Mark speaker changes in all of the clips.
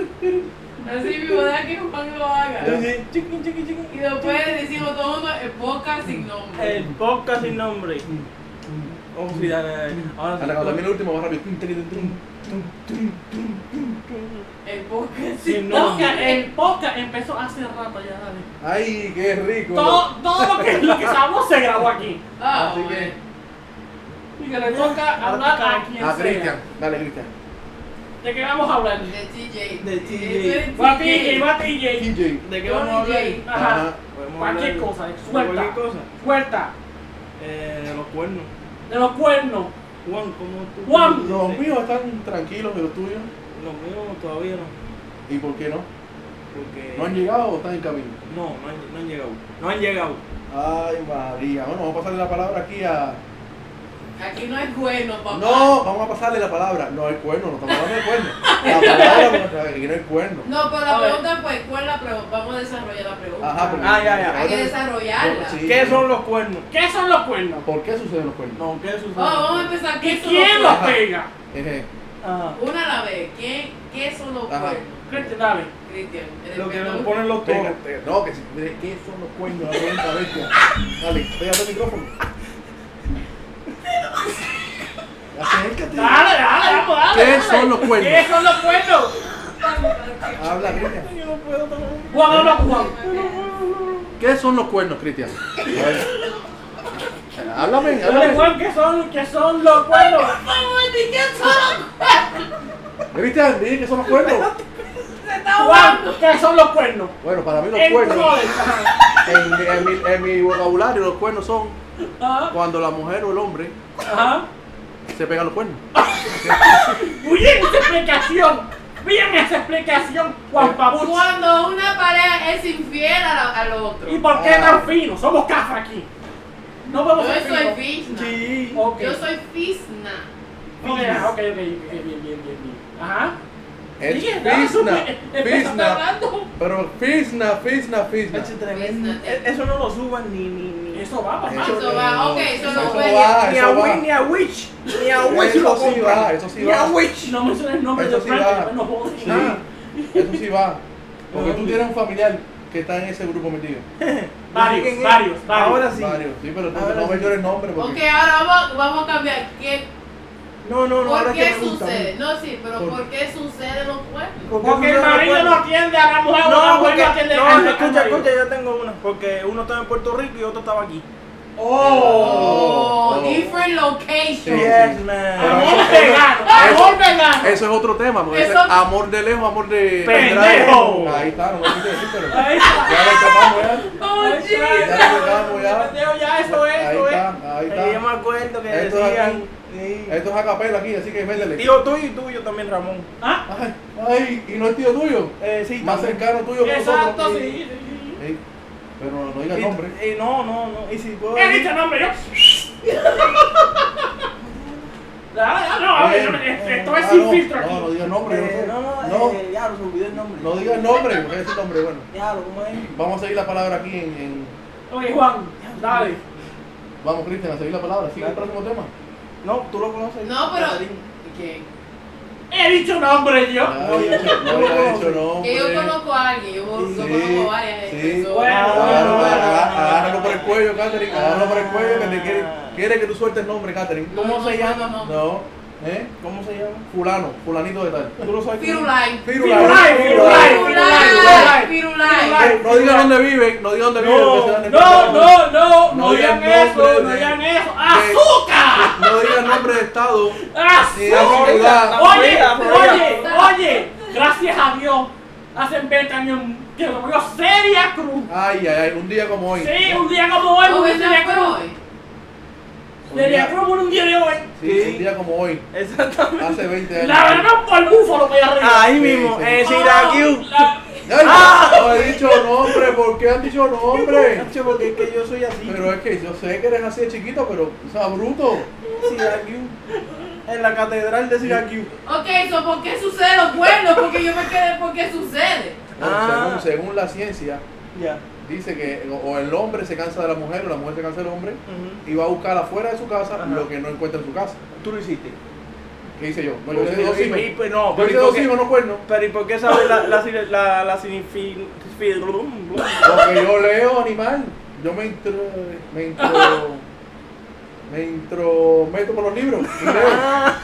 Speaker 1: Así mi boda que Juan lo haga.
Speaker 2: Entonces, chiquín, chiquín, chiquín.
Speaker 1: Y después decimos todo el podcast sin nombre.
Speaker 2: El podcast sin nombre. Oh, sí, dale, dale. Ahora sí.
Speaker 3: Arranca, también el último, más rápido. Tum, tum, tum.
Speaker 1: El podcast
Speaker 2: Sin
Speaker 1: sin
Speaker 2: nombre.
Speaker 1: nombre.
Speaker 4: El podcast empezó hace rato ya, dale.
Speaker 3: Ay, qué rico.
Speaker 4: Todo, todo lo, que, lo que sabemos se grabó aquí.
Speaker 1: Ah,
Speaker 3: Así
Speaker 1: bueno.
Speaker 3: que,
Speaker 4: Y que le toca hablar a quien
Speaker 3: a
Speaker 4: sea.
Speaker 3: Ah, Cristian. Dale, Cristian.
Speaker 4: ¿De qué vamos a hablar?
Speaker 1: De TJ.
Speaker 2: De TJ.
Speaker 4: Va TJ, va TJ.
Speaker 3: DJ.
Speaker 2: ¿De qué vamos a hablar?
Speaker 1: DJ.
Speaker 4: Ajá.
Speaker 3: Ah,
Speaker 2: Podemos
Speaker 4: Cualquier
Speaker 2: hablar
Speaker 4: cosa,
Speaker 2: de
Speaker 4: suelta.
Speaker 2: Cualquier cosa.
Speaker 4: Puerta,
Speaker 2: Eh, de los cuernos.
Speaker 4: de los cuernos.
Speaker 2: Juan, ¿cómo tú?
Speaker 4: Juan.
Speaker 3: Los míos están tranquilos de los tuyos.
Speaker 2: Los míos todavía no.
Speaker 3: ¿Y por qué no?
Speaker 2: Porque.
Speaker 3: ¿No han llegado o están en camino?
Speaker 2: No, no han, no han llegado. No han llegado.
Speaker 3: Ay, María. Bueno, vamos a pasarle la palabra aquí a.
Speaker 1: Aquí no es bueno, papá.
Speaker 3: No, vamos a pasarle la palabra. No hay cuerno, no estamos hablando de cuerno. La palabra, porque aquí no hay cuerno.
Speaker 1: No, pero
Speaker 4: A
Speaker 1: la
Speaker 4: ver.
Speaker 1: pregunta fue, ¿cuál es la pregunta? Vamos a desarrollar la pregunta.
Speaker 3: Ajá, porque.
Speaker 2: Ah, ya, ya.
Speaker 1: Hay que desarrollarla.
Speaker 3: Sí.
Speaker 2: ¿Qué son los cuernos?
Speaker 4: ¿Qué son los cuernos?
Speaker 3: ¿Por qué suceden los cuernos?
Speaker 2: No, ¿qué
Speaker 4: Ah,
Speaker 2: sucede?
Speaker 1: Oh, vamos a empezar.
Speaker 4: ¿Y
Speaker 1: ¿Qué son
Speaker 4: quién
Speaker 1: los
Speaker 4: los
Speaker 1: cuernos?
Speaker 4: pega?
Speaker 3: Eje.
Speaker 4: Ajá.
Speaker 1: Una a la vez. ¿Quién, ¿Qué son los
Speaker 3: Ajá.
Speaker 1: cuernos?
Speaker 4: Cristian, dale.
Speaker 1: Cristian, eres
Speaker 2: Lo que
Speaker 1: menor.
Speaker 2: nos ponen los
Speaker 3: Pega,
Speaker 2: toros.
Speaker 3: pega. No, que si ¿qué son los cuernos? La pregunta bestia. Dale, pégate el micrófono. Acércate.
Speaker 4: Dale, dale, vamos, dale.
Speaker 3: ¿Qué
Speaker 4: dale.
Speaker 3: son los cuernos?
Speaker 4: ¿Qué son los cuernos?
Speaker 3: Habla, Cristian.
Speaker 2: Yo no puedo tomar.
Speaker 4: Juan, habla Juan.
Speaker 3: ¿Qué son los cuernos, Cristian? A ver. Háblame,
Speaker 4: Dale,
Speaker 3: háblame.
Speaker 4: Juan, ¿qué son, qué son los cuernos?
Speaker 1: Vamos, di ¿Qué son?
Speaker 3: Cristian, dime qué son los cuernos.
Speaker 1: Se está
Speaker 4: Juan,
Speaker 1: ahogando.
Speaker 4: ¿qué son los cuernos?
Speaker 3: Bueno, para mí los
Speaker 4: En
Speaker 3: cuernos,
Speaker 4: college, ajá.
Speaker 3: en, en mi, en mi vocabulario, los cuernos son
Speaker 4: Ajá,
Speaker 3: cuando la mujer o el hombre
Speaker 4: ajá.
Speaker 3: se pega los cuernos.
Speaker 4: Muy bien esa explicación. Bien esa explicación, Juan Pabucho.
Speaker 1: Cuando una pareja es infiel a la- al otro.
Speaker 4: ¿Y por qué tan fino? Somos cafres aquí. No
Speaker 1: Yo
Speaker 4: vamos a ser
Speaker 1: soy
Speaker 4: finos.
Speaker 1: fisna.
Speaker 2: Sí.
Speaker 4: Ok.
Speaker 1: Yo soy fisna.
Speaker 4: Ok, ajá, ok, ok, ok, bien, bien, bien, bien. Ajá.
Speaker 3: Es
Speaker 4: Sigue, dale,
Speaker 3: fisna,
Speaker 4: sube. Empezaste
Speaker 3: fisna.
Speaker 4: hablando.
Speaker 3: Pero fisna, fisna, fisna.
Speaker 2: Es tremendo. E- Eso no lo suban ni ni ni.
Speaker 4: Eso va, papá.
Speaker 1: Eso va,
Speaker 3: no,
Speaker 1: ok, eso no fue
Speaker 3: va,
Speaker 2: ni a
Speaker 3: Ah, eso va.
Speaker 2: Witch, ni a Witch. Ni a Witch
Speaker 3: Eso
Speaker 2: lo
Speaker 3: sí
Speaker 2: compran.
Speaker 3: va, eso sí
Speaker 2: ni
Speaker 3: va.
Speaker 2: a Witch.
Speaker 4: No menciones el nombre
Speaker 3: Eso
Speaker 4: de
Speaker 3: sí
Speaker 4: Frank,
Speaker 3: va.
Speaker 4: después nos joden.
Speaker 3: Sí, eso sí va. Porque tú tienes un familiar que está en ese grupo metido.
Speaker 4: Varios,
Speaker 2: ¿Quién es?
Speaker 4: varios, varios.
Speaker 2: Ahora sí.
Speaker 3: Varios. Sí, pero tú
Speaker 2: Ahora
Speaker 3: no
Speaker 2: sí.
Speaker 3: me llores nombre
Speaker 1: Ok,
Speaker 3: porque.
Speaker 1: ahora vamos, vamos a cambiar. ¿Qué,
Speaker 2: No, no, no,
Speaker 1: ¿Por
Speaker 2: ahora es que
Speaker 1: qué
Speaker 2: me gusta.
Speaker 1: sucede? No, sí, pero
Speaker 3: Por-
Speaker 1: ¿por, qué sucede los cuernos?
Speaker 4: Porque el
Speaker 2: uno no
Speaker 4: marido
Speaker 2: puede-
Speaker 4: no atiende a la mujer, o la
Speaker 2: No,
Speaker 4: mujer
Speaker 2: porque,
Speaker 4: no atiende
Speaker 2: no,
Speaker 4: al- al
Speaker 2: escucha,
Speaker 4: marido.
Speaker 2: escucha, yo tengo una. Porque uno estaba en Puerto Rico y otro estaba aquí.
Speaker 3: Oh,
Speaker 1: Oh,
Speaker 3: oh.
Speaker 1: different location.
Speaker 3: Sí.
Speaker 2: man.
Speaker 4: Amor vegano,
Speaker 3: Eso-
Speaker 4: amor vegano.
Speaker 3: Eso es otro tema, porque
Speaker 1: Eso-
Speaker 3: ese es amor de lejos, amor de.
Speaker 4: Pendejo.
Speaker 3: Ahí está, no lo quise decir, pero. Ya
Speaker 4: Ahí está.
Speaker 3: lo acabamos ya.
Speaker 1: Oh,
Speaker 4: Ahí
Speaker 1: Jesus.
Speaker 4: está.
Speaker 3: Ya lo acabamos ya.
Speaker 4: Pendejo, ya, eso es,
Speaker 3: Ahí
Speaker 4: eso es.
Speaker 3: está, ahí
Speaker 2: Eh, Yo
Speaker 3: está.
Speaker 2: me acuerdo que
Speaker 3: Esto es
Speaker 2: decían.
Speaker 3: aquí.
Speaker 2: sí.
Speaker 3: Esto es a capela aquí, así que métele.
Speaker 2: Tío tuyo y tuyo también, Ramón.
Speaker 4: ¿Ah?
Speaker 3: Ay, ay, y no es tío tuyo.
Speaker 2: Eh, sí,
Speaker 3: Más
Speaker 2: también.
Speaker 3: cercano tuyo que
Speaker 4: Exacto,
Speaker 3: nosotros.
Speaker 4: sí, sí.
Speaker 3: Sí, Pero no diga
Speaker 2: Y-
Speaker 3: el nombre.
Speaker 2: y no, no, no. Y si puedo.
Speaker 4: He dicho nombre yo. Dale, dale, no, a ver, yo me-
Speaker 2: Eh,
Speaker 4: esto es
Speaker 3: Ah,
Speaker 4: sin
Speaker 3: no,
Speaker 4: filtro
Speaker 3: No, no
Speaker 4: aquí.
Speaker 3: diga el nombre.
Speaker 2: Eh,
Speaker 3: no,
Speaker 2: no,
Speaker 3: sé.
Speaker 2: no,
Speaker 3: no,
Speaker 2: eh, ya, se olvidó el nombre.
Speaker 3: no diga el nombre, porque es el nombre, bueno.
Speaker 2: Diablo, ¿cómo es?
Speaker 3: Vamos a seguir la palabra aquí en. en-
Speaker 4: Oye, Juan, dale.
Speaker 3: Vamos, Cristian, a seguir la palabra. Sigue el
Speaker 2: Claro.
Speaker 3: próximo tema.
Speaker 2: No, tú lo conoces.
Speaker 1: No, pero.
Speaker 2: Catarina.
Speaker 1: ¿Quién?
Speaker 4: He dicho nombre yo.
Speaker 3: No había dicho- no había dicho nombre.
Speaker 1: Que yo conozco a alguien, yo, yo
Speaker 3: Sí,
Speaker 1: conozco varias
Speaker 3: sí.
Speaker 1: personas.
Speaker 4: Bueno,
Speaker 3: Agárralo,
Speaker 4: bueno,
Speaker 3: agárralo, agárralo por el cuello, Catherine. Agárralo por el cuello que te quiere,
Speaker 2: Ah.
Speaker 3: quiere que tú sueltes el nombre, Catherine.
Speaker 1: No,
Speaker 2: ¿cómo
Speaker 1: no,
Speaker 2: se
Speaker 1: no,
Speaker 2: llama?
Speaker 1: no, no.
Speaker 3: No, ¿eh?
Speaker 2: ¿Cómo se llama?
Speaker 3: Fulano, fulanito de tal.
Speaker 2: ¿Tú lo sabes? quién es?
Speaker 1: Firulai.
Speaker 4: Firulai, Firulai,
Speaker 1: Firulai.
Speaker 4: Firulai.
Speaker 1: Firulai.
Speaker 3: Eh, No, no diga dónde vive, no diga dónde vive.
Speaker 2: No,
Speaker 3: porque se dan
Speaker 4: No,
Speaker 3: estado.
Speaker 4: no, no, no
Speaker 3: No
Speaker 4: digan
Speaker 3: digan
Speaker 4: eso,
Speaker 3: nombre
Speaker 4: no
Speaker 3: de-
Speaker 4: digan eso. ¡Azúcar!
Speaker 3: No diga nombre de estado. Sí,
Speaker 4: ¡Azúcar!
Speaker 3: ciudad.
Speaker 4: Oye,
Speaker 2: Florida,
Speaker 4: oye,
Speaker 2: Florida.
Speaker 4: oye, gracias a Dios, hacen ver también que lo vio seria cruz.
Speaker 3: Ay, ay, ay, un día como hoy.
Speaker 4: Sí, un día como hoy,
Speaker 1: ¿Cómo
Speaker 4: porque
Speaker 1: que
Speaker 4: seria
Speaker 1: no fue
Speaker 4: cruz.
Speaker 1: hoy?
Speaker 3: Un
Speaker 4: Seria
Speaker 3: día-
Speaker 4: cruz por un día de hoy.
Speaker 3: Sí, un día como hoy,
Speaker 2: Exactamente.
Speaker 3: hace 20 años.
Speaker 4: La verdad, por el búfalo para allá arriba.
Speaker 2: Ahí mismo,
Speaker 3: Sí, sí.
Speaker 2: en
Speaker 4: Ah,
Speaker 2: Syracuse.
Speaker 4: la-
Speaker 3: Ay, No he dicho nombre, ¿por qué han dicho nombre?
Speaker 2: Hacho, Porque es que yo soy así.
Speaker 3: Pero es que yo sé que eres así de chiquito, pero, o sea, bruto.
Speaker 2: Syracuse. En la catedral de Syracuse.
Speaker 1: Ok, so, ¿por qué sucede los cuernos? Porque yo me quedé, ¿por qué sucede?
Speaker 3: Bueno,
Speaker 2: Ah.
Speaker 3: según, según la ciencia,
Speaker 2: Ya.
Speaker 3: dice que o- o el hombre se cansa de la mujer o la mujer se cansa del hombre
Speaker 2: Ujú.
Speaker 3: y va a buscar afuera de su casa
Speaker 2: Ajá.
Speaker 3: lo que no encuentra en su casa.
Speaker 2: Tú lo hiciste.
Speaker 3: ¿Qué hice yo? No, yo
Speaker 2: Porque
Speaker 3: hice dos
Speaker 2: y-
Speaker 3: hijos.
Speaker 2: y- pues, no,
Speaker 3: Yo
Speaker 2: pero ¿y
Speaker 3: hice
Speaker 2: por
Speaker 3: dos
Speaker 2: qué-
Speaker 3: hijos, no cuernos.
Speaker 2: pero ¿y por qué sabe la, la, sin- la, la signifi- fi- blum, blum?
Speaker 3: Porque yo leo, animal. Yo me intro. Me intro. me intro. meto por los libros. y leo.
Speaker 2: Ah,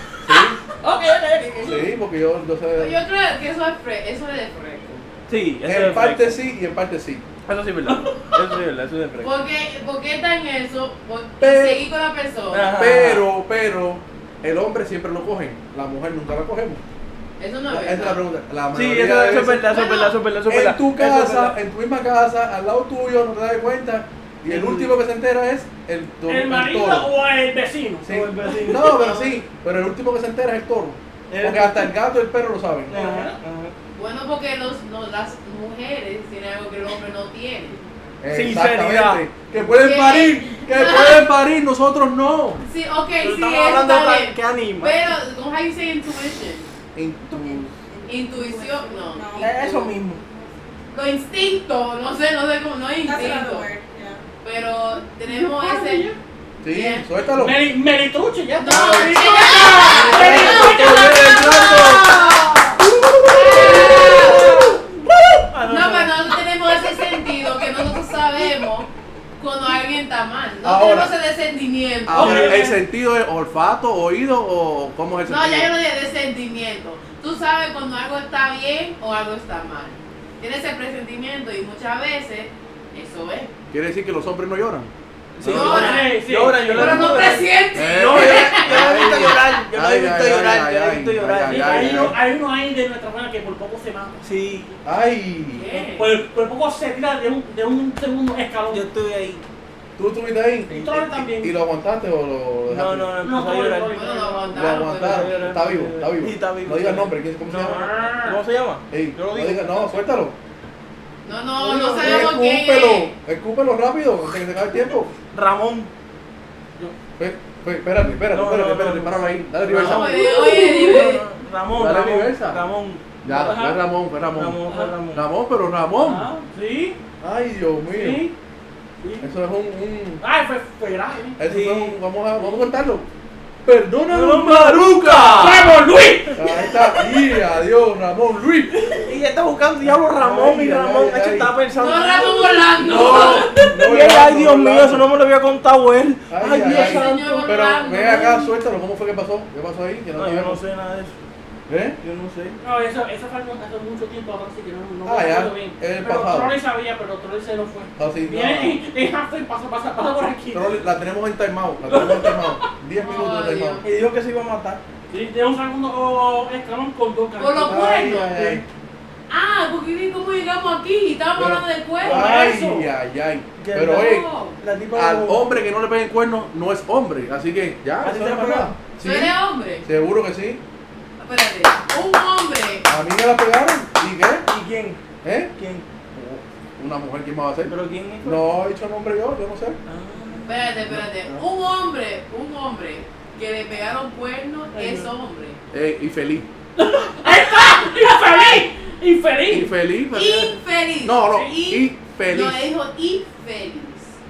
Speaker 4: Ok, ok, ok.
Speaker 3: Sí, porque yo, yo sé.
Speaker 1: Yo creo que eso es, fre eso es de fresco.
Speaker 2: Sí, eso
Speaker 3: En
Speaker 2: es
Speaker 3: parte
Speaker 2: fresco.
Speaker 3: sí y en parte sí.
Speaker 2: Eso sí es verdad. Eso sí es verdad, eso es fresco.
Speaker 1: Porque, porque está en eso, porque
Speaker 3: Pero-
Speaker 1: seguí con la persona.
Speaker 2: Ajá.
Speaker 3: Pero, pero, el hombre siempre lo cogen, la mujer nunca la cogemos.
Speaker 1: Eso no es
Speaker 3: Esa es la
Speaker 1: verdad.
Speaker 3: pregunta. La
Speaker 2: Sí,
Speaker 3: mayoría
Speaker 2: eso,
Speaker 3: de
Speaker 2: eso
Speaker 3: veces,
Speaker 2: es verdad, eso es verdad, eso es verdad, eso es verdad.
Speaker 3: En tu
Speaker 2: Eso es
Speaker 3: casa,
Speaker 2: verdad.
Speaker 3: en tu misma casa, al lado tuyo, no te das cuenta. Y el
Speaker 2: El-
Speaker 3: último que se entera es el, to-
Speaker 4: ¿El marido
Speaker 3: toro.
Speaker 4: o el vecino?
Speaker 3: Sí.
Speaker 2: o el vecino.
Speaker 3: No, pero sí, pero el último que se entera es el toro.
Speaker 2: El-
Speaker 3: Porque hasta el gato y el perro lo saben.
Speaker 2: Ajá, ajá.
Speaker 1: Bueno, porque los, no, las mujeres tienen algo que el hombre no tiene.
Speaker 3: Exactamente.
Speaker 2: Sinceridad.
Speaker 3: Que pueden
Speaker 1: ¿Qué?
Speaker 3: parir, que pueden parir, nosotros no.
Speaker 1: Sí, ok,
Speaker 2: Pero
Speaker 1: sí,
Speaker 2: estamos
Speaker 1: eso
Speaker 2: hablando
Speaker 1: está
Speaker 2: de
Speaker 1: bien.
Speaker 2: qué anima.
Speaker 1: Pero, ¿cómo se dice intuition?
Speaker 3: En tu-
Speaker 1: Intuición, no.
Speaker 2: Eh, Eso mismo.
Speaker 1: Los instintos, no sé, no sé cómo, no es
Speaker 5: That's another
Speaker 1: instinto.
Speaker 5: word. Yeah.
Speaker 1: Pero tenemos ese.
Speaker 3: Sí,
Speaker 1: Bien.
Speaker 3: suéltalo.
Speaker 4: Meri- Meritucho, ya
Speaker 1: ¡No!
Speaker 4: está.
Speaker 1: chica, no.
Speaker 3: Suéltalo, suéltalo.
Speaker 2: Ah,
Speaker 1: No, pero nosotros tenemos ese sentido que nosotros sabemos cuando alguien está mal. No
Speaker 3: Ahora.
Speaker 1: tenemos ese sentimiento.
Speaker 3: Ahora,
Speaker 2: Ok.
Speaker 3: ¿el sentido es olfato, oído o cómo es el
Speaker 1: No,
Speaker 3: sentido?
Speaker 1: ya yo no dije de sentimiento. Tú sabes cuando algo está bien o algo está mal. Tienes ese presentimiento y muchas veces eso es.
Speaker 3: Quiere decir que los hombres no lloran.
Speaker 2: Sí,
Speaker 1: No,
Speaker 2: llora,
Speaker 4: sí, sí.
Speaker 2: llora, yo la
Speaker 1: Pero
Speaker 2: he
Speaker 1: no
Speaker 2: visto
Speaker 1: te
Speaker 3: eh.
Speaker 2: llorar.
Speaker 1: sientes.
Speaker 2: No, yo yo la he visto llorar, yo la he
Speaker 3: Ay,
Speaker 2: visto
Speaker 3: ay, ay,
Speaker 2: llorar, yo la he
Speaker 3: ay,
Speaker 2: visto
Speaker 3: ay,
Speaker 2: llorar.
Speaker 3: ay,
Speaker 4: Y
Speaker 3: ay.
Speaker 4: hay, uno, hay uno ahí de nuestra hermana que por poco se mata.
Speaker 2: Sí,
Speaker 3: Ay,
Speaker 1: ¿Qué?
Speaker 4: Por, por poco se tira de un, de un e segundo escalón.
Speaker 2: yo estuve ahí.
Speaker 3: ¿tú estuviste ahí?
Speaker 4: Y Toro también.
Speaker 3: ¿Y lo aguantaste o lo dejaste?
Speaker 2: No, no, no, empezó a
Speaker 4: No,
Speaker 2: llorar.
Speaker 4: no,
Speaker 1: Bueno, lo
Speaker 3: Lo
Speaker 1: aguantaron.
Speaker 3: aguantaron.
Speaker 1: pero-
Speaker 3: Está vivo, está vivo.
Speaker 2: Sí, está vivo.
Speaker 3: No digas nombre, ¿quién- ¿cómo se llama?
Speaker 2: ¿Cómo
Speaker 4: No.
Speaker 2: se llama?
Speaker 3: Ey,
Speaker 2: Yo lo
Speaker 3: no
Speaker 2: digo.
Speaker 3: digas, no, suéltalo.
Speaker 1: No, no, no sabemos quién
Speaker 3: Escúpelo,
Speaker 1: es.
Speaker 3: escúpelo rápido, antes que se acabe el tiempo.
Speaker 2: Ramón.
Speaker 3: Ve, ve, Espérate, espérate,
Speaker 2: No, no,
Speaker 3: espérate,
Speaker 2: no,
Speaker 3: espérate,
Speaker 2: no.
Speaker 3: páralo ahí. Dale
Speaker 2: No,
Speaker 1: Ah,
Speaker 3: reversa.
Speaker 2: no,
Speaker 1: Oye, oye, dime.
Speaker 2: Ramón,
Speaker 3: Dale
Speaker 2: Ramón,
Speaker 3: reversa.
Speaker 2: Ramón.
Speaker 3: Ya,
Speaker 4: Ajá.
Speaker 3: fue Ramón, fue Ramón.
Speaker 2: Ramón, Ramón.
Speaker 3: Ramón, pero Ramón.
Speaker 4: Ah, Sí,
Speaker 3: Ay, Dios mío.
Speaker 4: sí. sí.
Speaker 3: Eso es un- un...
Speaker 4: Ay, fue, fue grave.
Speaker 3: Eso
Speaker 2: Sí.
Speaker 3: fue un... Vamos a, vamos a contarlo. Perdónanos,
Speaker 2: Maruca!
Speaker 4: ¡Vamos, Luis!
Speaker 3: Ahí está. Y adiós, Ramón Luis.
Speaker 2: Y ella está buscando diablo Ramón
Speaker 3: Ay,
Speaker 2: y
Speaker 3: ay,
Speaker 2: Ramón.
Speaker 3: ay.
Speaker 2: Ella estaba pensando.
Speaker 1: No, Ramón Orlando.
Speaker 3: no,
Speaker 2: Y ella, ay,
Speaker 3: no,
Speaker 2: Dios
Speaker 3: no,
Speaker 2: mío,
Speaker 3: no.
Speaker 2: eso no me lo había contado él.
Speaker 3: Ay,
Speaker 2: Ay,
Speaker 3: ay,
Speaker 2: Dios
Speaker 3: ay.
Speaker 2: santo.
Speaker 1: Señor.
Speaker 3: Pero
Speaker 1: Orlando.
Speaker 3: ven acá, suéltalo. ¿Cómo fue que pasó? ¿Qué pasó ahí? Que no
Speaker 2: No, yo no
Speaker 3: sabemos.
Speaker 2: sé nada de eso.
Speaker 3: ¿Eh?
Speaker 2: Yo no sé.
Speaker 4: No, eso, eso fue hace mucho tiempo atrás, así que no, no
Speaker 3: Ah,
Speaker 4: me
Speaker 3: ya,
Speaker 4: acuerdo bien.
Speaker 3: el
Speaker 4: pero
Speaker 3: pasado.
Speaker 4: Troy sabía, pero Troy se lo fue.
Speaker 3: Ah, sí,
Speaker 4: Viene
Speaker 3: no.
Speaker 4: y deja y pasa, pasa, pasa por aquí.
Speaker 3: Pero la tenemos en timeout. La tenemos en timeout. 10 minutos de
Speaker 1: Ay,
Speaker 3: timeout.
Speaker 2: Y dijo que se iba a matar.
Speaker 4: Sí, de un segundo escalón con dos
Speaker 1: Por
Speaker 4: carros.
Speaker 1: los
Speaker 3: Ay,
Speaker 1: cuernos.
Speaker 3: ay, ay.
Speaker 1: Ah, porque vi cómo llegamos aquí y estábamos
Speaker 3: Pero-
Speaker 1: hablando del cuerno.
Speaker 3: Ay, ay, ay.
Speaker 2: Ya
Speaker 3: Pero
Speaker 2: no.
Speaker 3: oye,
Speaker 1: No.
Speaker 2: La tipa.
Speaker 3: al hombre que no le peguen cuernos no es hombre. Así que ya.
Speaker 2: ¿A
Speaker 3: eso
Speaker 2: ti te
Speaker 3: no
Speaker 2: la
Speaker 3: es nada.
Speaker 2: pegaron?
Speaker 1: ¿Tú
Speaker 3: Sí,
Speaker 1: eres hombre?
Speaker 3: Seguro que sí.
Speaker 1: Espérate. Un hombre.
Speaker 3: A mí me la pegaron. ¿Y qué?
Speaker 2: ¿Y quién?
Speaker 3: ¿Eh?
Speaker 2: ¿Quién?
Speaker 3: Una mujer, ¿quién más va a hacer?
Speaker 2: ¿Pero quién es?
Speaker 3: No, he dicho nombre yo, yo no sé.
Speaker 2: Ah.
Speaker 1: Espérate, espérate.
Speaker 2: No, no.
Speaker 1: Un hombre, un hombre que le pegaron cuernos es hombre.
Speaker 3: Eh, y feliz.
Speaker 4: ¡Infeliz!
Speaker 3: Y feliz.
Speaker 4: ¡Infeliz!
Speaker 3: feliz.
Speaker 1: Infeliz.
Speaker 3: No, no,
Speaker 1: Y-
Speaker 3: y feliz.
Speaker 1: No, él dijo infeliz.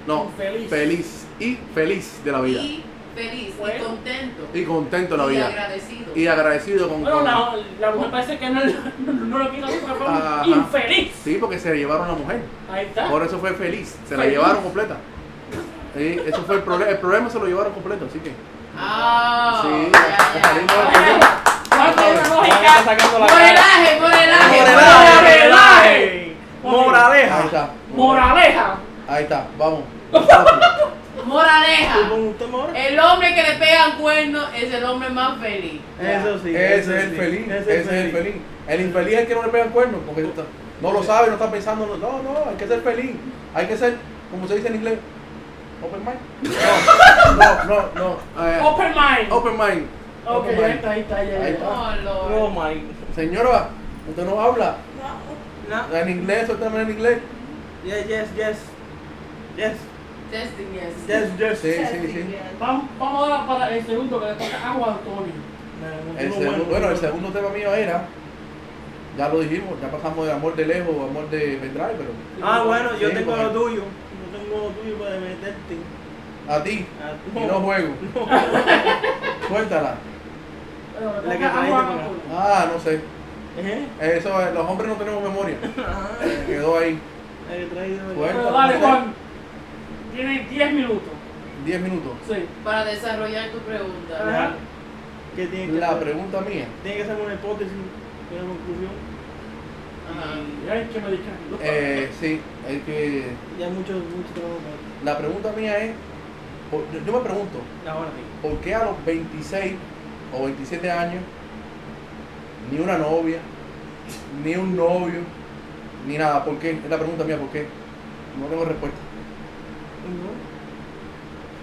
Speaker 3: No,
Speaker 4: Feliz.
Speaker 3: feliz. Y feliz de la vida.
Speaker 1: Y feliz. Y
Speaker 4: Bueno.
Speaker 1: contento.
Speaker 3: Y contento de la
Speaker 1: Y
Speaker 3: vida.
Speaker 1: agradecido.
Speaker 3: Y agradecido con...
Speaker 4: Bueno,
Speaker 3: con-
Speaker 4: la, la mujer parece que no, no lo quiso porque fue
Speaker 3: Ajá.
Speaker 4: un infeliz.
Speaker 3: Sí, porque se llevaron a la mujer.
Speaker 4: Ahí está.
Speaker 3: Por eso fue feliz. Se la
Speaker 4: Ah. Feliz.
Speaker 3: llevaron completa. Sí, eso fue el problema. El problema se lo llevaron completo, así que.
Speaker 1: Ah.
Speaker 3: Sí,
Speaker 1: ya, ya,
Speaker 3: salimos
Speaker 1: ya.
Speaker 3: del problema.
Speaker 4: ¿Cuál es la
Speaker 2: Está
Speaker 4: lógica?
Speaker 2: sacando la cara.
Speaker 1: Morelaje, morelaje.
Speaker 4: Morelaje.
Speaker 3: Ahí
Speaker 2: Moraleja.
Speaker 3: está.
Speaker 4: Moraleja.
Speaker 3: Ahí está, vamos.
Speaker 1: Moraleja.
Speaker 2: ¿Con usted, mora?
Speaker 1: El hombre que le pegan cuernos es el hombre más feliz.
Speaker 2: Eso sí.
Speaker 3: Ese es
Speaker 2: eso
Speaker 3: el
Speaker 2: sí,
Speaker 3: feliz.
Speaker 2: ese
Speaker 3: Ese es el feliz. El infeliz es el que no le pega el cuerno, porque está- no lo sabe, no está pensando. No, no, hay que ser feliz. Hay que ser, como se dice en inglés, open mind. No, no, no. no, eh,
Speaker 4: Open mind.
Speaker 3: open mind.
Speaker 4: Ok,
Speaker 3: open
Speaker 4: ahí
Speaker 3: mind.
Speaker 4: está, ahí está, ya
Speaker 3: Ahí
Speaker 4: está.
Speaker 3: está.
Speaker 1: Oh,
Speaker 2: Oh
Speaker 1: Lord.
Speaker 2: my.
Speaker 3: Señora, usted no habla
Speaker 5: No.
Speaker 2: No.
Speaker 3: en inglés, usted habla en inglés.
Speaker 2: Yes, yes, yes. Yes,
Speaker 1: Testing, yes.
Speaker 2: yes, yes.
Speaker 3: Sí, sí, sí.
Speaker 4: Vamos, vamos ahora para el segundo que le toca agua a Tony. Eh,
Speaker 3: El segundo- bueno, el segundo tema mío era, ya lo dijimos, ya pasamos de amor de lejos a amor de pendrive, pero
Speaker 2: Ah, bueno, yo
Speaker 3: Sí,
Speaker 2: tengo
Speaker 3: bueno.
Speaker 2: lo tuyo. Yo tengo lo tuyo para meterte.
Speaker 3: a ti,
Speaker 2: Ah,
Speaker 3: y no juego. Suéltala.
Speaker 4: Pero
Speaker 2: La que
Speaker 4: tenga
Speaker 2: traíste
Speaker 4: agua,
Speaker 2: para acá.
Speaker 4: culo.
Speaker 3: Ah, no sé.
Speaker 2: ¿Eh?
Speaker 3: Eso, eh, los hombres no tenemos memoria.
Speaker 2: Ah,
Speaker 3: Eh, Quedó ahí.
Speaker 2: la que traí de verdad.
Speaker 3: Bueno.
Speaker 4: Pero dale, Juan. Tienes 10 minutos.
Speaker 3: 10 minutos.
Speaker 4: Sí.
Speaker 1: Para desarrollar tu pregunta.
Speaker 4: Ajá.
Speaker 2: ¿Qué tiene que
Speaker 3: La
Speaker 2: hacer?
Speaker 3: pregunta mía.
Speaker 2: Tiene que ser una hipótesis, una conclusión.
Speaker 1: Ajá.
Speaker 4: Ay, qué maricón.
Speaker 3: Eh, sí, es que
Speaker 2: Ya hay mucho, mucho trabajo para ti.
Speaker 3: la pregunta mía es, por- yo- yo me pregunto,
Speaker 2: Ahora sí.
Speaker 3: ¿por qué a los 26 o 27 años ni una novia, ni un novio, ni nada? ¿Por qué? Es la pregunta mía, ¿por qué? No tengo respuesta.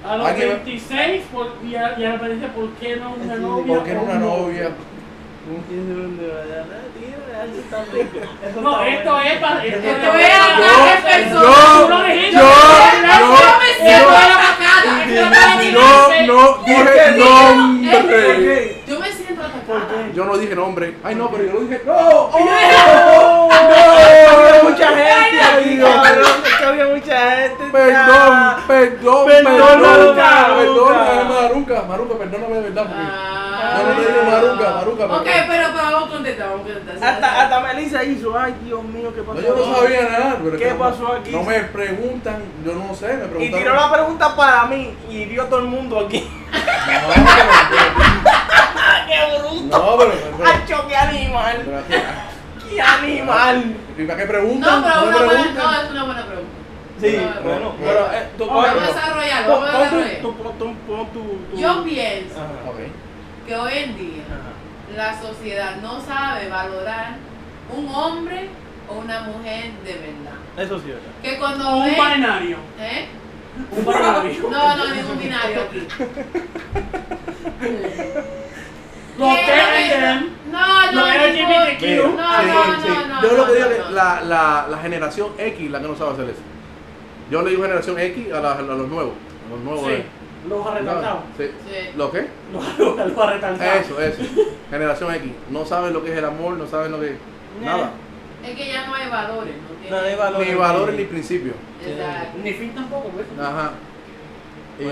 Speaker 2: ¿No?
Speaker 4: A los
Speaker 3: Hay que ver.
Speaker 4: 26 por, y, a, y a la pareja, ¿por qué no una
Speaker 2: Sí,
Speaker 4: novia?
Speaker 3: ¿Por qué no
Speaker 4: o
Speaker 3: una
Speaker 4: un
Speaker 3: novia?
Speaker 2: No tiene dónde verdad. Tío, eso está rico. Eso
Speaker 4: No,
Speaker 2: está
Speaker 4: esto
Speaker 2: bueno.
Speaker 4: es para. Esto,
Speaker 1: Esto
Speaker 4: es
Speaker 1: es ataque
Speaker 4: personal.
Speaker 1: personal.
Speaker 4: Tú lo dijiste.
Speaker 1: Yo me siento de la vacada.
Speaker 4: Yo- yo-
Speaker 3: no dije nombre.
Speaker 2: Ok.
Speaker 1: Yo me siento
Speaker 2: ¿Por
Speaker 1: atacada.
Speaker 2: qué?
Speaker 3: Yo no dije nombre. Ay, no, pero yo lo dije. ¡No! ¡Oh!
Speaker 2: Había mucha gente ahí, cabrón. Es que oh, había mucha gente.
Speaker 3: Perdón,
Speaker 2: ya.
Speaker 3: perdón,
Speaker 2: Perdón,
Speaker 3: perdón,
Speaker 2: Maruca,
Speaker 3: perdón, eh,
Speaker 2: Maruca.
Speaker 3: Maruca, Maruca, perdóname de verdad. porque-
Speaker 1: Ah.
Speaker 4: No, no te digo
Speaker 3: maruca, maruca,
Speaker 1: Ok,
Speaker 3: maruca.
Speaker 1: pero pero vamos a contestar, vamos a contestar.
Speaker 2: Hasta, hasta Melissa hizo, ay Dios mío, ¿qué pasó?
Speaker 3: No, yo no sabía nada. Pero
Speaker 2: ¿Qué
Speaker 3: que no-
Speaker 2: pasó aquí?
Speaker 3: No me preguntan, yo no sé, me
Speaker 2: Y
Speaker 3: preguntaron.
Speaker 2: tiró la pregunta para mí y vio todo el mundo aquí. ¡Qué bruto!
Speaker 3: No, pero. No, pero.
Speaker 2: ¡Hacho, qué animal!
Speaker 3: pero-
Speaker 2: ¡Qué animal!
Speaker 3: pero- ¿Y para qué
Speaker 1: No,
Speaker 3: preguntan?
Speaker 1: pero una
Speaker 3: me
Speaker 1: buena,
Speaker 3: preguntan.
Speaker 1: no, es una buena pregunta.
Speaker 2: Sí,
Speaker 1: No, no,
Speaker 2: bueno,
Speaker 3: no.
Speaker 2: pero eh, tú
Speaker 1: Vamos a
Speaker 2: pon-
Speaker 1: desarrollarlo,
Speaker 2: pon-
Speaker 1: vamos a
Speaker 2: pon
Speaker 1: desarrollarlo.
Speaker 2: tu- pon tu- pon tu- tu-
Speaker 1: Yo pienso
Speaker 2: Ajá.
Speaker 3: Ok.
Speaker 1: que hoy en día
Speaker 2: Ajá.
Speaker 1: la sociedad no sabe valorar un hombre o una mujer de verdad.
Speaker 2: Eso sí, ¿verdad?
Speaker 1: Que cuando
Speaker 4: Un
Speaker 1: ven-
Speaker 4: binario.
Speaker 1: ¿Eh?
Speaker 4: Un binario.
Speaker 1: No, no, ningún binario aquí.
Speaker 4: Los
Speaker 1: Que
Speaker 4: TLM.
Speaker 1: No, no,
Speaker 4: Los
Speaker 1: ningún-
Speaker 4: LGBTQ.
Speaker 3: Mira,
Speaker 1: No, no, no, no,
Speaker 3: Yo lo que
Speaker 1: no,
Speaker 3: digo
Speaker 1: no,
Speaker 3: es
Speaker 1: no.
Speaker 3: que la, la, la generación X la que no sabe hacer eso. Yo le digo generación X a, la- a los nuevos. A los nuevos.
Speaker 4: Sí.
Speaker 3: eh.
Speaker 4: Los arretantados.
Speaker 3: Sí.
Speaker 1: Sí.
Speaker 3: ¿Lo qué?
Speaker 4: Los, los arretantados.
Speaker 3: Eso, eso. Generación X. No saben lo que es el amor, no saben lo que es. Nada.
Speaker 1: Es que ya no hay valores. No, tiene-
Speaker 2: No hay valores.
Speaker 3: Ni valores ni principios.
Speaker 1: Exacto.
Speaker 4: Ni fin tampoco, pues. güey.
Speaker 3: Ajá. Y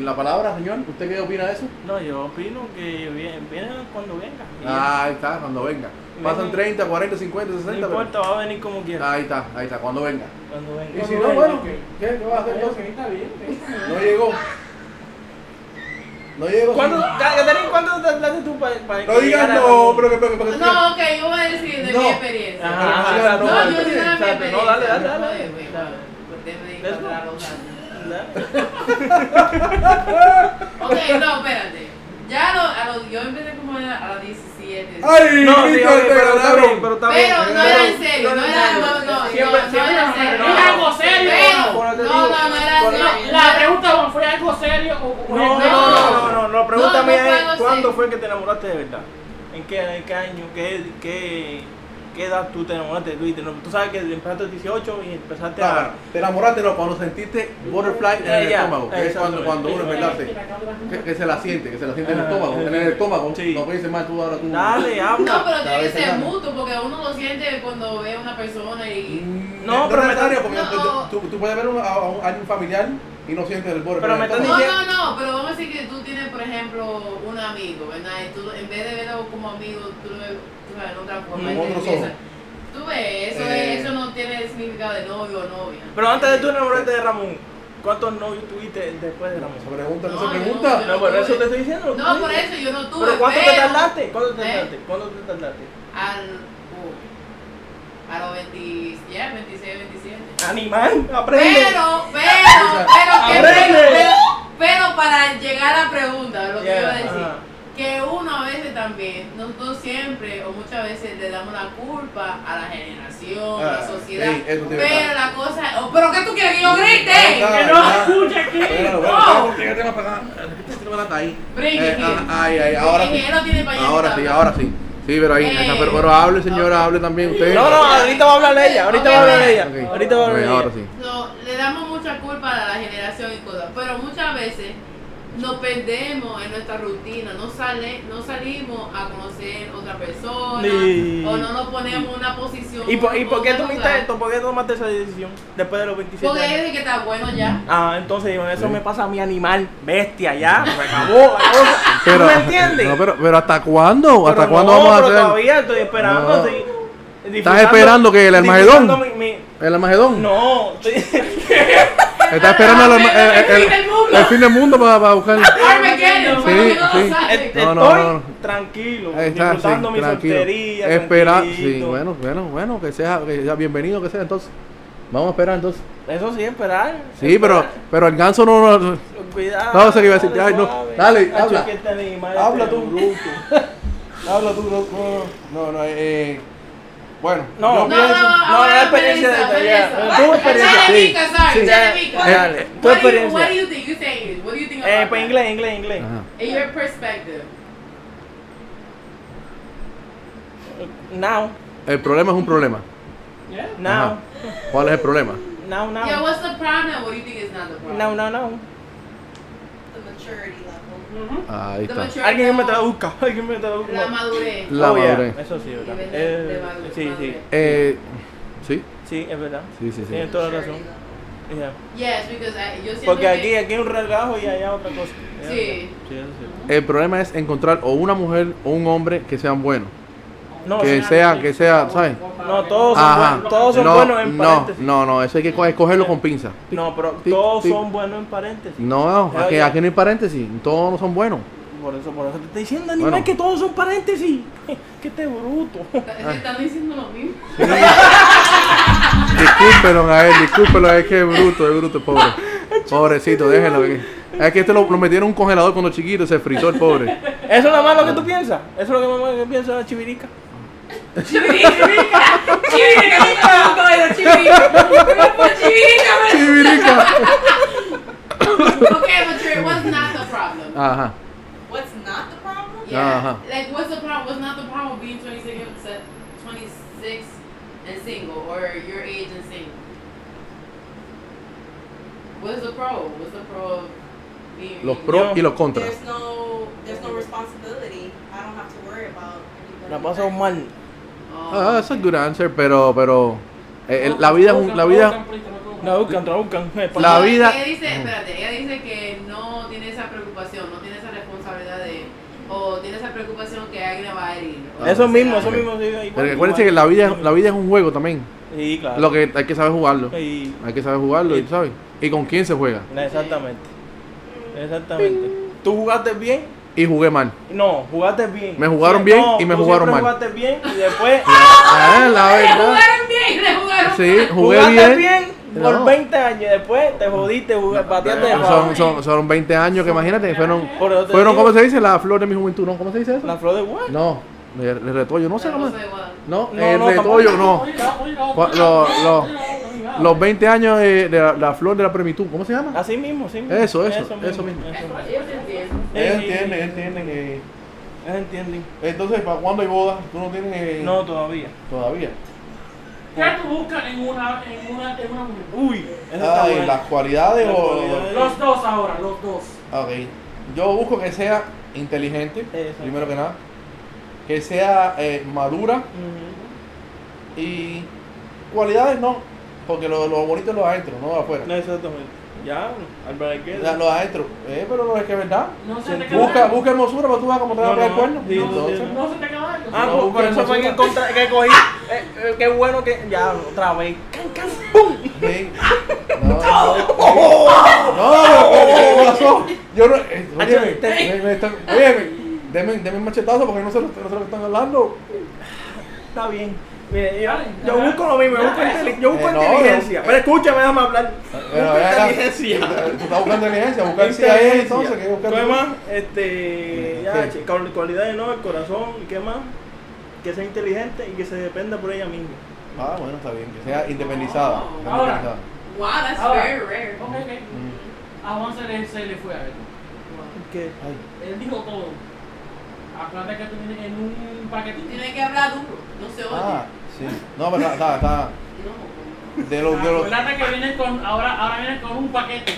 Speaker 3: la palabra, señor, ¿usted qué opina de eso?
Speaker 2: No, yo opino que viene, viene cuando venga. Y
Speaker 3: Ah, ahí está, cuando venga. Pasan
Speaker 2: Venga.
Speaker 3: 30, 40, 50,
Speaker 2: No
Speaker 3: 60. pero-
Speaker 2: importa, va a venir como quiera.
Speaker 3: Ahí está, ahí está, cuando venga.
Speaker 2: Cuando
Speaker 3: Ah. Y
Speaker 2: venga.
Speaker 3: si no,
Speaker 4: Cuando venga,
Speaker 3: bueno,
Speaker 4: ok.
Speaker 3: ¿qué? ¿Qué vas a hacer entonces?
Speaker 4: Está bien, está bien.
Speaker 3: No llegó. No llegó.
Speaker 2: ¿Cuándo,
Speaker 3: sí.
Speaker 2: Ca- Caterina, ¿cuándo te hablaste tú para pa,
Speaker 3: No digas no, pero que pero que- pero que-
Speaker 1: No, ok, yo voy a decir de
Speaker 3: No.
Speaker 1: mi experiencia.
Speaker 2: Ajá,
Speaker 3: Pero
Speaker 2: ajá,
Speaker 3: no,
Speaker 1: No, yo
Speaker 3: no,
Speaker 1: digo de mi
Speaker 2: exacto,
Speaker 1: experiencia.
Speaker 2: no, dale, dale, dale.
Speaker 1: Joder, güey, bueno, pues, usted me dijo
Speaker 2: Let's go.
Speaker 1: otra cosa.
Speaker 2: Dale.
Speaker 1: Ok, no, espérate. Ya a lo- a los, yo empecé como a, a los 17.
Speaker 3: Ay,
Speaker 2: No, sí,
Speaker 3: Cristo,
Speaker 2: ok,
Speaker 3: te
Speaker 2: pero está
Speaker 3: ganaron.
Speaker 2: bien, pero está bien.
Speaker 1: pero no era en serio, no era, no, no,
Speaker 2: Siempre-
Speaker 1: no, no
Speaker 2: siempre
Speaker 1: era
Speaker 2: nos
Speaker 1: serio.
Speaker 2: arreglamos.
Speaker 4: Era algo serio.
Speaker 1: Pero, no, no, no era
Speaker 2: Por-
Speaker 1: serio.
Speaker 4: La pregunta fue algo serio o o-
Speaker 2: No, no, no, no, no, no,
Speaker 1: No, no
Speaker 2: pregúntame
Speaker 1: puedo
Speaker 2: ahí,
Speaker 1: ser.
Speaker 2: ¿cuándo fue que te enamoraste de verdad? ¿En qué, en qué año? ¿Qué, qué, qué edad tú te enamoraste de Luis? Te enam- Tú sabes que empezaste a los 18 y empezaste
Speaker 3: Está
Speaker 2: a...
Speaker 3: bien. Te enamoraste, no, cuando sentiste butterfly en
Speaker 2: Eh,
Speaker 3: el
Speaker 2: ya,
Speaker 3: estómago, que es
Speaker 2: exacto.
Speaker 3: cuando, cuando uno
Speaker 2: Sí,
Speaker 3: en verdad se- que, que se la siente, que se la siente en el
Speaker 2: Ah,
Speaker 3: estómago,
Speaker 2: eh,
Speaker 3: en el estómago.
Speaker 2: sí.
Speaker 3: No puedes decir más tú ahora tú.
Speaker 2: Dale,
Speaker 1: No,
Speaker 2: habla.
Speaker 1: pero tiene que ser
Speaker 3: Cabeza,
Speaker 1: mutuo porque uno lo siente cuando ve a una persona y.
Speaker 3: Mm,
Speaker 2: No, pero
Speaker 3: es
Speaker 2: me-
Speaker 3: necesario, porque
Speaker 1: no.
Speaker 3: tú- tú, tú puedes ver a, a un, a un familiar y no sientes el borde.
Speaker 2: Mm. Pero
Speaker 3: en el
Speaker 2: me estás
Speaker 1: No,
Speaker 3: estómago.
Speaker 2: diciendo-
Speaker 1: no, no, pero vamos a decir que tú tienes, por ejemplo, un amigo, ¿verdad? Y tú, en vez de verlo como amigo, tú lo ves tú sabes, en otra forma.
Speaker 3: Con
Speaker 1: y tú
Speaker 3: otros
Speaker 1: empiezas- Tú ves, eso,
Speaker 3: Eh.
Speaker 1: es- eso no tiene significado de novio o novia.
Speaker 2: Pero antes de tú enamorarte de Ramón, ¿cuántos novios tuviste después de
Speaker 3: Se
Speaker 2: Ramón?
Speaker 3: pregunta, no,
Speaker 1: No,
Speaker 3: se
Speaker 1: yo-
Speaker 3: pregunta.
Speaker 2: No, por eso te estoy diciendo. lo que
Speaker 1: No,
Speaker 2: tú
Speaker 1: por
Speaker 2: dices.
Speaker 1: eso yo no tuve.
Speaker 2: ¿Pero cuánto te
Speaker 1: pero
Speaker 2: tardaste? ¿Cuánto te
Speaker 1: ¿Eh?
Speaker 2: tardaste? ¿Cuánto te tardaste?
Speaker 1: Al, uh, a los 20, ya, 26, 27.
Speaker 2: Animal, aprende.
Speaker 1: Pero, pero, pero, que-
Speaker 2: Aprende.
Speaker 1: pero, pero para llegar a la pregunta, lo que
Speaker 2: Ya,
Speaker 1: iba a decir,
Speaker 2: ajá.
Speaker 1: que uno a veces también, nosotros siempre o muchas veces le damos la culpa a la generación, a
Speaker 3: Ah,
Speaker 1: la sociedad,
Speaker 3: sí, eso te iba a
Speaker 1: pero
Speaker 3: dar.
Speaker 1: la cosa, oh, pero ¿qué tú quieres que yo grite?
Speaker 3: Ah,
Speaker 4: Que no
Speaker 3: ah.
Speaker 4: escucha aquí.
Speaker 3: Bueno, bueno,
Speaker 4: No.
Speaker 3: vamos, fíjate más para acá. Fíjate más para ahí.
Speaker 1: Brinqui,
Speaker 3: Eh,
Speaker 1: Gil.
Speaker 3: ah, Ay, ay, ahora
Speaker 1: Porque
Speaker 3: sí.
Speaker 1: él no tiene pa' allá
Speaker 3: Ahora
Speaker 1: ni
Speaker 3: sí,
Speaker 1: para
Speaker 3: ahora sí. Sí, pero ahí.
Speaker 1: Eh,
Speaker 3: pero, pero hable, señora, hable también usted.
Speaker 2: No, no, ahorita va a hablar ella, ahorita va a hablar ella.
Speaker 3: Ok.
Speaker 2: Ahorita va a hablar
Speaker 3: Ok,
Speaker 2: ella.
Speaker 3: ahora sí.
Speaker 1: No, le damos mucha culpa a la generación y cosas, pero muchas veces nos perdemos en nuestra rutina, no sale, no salimos a conocer otra persona
Speaker 2: Sí.
Speaker 1: o no nos ponemos en una posición.
Speaker 2: ¿Y por,
Speaker 1: en
Speaker 2: y por qué
Speaker 1: otro
Speaker 2: tuviste
Speaker 1: lugar.
Speaker 2: esto? ¿Por qué tomaste esa decisión después de los 27
Speaker 1: Porque
Speaker 2: años?
Speaker 1: dice que está bueno ya.
Speaker 2: Ah, entonces bueno, eso
Speaker 3: Sí.
Speaker 2: me pasa a mi animal bestia ya. Se acabó la cosa. ¿Tú me entiendes?
Speaker 3: No, pero, pero ¿hasta cuándo? ¿Hasta
Speaker 2: Pero
Speaker 3: cuándo
Speaker 2: no,
Speaker 3: vamos a
Speaker 2: pero
Speaker 3: hacer?
Speaker 2: Todavía estoy esperando.
Speaker 3: No.
Speaker 2: estoy
Speaker 3: ¿Estás
Speaker 2: disfrutando-
Speaker 3: esperando que el
Speaker 2: disfrutando
Speaker 3: Armagedón?
Speaker 2: mi- mi-
Speaker 3: ¿El Armagedón?
Speaker 2: No, estoy-
Speaker 3: ¿Estás esperando el, Arma- el-
Speaker 1: el,
Speaker 3: el-
Speaker 1: fin del mundo.
Speaker 3: el fin del mundo para, para buscar?
Speaker 1: Armageddon, para
Speaker 3: Sí,
Speaker 1: que no
Speaker 3: sí.
Speaker 1: lo saque.
Speaker 2: estoy
Speaker 3: No, no, no.
Speaker 2: tranquilo,
Speaker 3: Ahí está, sí,
Speaker 2: disfrutando mi
Speaker 3: tranquilo.
Speaker 2: soltería.
Speaker 3: Espera, sí,
Speaker 2: tranquilito.
Speaker 3: bueno, bueno, bueno, que sea, que sea bienvenido, que sea, entonces. Vamos a esperar entonces.
Speaker 2: Eso sí, esperar.
Speaker 3: Sí, pero,
Speaker 2: esperar.
Speaker 3: pero el ganso no, no-
Speaker 2: Cuidado.
Speaker 3: No, eso que iba a decir, ay, no,
Speaker 2: suave.
Speaker 3: dale,
Speaker 2: Hacho,
Speaker 3: habla.
Speaker 2: que este animal
Speaker 3: Habla
Speaker 2: este
Speaker 3: tú.
Speaker 2: bruto.
Speaker 3: Habla tú, no, no, no, no, eh, eh, bueno,
Speaker 2: No,
Speaker 3: yo
Speaker 2: no,
Speaker 3: pienso-
Speaker 2: no, no, la experiencia de
Speaker 1: Melissa,
Speaker 2: talla.
Speaker 1: Melissa.
Speaker 2: Tu experiencia,
Speaker 1: Dale,
Speaker 3: sí,
Speaker 1: Mica, sorry,
Speaker 3: sí.
Speaker 1: dale, Mica.
Speaker 2: Eh, dale, tu
Speaker 1: What do you-
Speaker 2: experiencia.
Speaker 1: What do you think? You say English. What do you think
Speaker 2: Eh,
Speaker 1: about
Speaker 2: pues
Speaker 1: that?
Speaker 2: inglés, inglés, inglés.
Speaker 3: Ajá.
Speaker 1: In your perspective.
Speaker 2: Now,
Speaker 3: el problema es un problema.
Speaker 4: Yeah.
Speaker 2: now,
Speaker 3: Ajá. ¿Cuál es el problema?
Speaker 2: now, now.
Speaker 1: Yeah, what's the problem? What do you think is not the problem?
Speaker 2: No, no, no.
Speaker 5: The maturity level.
Speaker 4: Mhm.
Speaker 3: Ahí
Speaker 1: The
Speaker 3: está.
Speaker 1: maturity
Speaker 2: Alguien que me
Speaker 1: level,
Speaker 2: traduzca. Alguien que me
Speaker 1: La
Speaker 2: traduzca.
Speaker 1: madurez.
Speaker 3: La
Speaker 2: Oh, yeah,
Speaker 3: madurez.
Speaker 2: Eso sí, ¿verdad?
Speaker 1: Nivel de-
Speaker 2: Eh,
Speaker 1: de madurez,
Speaker 2: sí, sí.
Speaker 1: madurez.
Speaker 3: Eh, sí,
Speaker 2: Sí, es verdad.
Speaker 3: sí, sí, sí.
Speaker 2: Tienes toda la
Speaker 5: Maturity
Speaker 2: razón.
Speaker 5: level.
Speaker 2: Yeah.
Speaker 1: Yes, because I, yo siento
Speaker 2: Porque
Speaker 1: que-
Speaker 2: aquí, aquí un relajo y allá otra cosa. Es
Speaker 1: Sí.
Speaker 2: verdad. Sí, eso sí.
Speaker 3: El problema es encontrar o una mujer o un hombre que sean buenos.
Speaker 2: No,
Speaker 3: Que
Speaker 2: sí.
Speaker 3: sea, que sea, ¿sabes?
Speaker 2: No, todos son
Speaker 3: Ajá.
Speaker 2: buenos. Todos son
Speaker 3: no,
Speaker 2: buenos en
Speaker 3: no,
Speaker 2: paréntesis.
Speaker 3: no, no, eso hay que co- escogerlo con pinza.
Speaker 2: No, pero
Speaker 3: Tic,
Speaker 2: todos
Speaker 3: tic.
Speaker 2: son buenos en paréntesis.
Speaker 3: No,
Speaker 2: Ya,
Speaker 3: aquí,
Speaker 2: ya.
Speaker 3: aquí no hay paréntesis, todos no son buenos.
Speaker 2: Por eso, por eso te estoy diciendo, animal,
Speaker 3: Bueno.
Speaker 2: que todos son paréntesis. que este bruto.
Speaker 1: Está- Están diciendo lo mismo.
Speaker 3: Discúlpelo a él, discúlpelo, es que es bruto, es bruto, pobre. Pobrecito, déjenlo. que- Es que este lo, lo metieron en un congelador cuando chiquito, se frizó el pobre.
Speaker 2: Eso es lo malo que tú piensas. Eso es lo que mamá que piensa la chivirica.
Speaker 3: Chivirica.
Speaker 1: Okay, mature. What's not the problem?
Speaker 3: Ajá,
Speaker 5: What's not the problem?
Speaker 1: Yeah.
Speaker 3: Ajá.
Speaker 1: Like, what's the problem? What's not the problem with being 26 and se- 26 and single, or your age and single? What's the pro? What's the pro of being?
Speaker 3: los pros y los contras.
Speaker 5: There's no, there's no responsibility. I don't have to worry about.
Speaker 2: La paso mal.
Speaker 3: Ah,
Speaker 1: Oh.
Speaker 3: that's a good answer, pero, pero eh, el- la vida es un- la vida,
Speaker 2: Traducan, traducan.
Speaker 3: La
Speaker 1: No,
Speaker 3: vida-
Speaker 1: Ella dice, espérate, ella dice que no tiene esa preocupación, no tiene esa responsabilidad de. O tiene esa preocupación que alguien va a herir. o
Speaker 2: Eso
Speaker 1: sea,
Speaker 2: mismo, eso
Speaker 3: ok.
Speaker 2: mismo. Sí, igual,
Speaker 3: pero acuérdense
Speaker 2: igual.
Speaker 3: que la vida, la vida es un juego también.
Speaker 2: Sí, claro.
Speaker 3: Lo que hay que saber jugarlo,
Speaker 2: Sí,
Speaker 3: hay que saber jugarlo, y, ¿sabes? Y con quién se juega.
Speaker 2: exactamente. Exactamente. ¿Tú jugaste bien?
Speaker 3: Y jugué mal.
Speaker 2: No, jugaste bien.
Speaker 3: Me jugaron
Speaker 2: Sí,
Speaker 3: bien
Speaker 2: no,
Speaker 3: y me
Speaker 2: tú
Speaker 3: jugaron
Speaker 2: siempre
Speaker 3: mal.
Speaker 2: jugaste bien y después
Speaker 3: Ah, la verdad.
Speaker 1: Jugaron bien, le jugaron
Speaker 3: Sí, jugué
Speaker 2: jugaste
Speaker 3: bien.
Speaker 2: bien por
Speaker 3: No.
Speaker 2: 20 años y después te jodiste, jugaste, bateaste de favor.
Speaker 3: Eh, Son, son, son 20 años que imagínate, fueron,
Speaker 2: Por eso te
Speaker 3: fueron,
Speaker 2: digo,
Speaker 3: ¿cómo se dice? La flor de mi juventud, ¿no? ¿Cómo se dice eso?
Speaker 2: La flor de guay.
Speaker 3: No, el, el retollo, no sé
Speaker 1: La
Speaker 3: cómo
Speaker 1: cosa igual.
Speaker 3: No,
Speaker 2: No,
Speaker 3: el
Speaker 2: no,
Speaker 3: retollo,
Speaker 4: no.
Speaker 3: no. Cua- lo- lo- Los 20 años eh, de, de la, la flor de la premitud, ¿cómo se llama?
Speaker 2: Así mismo, así mismo.
Speaker 3: Eso, eso, eso mismo.
Speaker 1: Ellos entienden.
Speaker 2: Sí, sí, sí.
Speaker 3: entiende que...
Speaker 2: Ellos entienden.
Speaker 3: eh. Entonces, ¿para cuándo hay boda? Tú no tienes... eh,
Speaker 2: No, todavía.
Speaker 3: Todavía.
Speaker 4: ¿Qué tú buscas en una, en una, en una mujer?
Speaker 2: Uy, eso está bueno.
Speaker 3: Ah, cualidades
Speaker 2: Las cualidades.
Speaker 4: Los dos ahora, los dos.
Speaker 3: Ok. Yo busco que sea inteligente,
Speaker 2: Eso.
Speaker 3: primero que nada. Que sea eh, madura
Speaker 2: Ujú.
Speaker 3: y cualidades no, porque lo, lo bonito es lo adentro, no afuera.
Speaker 2: No, Exactamente. Ya, al
Speaker 3: O sea,
Speaker 2: paraquedas.
Speaker 3: Lo adentro. Eh, pero no es que es verdad.
Speaker 4: No se te queda
Speaker 3: Busca,
Speaker 4: algo.
Speaker 3: busca hermosura, pero tú vas como te vas a
Speaker 2: No,
Speaker 3: pegar el
Speaker 2: no,
Speaker 3: cuerno.
Speaker 2: sí,
Speaker 3: Entonces,
Speaker 2: sí,
Speaker 4: No se te queda algo.
Speaker 2: Ah,
Speaker 3: No,
Speaker 2: por, por
Speaker 3: busca
Speaker 2: eso fue que,
Speaker 3: hermosura.
Speaker 2: encontré, que cogí. Eh, eh, qué bueno que. Ya, otra vez. Can, can, pum.
Speaker 3: sí. No, no, no, ¿qué qué pasó? Yo no. eh, Oye,
Speaker 2: Ay,
Speaker 3: me- me- me están- oye, me- deme, deme un machetazo porque no sé, lo- no sé lo que están hablando.
Speaker 2: Está bien. Mire, yo,
Speaker 4: Dale,
Speaker 2: yo
Speaker 4: dale.
Speaker 2: busco lo mismo, yo busco,
Speaker 4: Dale.
Speaker 2: inteli- yo busco
Speaker 3: Eh, no,
Speaker 2: inteligencia.
Speaker 3: no.
Speaker 2: Pero escúchame, déjame hablar.
Speaker 3: Bueno,
Speaker 2: busco
Speaker 3: venga,
Speaker 2: inteligencia.
Speaker 3: eh, Tú estás buscando inteligencia, buscar si hay entonces, que buscar.
Speaker 2: ¿Qué más? Este, ya,
Speaker 3: Ok.
Speaker 2: che, cual- cualidades no, el corazón, ¿y qué más? Que sea inteligente y que se dependa por ella misma.
Speaker 3: Ah, bueno, está bien, que sea independizada.
Speaker 1: Oh,
Speaker 3: sea
Speaker 4: ahora.
Speaker 3: independizada.
Speaker 1: Wow, that's
Speaker 4: Ahora.
Speaker 1: very rare.
Speaker 4: Ok, ok.
Speaker 3: Mm.
Speaker 4: A Juan se le, se le fue a ver.
Speaker 2: Que
Speaker 3: Ay.
Speaker 4: Él dijo todo. Acuérdate que tú tienes en un paquetito.
Speaker 1: Tiene que hablar duro, no se oye.
Speaker 3: Mm. Ah, sí. No, pero está, está, está.
Speaker 1: No.
Speaker 3: De los, de los,
Speaker 4: Acuérdate que viene con, ahora, ahora viene con un paquete.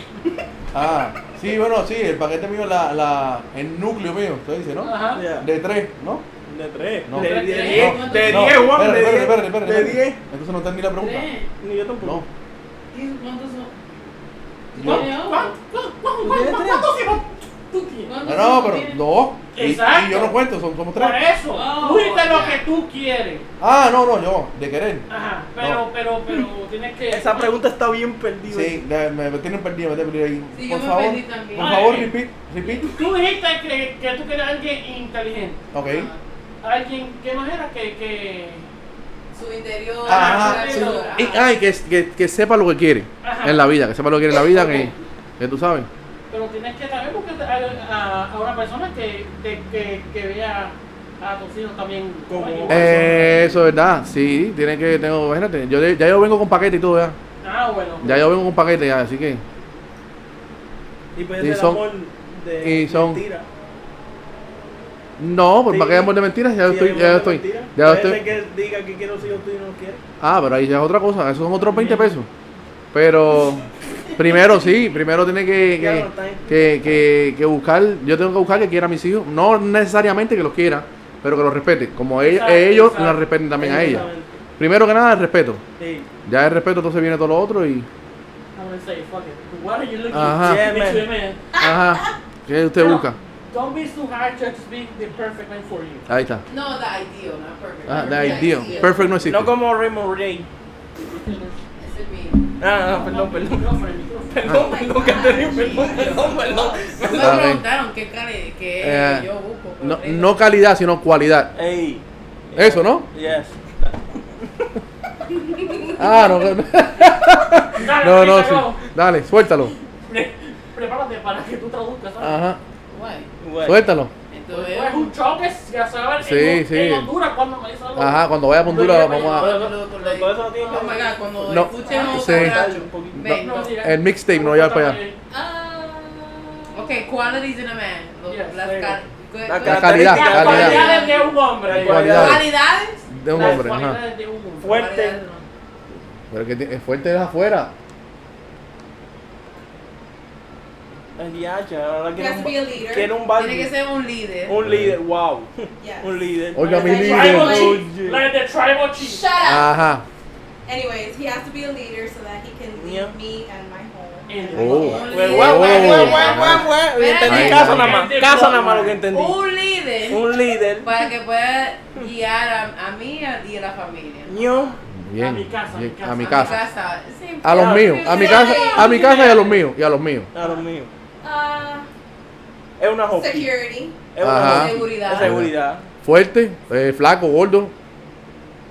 Speaker 3: Ah, sí, bueno, sí, el paquete mío, la, la, el núcleo mío, usted dice, ¿no?
Speaker 4: Ajá.
Speaker 2: Ya.
Speaker 3: De tres, ¿no?
Speaker 2: De tres.
Speaker 3: Ah. No.
Speaker 2: De de
Speaker 4: No,
Speaker 2: diez.
Speaker 1: no,
Speaker 2: De
Speaker 3: no,
Speaker 2: diez, Juan.
Speaker 3: espérate,
Speaker 2: De
Speaker 3: espérate, espérate,
Speaker 2: diez.
Speaker 3: espérate,
Speaker 2: De
Speaker 3: espérate.
Speaker 2: diez.
Speaker 3: Entonces no entendí la pregunta.
Speaker 1: Tres.
Speaker 2: Ni yo tampoco.
Speaker 3: No.
Speaker 1: ¿Y ¿Cuántos son?
Speaker 3: Yo-
Speaker 1: Coño,
Speaker 4: ¿Cuán- cu- cu- cu- ¿Cuántos hijos tú tienes?
Speaker 1: ¿cuántos
Speaker 3: Ah, No, no,
Speaker 1: son?
Speaker 3: pero
Speaker 1: Tienen-
Speaker 3: dos. Y,
Speaker 4: Exacto.
Speaker 3: y yo no cuento, son- somos tres.
Speaker 4: Por eso,
Speaker 1: Oh,
Speaker 4: cuida lo
Speaker 1: ya.
Speaker 4: que tú quieres.
Speaker 3: Ah, no, no, yo, de querer.
Speaker 4: Ajá, pero,
Speaker 3: No.
Speaker 4: pero, pero tienes que.
Speaker 2: Esa pregunta está bien perdida.
Speaker 3: Sí, me, me, me tienen perdido, me tienen perdido ahí.
Speaker 1: Sí, yo
Speaker 3: por
Speaker 1: me
Speaker 3: favor,
Speaker 1: perdí también.
Speaker 3: por favor,
Speaker 4: Ay.
Speaker 3: repeat, repeat.
Speaker 4: Tú dijiste que, que tú querías a alguien inteligente.
Speaker 3: Ok.
Speaker 1: Ah,
Speaker 4: Alguien que no era que. que...
Speaker 5: Su interior.
Speaker 3: Ajá,
Speaker 5: su
Speaker 3: sí.
Speaker 5: interior,
Speaker 3: Y,
Speaker 5: ajá.
Speaker 3: ay, que, que, que sepa lo que quiere
Speaker 4: Ajá.
Speaker 3: en la vida, que sepa lo que quiere en la vida, que, que tú sabes.
Speaker 4: Pero tienes que saber porque te- a, a- a una persona que, de- que, que vea a tus hijos también.
Speaker 2: Como-
Speaker 4: Oye,
Speaker 3: Eh, eso es verdad, sí, tiene que, tengo, imagínate, yo, de- ya yo vengo con paquete y todo, ya.
Speaker 4: Ah, bueno.
Speaker 3: Ya yo vengo con paquete, ya, así que.
Speaker 2: Y pues
Speaker 3: Y
Speaker 2: el
Speaker 3: son-
Speaker 2: amor de
Speaker 3: y son-
Speaker 2: mentira.
Speaker 3: No, pues
Speaker 2: Sí.
Speaker 3: para que amor de mentiras, ya yo
Speaker 2: Sí, hay
Speaker 3: estoy,
Speaker 2: amor
Speaker 3: ya yo
Speaker 2: de
Speaker 3: estoy.
Speaker 2: mentira.
Speaker 3: Ya yo
Speaker 2: Puede ser
Speaker 3: estoy.
Speaker 2: que diga que quiero si yo tú y no quieres.
Speaker 3: Ah, pero ahí ya es otra cosa, esos son otros 20 pesos. Pero primero sí, primero tiene que, que, que, que- que buscar, yo tengo que buscar que quiera a mis hijos, no necesariamente que los quiera, pero que los respete, como ella-
Speaker 4: Exacto,
Speaker 3: ellos
Speaker 4: exacto.
Speaker 3: la respeten también a ella.
Speaker 2: Exactamente.
Speaker 3: Primero que nada, el respeto.
Speaker 2: Sí.
Speaker 3: Ya el respeto, entonces viene todo lo otro y...
Speaker 4: I'm gonna say, fuck it. What are you looking
Speaker 3: Ajá.
Speaker 4: at?
Speaker 2: Yeah, man.
Speaker 4: Bitch, man.
Speaker 3: Ajá, ¿qué usted
Speaker 4: No,
Speaker 3: busca?
Speaker 4: Don't be too hard just to be the perfect man for you.
Speaker 3: Ahí está.
Speaker 1: No, the ideal, not perfect.
Speaker 3: Ah, the
Speaker 1: Perfect
Speaker 3: ideal. Perfect no existe.
Speaker 2: No como Raymond Ray.
Speaker 1: Ese es mío.
Speaker 2: Ah, no, perdón,
Speaker 4: No, el
Speaker 2: perdón.
Speaker 4: micrófono, el micrófono.
Speaker 1: Oh
Speaker 2: Perdón, perdón, que te digo, perdón, perdón, perdón.
Speaker 1: No me
Speaker 3: Ah, ok.
Speaker 1: preguntaron qué cara que
Speaker 3: Eh,
Speaker 1: yo "Uh, busco.
Speaker 3: No,
Speaker 1: correcto.
Speaker 3: no calidad, sino cualidad.
Speaker 2: Ey.
Speaker 3: Eso, ¿no?
Speaker 2: Yes.
Speaker 3: Ah, no, no,
Speaker 4: Dale,
Speaker 3: no, no,
Speaker 4: ahorita
Speaker 3: sí.
Speaker 4: acabo.
Speaker 3: Dale, suéltalo.
Speaker 4: Pre- prepárate para que tú traduzcas, ¿sabes?
Speaker 3: Ajá,
Speaker 1: Guay.
Speaker 2: Bueno.
Speaker 3: suéltalo.
Speaker 1: Entonces, uh,
Speaker 4: Después un choque, ya sabes,
Speaker 3: Sí,
Speaker 4: en,
Speaker 3: sí.
Speaker 4: en Honduras cuando me hizo algo.
Speaker 3: Ajá, cuando vaya a Honduras vamos a...
Speaker 2: Pero- pero- pero todo eso no tiene que
Speaker 1: Oh my god, cuando
Speaker 3: No,
Speaker 1: escuchen un
Speaker 3: sí.
Speaker 1: borracho,
Speaker 2: No,
Speaker 1: ven,
Speaker 4: No, mira.
Speaker 3: El mixtape no lleva para allá.
Speaker 5: Ah.
Speaker 1: Ok, qualities in a man. Lo-
Speaker 4: Yes,
Speaker 1: las
Speaker 4: there you
Speaker 1: car-
Speaker 2: La
Speaker 1: cu-
Speaker 3: La
Speaker 2: cara-
Speaker 3: calidad,
Speaker 4: Las
Speaker 2: calidad.
Speaker 3: calidad
Speaker 4: cualidades de un hombre.
Speaker 3: Cualidades.
Speaker 1: cualidades.
Speaker 3: de un
Speaker 4: Las
Speaker 3: hombre. Ajá.
Speaker 4: cualidades de un hombre.
Speaker 2: Fuerte.
Speaker 1: Cualidades, no.
Speaker 3: Pero que ti- es fuerte es afuera.
Speaker 2: El DH, ahora
Speaker 5: You
Speaker 2: quiero
Speaker 5: have to be a
Speaker 2: un,
Speaker 5: leader.
Speaker 2: quiero un
Speaker 1: Tiene que
Speaker 2: balde.
Speaker 1: ser un líder.
Speaker 2: Un líder, wow.
Speaker 5: Yes.
Speaker 2: Un líder.
Speaker 3: Oiga, mi
Speaker 5: Like the
Speaker 4: Tribal
Speaker 5: Oye.
Speaker 3: líder.
Speaker 4: chief. Like the tribal chief.
Speaker 5: Shut up.
Speaker 3: Ajá.
Speaker 5: Anyways, he has to be a leader so that he can lead
Speaker 2: Yeah.
Speaker 5: me and my home.
Speaker 4: And
Speaker 5: and
Speaker 4: the
Speaker 5: my
Speaker 3: Oh.
Speaker 1: Un
Speaker 5: family.
Speaker 2: Güey,
Speaker 1: líder.
Speaker 2: güey, güey, güey, güey,
Speaker 3: Ajá.
Speaker 2: güey, güey. Entendí
Speaker 1: Espérate.
Speaker 2: casa nada más. Casa nada más lo que entendí.
Speaker 1: Un líder.
Speaker 2: Un líder.
Speaker 1: Para que pueda guiar a, a mí y a- y a la familia.
Speaker 2: Ño.
Speaker 3: Bien.
Speaker 4: mi casa, a mi
Speaker 3: bien,
Speaker 4: casa.
Speaker 3: A mi
Speaker 1: A
Speaker 3: casa.
Speaker 1: Sí.
Speaker 3: A los míos. A mi casa. A mi casa y a los míos. Y a los míos.
Speaker 2: A lo mío.
Speaker 5: Uh,
Speaker 2: Es una hockey.
Speaker 5: security.
Speaker 2: Es una
Speaker 3: Ajá.
Speaker 2: hockey.
Speaker 1: Seguridad.
Speaker 2: Es seguridad.
Speaker 3: Fuerte, eh, flaco, gordo.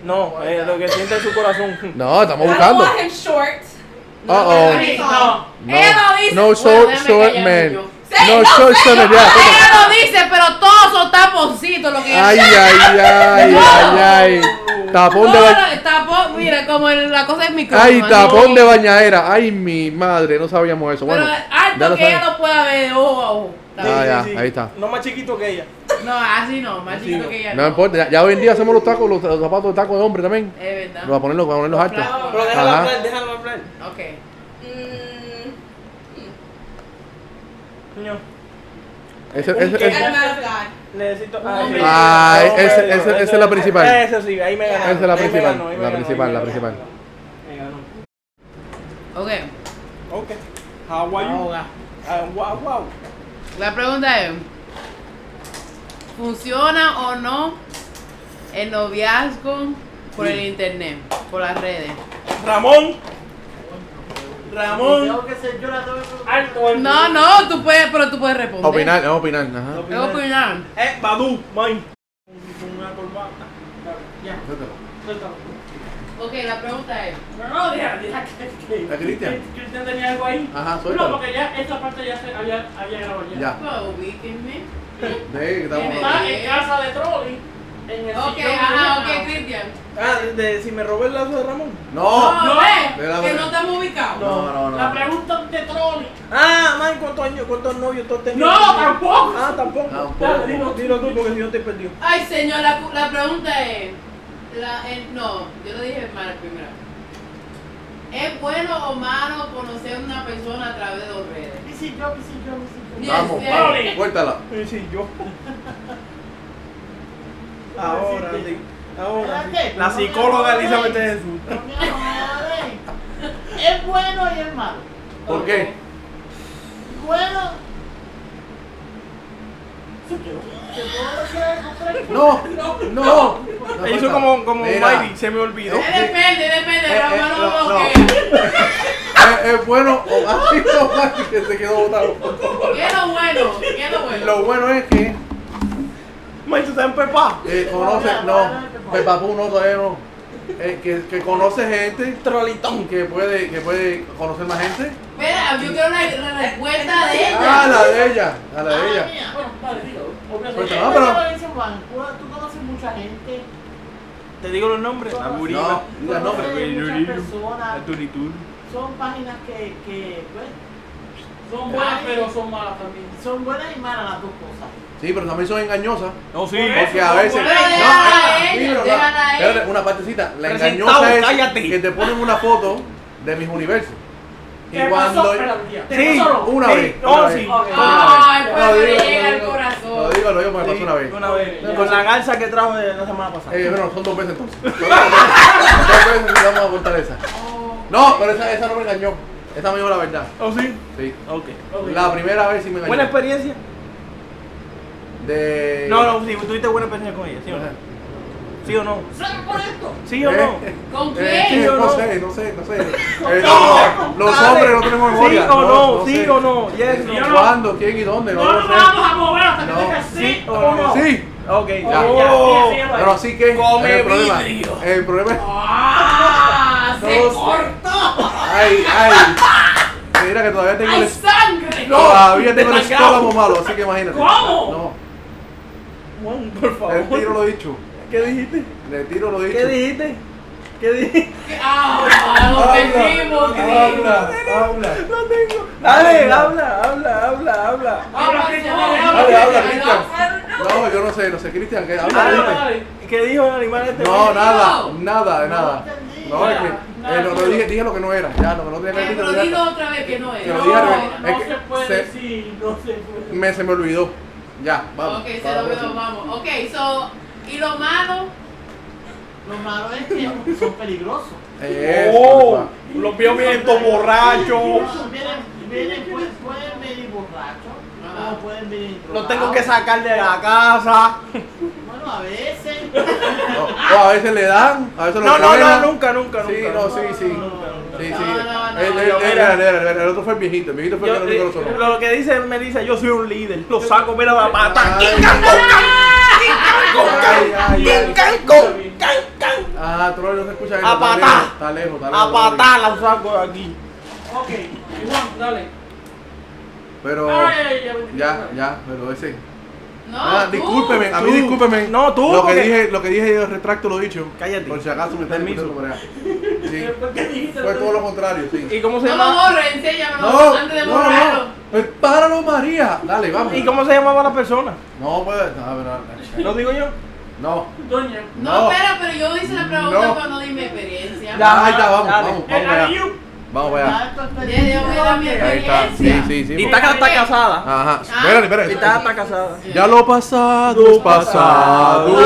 Speaker 2: No, es lo que siente en su corazón.
Speaker 3: No, estamos
Speaker 5: I don't
Speaker 3: buscando.
Speaker 5: want him short.
Speaker 3: Uh-oh.
Speaker 1: Ay,
Speaker 4: No.
Speaker 1: Ella lo dice.
Speaker 3: No, no
Speaker 1: Bueno,
Speaker 3: short,
Speaker 1: déjame
Speaker 3: short
Speaker 1: callarme
Speaker 3: man.
Speaker 1: yo.
Speaker 3: No short, short man. ya, espérate.
Speaker 1: Ella lo dice, pero todos son taponcitos lo que
Speaker 3: Ay, ay, ay, ay, ay. Tapón de
Speaker 1: Todo
Speaker 3: bañadera.
Speaker 1: lo- tapón, mira, como en la cosa del micrófono.
Speaker 3: Ay,
Speaker 1: ¿no?
Speaker 3: tapón de bañadera. Ay, mi madre, no sabíamos eso. Bueno,
Speaker 1: Pero ah, alto
Speaker 3: ya lo
Speaker 1: que ella
Speaker 3: saben.
Speaker 1: lo pueda ver oh, de ojo a ojo.
Speaker 2: Sí,
Speaker 3: Ah,
Speaker 2: sí,
Speaker 3: ya,
Speaker 2: sí.
Speaker 3: ahí está.
Speaker 2: No más chiquito que ella.
Speaker 1: No, así no, más chiquito que ella.
Speaker 3: No importa, ya, ya hoy en día hacemos los tacos, los, los zapatos de taco de hombre también.
Speaker 1: Es verdad.
Speaker 3: Los va a poner los, vamos a poner los altos.
Speaker 1: Claro.
Speaker 2: Pero déjalo
Speaker 3: Ajá.
Speaker 2: hablar, déjalo hablar.
Speaker 1: Ok.
Speaker 5: Mm,
Speaker 2: Ño.
Speaker 3: Ese,
Speaker 2: Un
Speaker 3: ese,
Speaker 2: queso.
Speaker 3: ese-
Speaker 5: and a man of God.
Speaker 2: Necesito.
Speaker 1: Ah,
Speaker 2: sí.
Speaker 3: ah,
Speaker 2: No,
Speaker 3: ese-
Speaker 2: pero-
Speaker 3: ese- esa es la principal.
Speaker 2: Esa sí, ahí me ganó.
Speaker 3: Esa es la
Speaker 2: ahí me
Speaker 3: principal,
Speaker 2: ganó, ahí
Speaker 3: la
Speaker 2: me ganó, ahí
Speaker 3: principal,
Speaker 2: me
Speaker 3: la
Speaker 2: ganó.
Speaker 3: principal.
Speaker 2: Me ganó.
Speaker 1: Ok.
Speaker 2: Ok. How are you?
Speaker 4: Ahoga.
Speaker 2: Ah, wow, wow.
Speaker 1: La pregunta es: ¿funciona o no el noviazgo por el internet, por las redes?
Speaker 2: Ramón. Ramón.
Speaker 4: Alto en-
Speaker 1: No, no, tú puedes, pero tú puedes responder.
Speaker 3: opinar, no, opinar. Ajá.
Speaker 1: Es opinar.
Speaker 2: Eh, Badu, man. Con una corbata.
Speaker 4: Ya, suéltalo.
Speaker 1: Ok, la pregunta es:
Speaker 4: No, no, deja, deja que- que-
Speaker 3: ¿La Cristian?
Speaker 4: que- Cristian tenía algo ahí.
Speaker 3: Ajá,
Speaker 4: No, porque ya esta parte ya se había, había grabado ya.
Speaker 3: Ya.
Speaker 1: Well, ubíquenme.
Speaker 3: De,
Speaker 4: Está en casa de Trolli. En el
Speaker 1: Ok,
Speaker 4: sillón
Speaker 1: ajá,
Speaker 4: de-
Speaker 1: ok, Cristian.
Speaker 2: Ah, de si me robé el lazo de Ramón.
Speaker 3: Oh, No,
Speaker 1: No,
Speaker 4: no,
Speaker 1: ve,
Speaker 3: de la
Speaker 1: que
Speaker 3: verdad.
Speaker 1: no estamos ubicados.
Speaker 3: no, no,
Speaker 4: La
Speaker 3: no.
Speaker 4: pregunta de Trolli.
Speaker 2: Ah, man, ¿cuántos años, cuántos novios tú has tenido?
Speaker 4: No, tampoco.
Speaker 2: Ah, tampoco.
Speaker 3: Tampoco.
Speaker 2: Dilo, dilo tú porque si no te perdió.
Speaker 1: Ay, señor, la, la pregunta es. La, el- no, yo lo dije mal primero. ¿Es bueno o malo conocer una persona a través de las redes?
Speaker 4: Y si yo, y si yo, y si yo.
Speaker 1: Yes,
Speaker 3: Vamos,
Speaker 1: yes.
Speaker 3: vamos, cuéntala.
Speaker 2: Eh, Sí, yo. Ahora sí. Ahora sí. La psicóloga Elizabeth Jesús.
Speaker 4: No me jodas. Es bueno y es malo.
Speaker 3: ¿Por qué?
Speaker 4: Bueno. ¿Se quedó? ¿Se puedo hacer comprar?
Speaker 3: No, no, no.
Speaker 2: E hizo como, como
Speaker 3: Mira.
Speaker 2: Miley, se me olvidó.
Speaker 1: Eh, depende, depende,
Speaker 3: Eh, eh,
Speaker 1: la mano
Speaker 3: no, no.
Speaker 1: bloquea.
Speaker 3: ¿Es, es bueno o malo Mike, que se quedó botado?
Speaker 1: ¿Qué es lo bueno? ¿Qué es lo bueno?
Speaker 3: Lo bueno es que
Speaker 2: Miley, tú estás en Pepa.
Speaker 3: eh, conoces, no, pues papú no, todavía no. Eh, que, que conoce gente
Speaker 2: Trolitón.
Speaker 3: que puede, que puede conocer más gente.
Speaker 1: Espera, yo quiero la, la respuesta de
Speaker 3: Ah,
Speaker 1: ella.
Speaker 3: la de ella, a la de
Speaker 4: Ah,
Speaker 3: ella.
Speaker 4: mira. Bueno, vale, digo.
Speaker 3: Pues
Speaker 4: Obviamente.
Speaker 3: no,
Speaker 4: Es
Speaker 3: pero-
Speaker 4: bueno y es malo. Tú conoces mucha gente.
Speaker 2: Te digo los nombres.
Speaker 4: No.
Speaker 2: La
Speaker 3: No,
Speaker 2: Muriba.
Speaker 3: ya Ah, no,
Speaker 4: conoces
Speaker 2: pero-
Speaker 4: muchas personas.
Speaker 2: La Turitur.
Speaker 4: Son páginas que, que pues, Son
Speaker 1: buenas,
Speaker 4: pero son malas también. Son buenas y malas las dos cosas.
Speaker 3: Sí, pero también son engañosas.
Speaker 2: No, sí.
Speaker 3: Porque a veces.
Speaker 1: Pero déjala a ella,
Speaker 3: eh, sí, pero no,
Speaker 1: déjala a ella.
Speaker 3: espérate, una partecita. La
Speaker 2: Presentado,
Speaker 3: engañosa es
Speaker 2: cállate.
Speaker 3: que te ponen una foto de mis universos. Y
Speaker 4: ¿Qué
Speaker 3: cuando.
Speaker 4: pasó? Espera, tía. ¿Te
Speaker 2: Sí,
Speaker 4: pasó?
Speaker 3: una
Speaker 2: Sí,
Speaker 3: vez.
Speaker 2: no,
Speaker 3: una
Speaker 2: sí.
Speaker 3: vez.
Speaker 4: Ok.
Speaker 1: Ay,
Speaker 3: No,
Speaker 1: pero le
Speaker 3: digo,
Speaker 1: llega
Speaker 3: no,
Speaker 1: al
Speaker 3: no, no.
Speaker 1: corazón.
Speaker 3: No, digo, no, yo me pasó una vez.
Speaker 2: Una vez.
Speaker 4: Ya.
Speaker 2: Con la garza que trajo de la semana pasada.
Speaker 3: Eh, bueno, son dos veces entonces. Son dos veces. Dos veces que vamos a cortar esa. No, pero esa, esa no me engañó. Esa me dijo la verdad.
Speaker 2: Oh, sí.
Speaker 3: Sí.
Speaker 2: Ok.
Speaker 3: La primera vez sí me engañó.
Speaker 2: ¿Buena experiencia?
Speaker 3: De.
Speaker 2: No, no, sí, tuviste buena experiencia con ella, ¿sí o no?
Speaker 3: Eh. Ajá.
Speaker 2: ¿Sí o no?
Speaker 4: ¿Saben por esto?
Speaker 2: ¿Sí o no?
Speaker 3: Eh,
Speaker 1: ¿Con
Speaker 3: eh,
Speaker 1: quién?
Speaker 2: sí,
Speaker 3: no,
Speaker 2: o no?
Speaker 3: sé, no sé, no sé. Eh, no, los
Speaker 2: Dale.
Speaker 3: hombres no tenemos memoria.
Speaker 2: ¿Sí o no? ¿Sí
Speaker 3: sé.
Speaker 2: o no? Yes,
Speaker 4: Sí o no.
Speaker 3: ¿Cuándo? ¿Quién y dónde?
Speaker 4: No
Speaker 3: No, lo
Speaker 4: nos
Speaker 3: sé.
Speaker 4: vamos a mover hasta que
Speaker 3: No.
Speaker 4: digas sí o no.
Speaker 3: Sí.
Speaker 2: Ok, ya.
Speaker 3: Ya.
Speaker 2: Oh.
Speaker 4: Ya, ya,
Speaker 3: Pero así que.
Speaker 2: Come
Speaker 3: el problema.
Speaker 2: vidrio.
Speaker 3: El problema.
Speaker 1: ¡Ah!
Speaker 3: No
Speaker 1: ¡Se
Speaker 3: lo sé.
Speaker 1: cortó!
Speaker 3: Ay, ay. Mira que todavía tengo
Speaker 1: ¡Hay
Speaker 3: el
Speaker 1: sangre!
Speaker 3: Todavía tengo el
Speaker 2: Demasiado.
Speaker 3: estómago malo, así que imagínate.
Speaker 4: ¿Cómo?
Speaker 2: Juan, por
Speaker 3: No, el tiro
Speaker 2: favor.
Speaker 3: lo dicho.
Speaker 2: ¿Qué dijiste?
Speaker 3: Le tiro lo dicho.
Speaker 2: ¿Qué dijiste? ¿Qué dijiste?
Speaker 1: ¡Ah! ¡Lo perdimos, Cris!
Speaker 3: habla.
Speaker 2: No tengo. Dale, habla, habla, habla, habla.
Speaker 1: Habla,
Speaker 4: Cristian,
Speaker 1: habla,
Speaker 4: habla,
Speaker 3: habla,
Speaker 1: habla,
Speaker 3: Cristian.
Speaker 1: habla.
Speaker 3: No, yo no sé, no sé, Cristian, ¿qué habla?
Speaker 2: Dale,
Speaker 3: dime.
Speaker 4: dale.
Speaker 2: ¿Qué dijo el animal este?
Speaker 3: No,
Speaker 1: no.
Speaker 3: nada, nada, de nada. No, es que
Speaker 4: Nada,
Speaker 3: eh, lo, lo dije, dije lo que no era. Ya, lo que no tenía que
Speaker 1: Eh,
Speaker 3: decir,
Speaker 1: Pero
Speaker 3: lo dije.
Speaker 1: digo otra vez que no es.
Speaker 3: Que lo
Speaker 1: No,
Speaker 3: diga,
Speaker 1: no,
Speaker 4: No
Speaker 1: no.
Speaker 3: es que
Speaker 4: se
Speaker 3: se-
Speaker 4: puede decir, no se puede.
Speaker 3: Me, se me olvidó. Ya, vamos.
Speaker 1: Ok, se
Speaker 3: para la
Speaker 1: lo veo,
Speaker 3: próxima.
Speaker 1: vamos. Ok, so, ¿y lo malo?
Speaker 4: Lo malo es que son peligrosos.
Speaker 3: Eso,
Speaker 2: Oh,
Speaker 3: papá.
Speaker 2: los vio miren todo borracho.
Speaker 4: Incluso Vienen, vienen, pues, pueden venir borrachos
Speaker 1: Ah.
Speaker 4: o pueden venir
Speaker 2: Los
Speaker 4: drogados.
Speaker 2: tengo que sacar de la casa.
Speaker 4: Bueno, a veces.
Speaker 3: No, o a veces le dan, a veces lo
Speaker 2: No, no, no,
Speaker 3: frenan.
Speaker 2: nunca, nunca, nunca.
Speaker 3: Sí, no,
Speaker 2: nunca.
Speaker 3: sí, sí. Sí, sí.
Speaker 1: No, no, no.
Speaker 3: El, el- el-
Speaker 2: Mira.
Speaker 3: el- el- el- el otro fue el viejito, el viejito fue el
Speaker 2: Yo,
Speaker 3: que no lo
Speaker 2: eh,
Speaker 3: sonó.
Speaker 2: lo que dice él me dice, yo soy un líder. Lo saco, mira la pata.
Speaker 3: Ay.
Speaker 2: ¡Tin, can, con,
Speaker 3: Ay,
Speaker 2: can!
Speaker 3: ay, ay.
Speaker 2: ¡Tin, can, con! ¡Tin, can, con! ¡Can, can!
Speaker 3: Ah, tú no se escucha
Speaker 2: A
Speaker 3: está
Speaker 2: patar.
Speaker 3: lejos, Está lejos, está lejos.
Speaker 2: A patar la saco de aquí.
Speaker 4: ok, Juan, dale.
Speaker 3: Pero,
Speaker 4: Ay, ya, me-
Speaker 3: ya, ya, pero ese.
Speaker 1: No, Uh.
Speaker 3: Ah,
Speaker 1: tú.
Speaker 3: discúlpeme, a mí
Speaker 2: Tú.
Speaker 3: discúlpeme.
Speaker 2: No, tú,
Speaker 3: Lo que
Speaker 2: porque-
Speaker 3: dije, lo que dije yo retracto lo dicho.
Speaker 2: Cállate.
Speaker 3: Por si acaso me están
Speaker 2: Permiso.
Speaker 3: escuchando por allá. Sí.
Speaker 4: Eh, ¿Por qué dijiste?
Speaker 3: Fue todo lo contrario, sí.
Speaker 2: ¿Y cómo se
Speaker 1: No lo
Speaker 2: llama?
Speaker 1: borres, enséñamelo
Speaker 3: No,
Speaker 1: antes de
Speaker 3: no,
Speaker 1: borrarlo.
Speaker 3: no. Pero Páralo, María. Dale, vamos.
Speaker 2: ¿Y cómo se llamaba la persona?
Speaker 3: No, pues, no, pero-
Speaker 2: ¿Lo digo yo?
Speaker 3: no.
Speaker 4: Doña.
Speaker 1: No,
Speaker 3: No.
Speaker 1: espera, pero yo hice la pregunta
Speaker 3: No.
Speaker 1: cuando di mi experiencia.
Speaker 2: Ya.
Speaker 3: Ah, ya, vamos,
Speaker 2: dale.
Speaker 3: vamos,
Speaker 4: El
Speaker 3: vamos allá.
Speaker 4: IU.
Speaker 3: Vamos allá.
Speaker 4: Ya, tu
Speaker 1: Ya, ya voy a dar mi
Speaker 4: experiencia.
Speaker 3: Ahí está. Sí, sí, sí.
Speaker 2: Y está,
Speaker 1: porque-
Speaker 2: está casada.
Speaker 3: Ajá.
Speaker 1: Ah,
Speaker 3: Espérate, espérate.
Speaker 2: Y está, está casada.
Speaker 3: Ya lo pasado es pasado.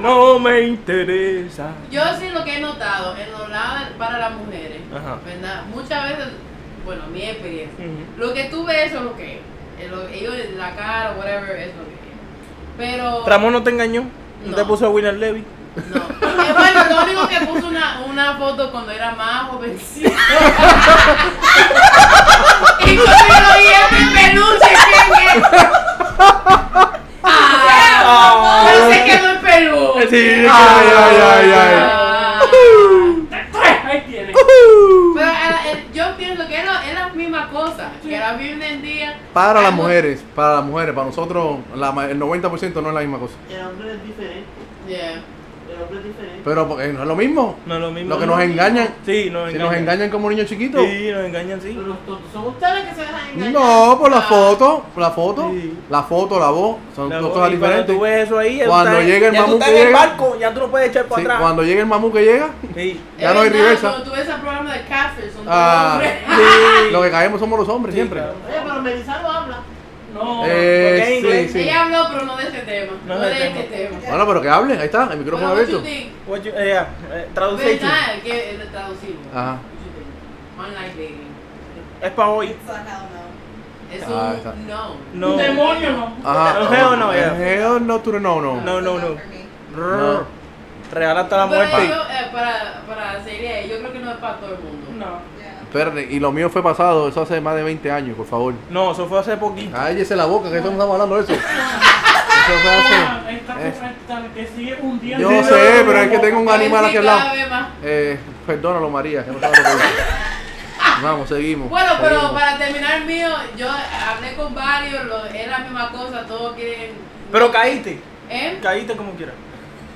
Speaker 2: No me interesa.
Speaker 1: Yo sí lo que he notado en los lados para las mujeres,
Speaker 2: Ajá.
Speaker 1: ¿verdad? Muchas veces, bueno, mi experiencia,
Speaker 2: Ujú.
Speaker 1: lo que tú ves eso es lo que es. Eh, lo- Ellos, la cara, whatever, es lo que es. Pero.
Speaker 2: Ramón no te engañó. No
Speaker 1: No.
Speaker 2: te puso a Winner Levy.
Speaker 1: No. Eh, bueno, lo único que puso una, una foto cuando era más jovencita. y cuando lo vi a mi peluche, ¿quién es? Ah, pero se quedó el peluche.
Speaker 2: Sí.
Speaker 3: Ay, ay, ay, ay.
Speaker 1: Ah.
Speaker 4: eh, Ahí tiene.
Speaker 1: Pero eh, eh, yo pienso que era, es la misma cosa, que la Biblia en día.
Speaker 3: Para las
Speaker 1: algo-
Speaker 3: mujeres, para las mujeres, para nosotros la ma- el 90% no es la misma cosa.
Speaker 4: El hombre es diferente.
Speaker 1: Yeah.
Speaker 4: El hombre es diferente.
Speaker 3: Pero porque no es lo mismo.
Speaker 2: No es lo mismo.
Speaker 3: Lo que nos engañan.
Speaker 2: Sí, nos
Speaker 3: Si
Speaker 2: engañan.
Speaker 3: nos engañan como niños chiquitos.
Speaker 2: Sí, nos engañan, sí.
Speaker 4: Pero los tontos son ustedes que se dejan engañar.
Speaker 3: No, por
Speaker 1: Ah.
Speaker 3: la foto, por la foto,
Speaker 2: Sí.
Speaker 3: la foto, la voz, son
Speaker 2: La
Speaker 3: dos
Speaker 2: voz,
Speaker 3: cosas
Speaker 2: y cuando
Speaker 3: diferentes.
Speaker 2: tú ves eso ahí, ya tú
Speaker 3: Cuando
Speaker 2: estás-
Speaker 3: llegue el
Speaker 2: ya tú
Speaker 3: mamut
Speaker 2: estás
Speaker 3: que
Speaker 2: en el
Speaker 3: llega.
Speaker 2: barco, ya tú no puedes echar para
Speaker 3: Sí,
Speaker 2: atrás.
Speaker 3: cuando llegue el mamú que llega,
Speaker 2: Sí.
Speaker 3: Ya no hay reversa.
Speaker 1: Cuando tú ves el programa de Catfish, son todos
Speaker 3: Ah.
Speaker 1: hombres.
Speaker 2: Sí.
Speaker 3: lo que caemos somos los hombres
Speaker 2: Sí,
Speaker 3: siempre.
Speaker 2: claro.
Speaker 4: Oye, pero Melizardo habla.
Speaker 2: No,
Speaker 3: Eh,
Speaker 2: porque en
Speaker 3: sí,
Speaker 2: inglés.
Speaker 3: sí.
Speaker 1: Ella habló, pero no de este tema. No, de este tema.
Speaker 3: Bueno, pero que hable, ahí está, el micrófono
Speaker 1: Bueno, what you
Speaker 3: abierto.
Speaker 1: think?
Speaker 2: What you- eh, eh, traducción.
Speaker 1: ¿Verdad? Que eh, traducimos.
Speaker 3: Ajá.
Speaker 1: What you think? Online dating.
Speaker 2: Es para hoy.
Speaker 5: It's a hell no.
Speaker 1: Es
Speaker 3: Ah, está.
Speaker 1: un no.
Speaker 2: No.
Speaker 4: Un demonio, ¿no?
Speaker 3: Ajá.
Speaker 2: Hell no, yeah.
Speaker 3: Hell no, tú no, no.
Speaker 2: No, no, no.
Speaker 5: For me.
Speaker 2: Rrr. Real hasta la
Speaker 1: Pero
Speaker 2: muerte.
Speaker 1: yo, eh, para, para sería, yo creo que no es para todo el mundo.
Speaker 4: No.
Speaker 5: Yeah.
Speaker 3: Espérate, y lo mío fue pasado, eso hace más de 20 años, por favor.
Speaker 2: No, eso fue hace poquito.
Speaker 3: Cállese la boca, que eso no estamos hablando de eso. Eso fue hace.
Speaker 4: Ah, Esta cosa que sigue hundiendo.
Speaker 3: Eh. Yo sé, pero es que tengo un animal aquí al
Speaker 1: Cada
Speaker 3: lado.
Speaker 1: vez más.
Speaker 3: Eh, perdónalo, María, que no sabe lo que dice. Vamos, seguimos.
Speaker 1: Bueno, pero
Speaker 3: seguimos.
Speaker 1: para terminar el mío, yo hablé con varios, lo- es la misma cosa, todos quieren...
Speaker 2: Pero caíste.
Speaker 1: ¿Eh?
Speaker 2: Caíste como quieras.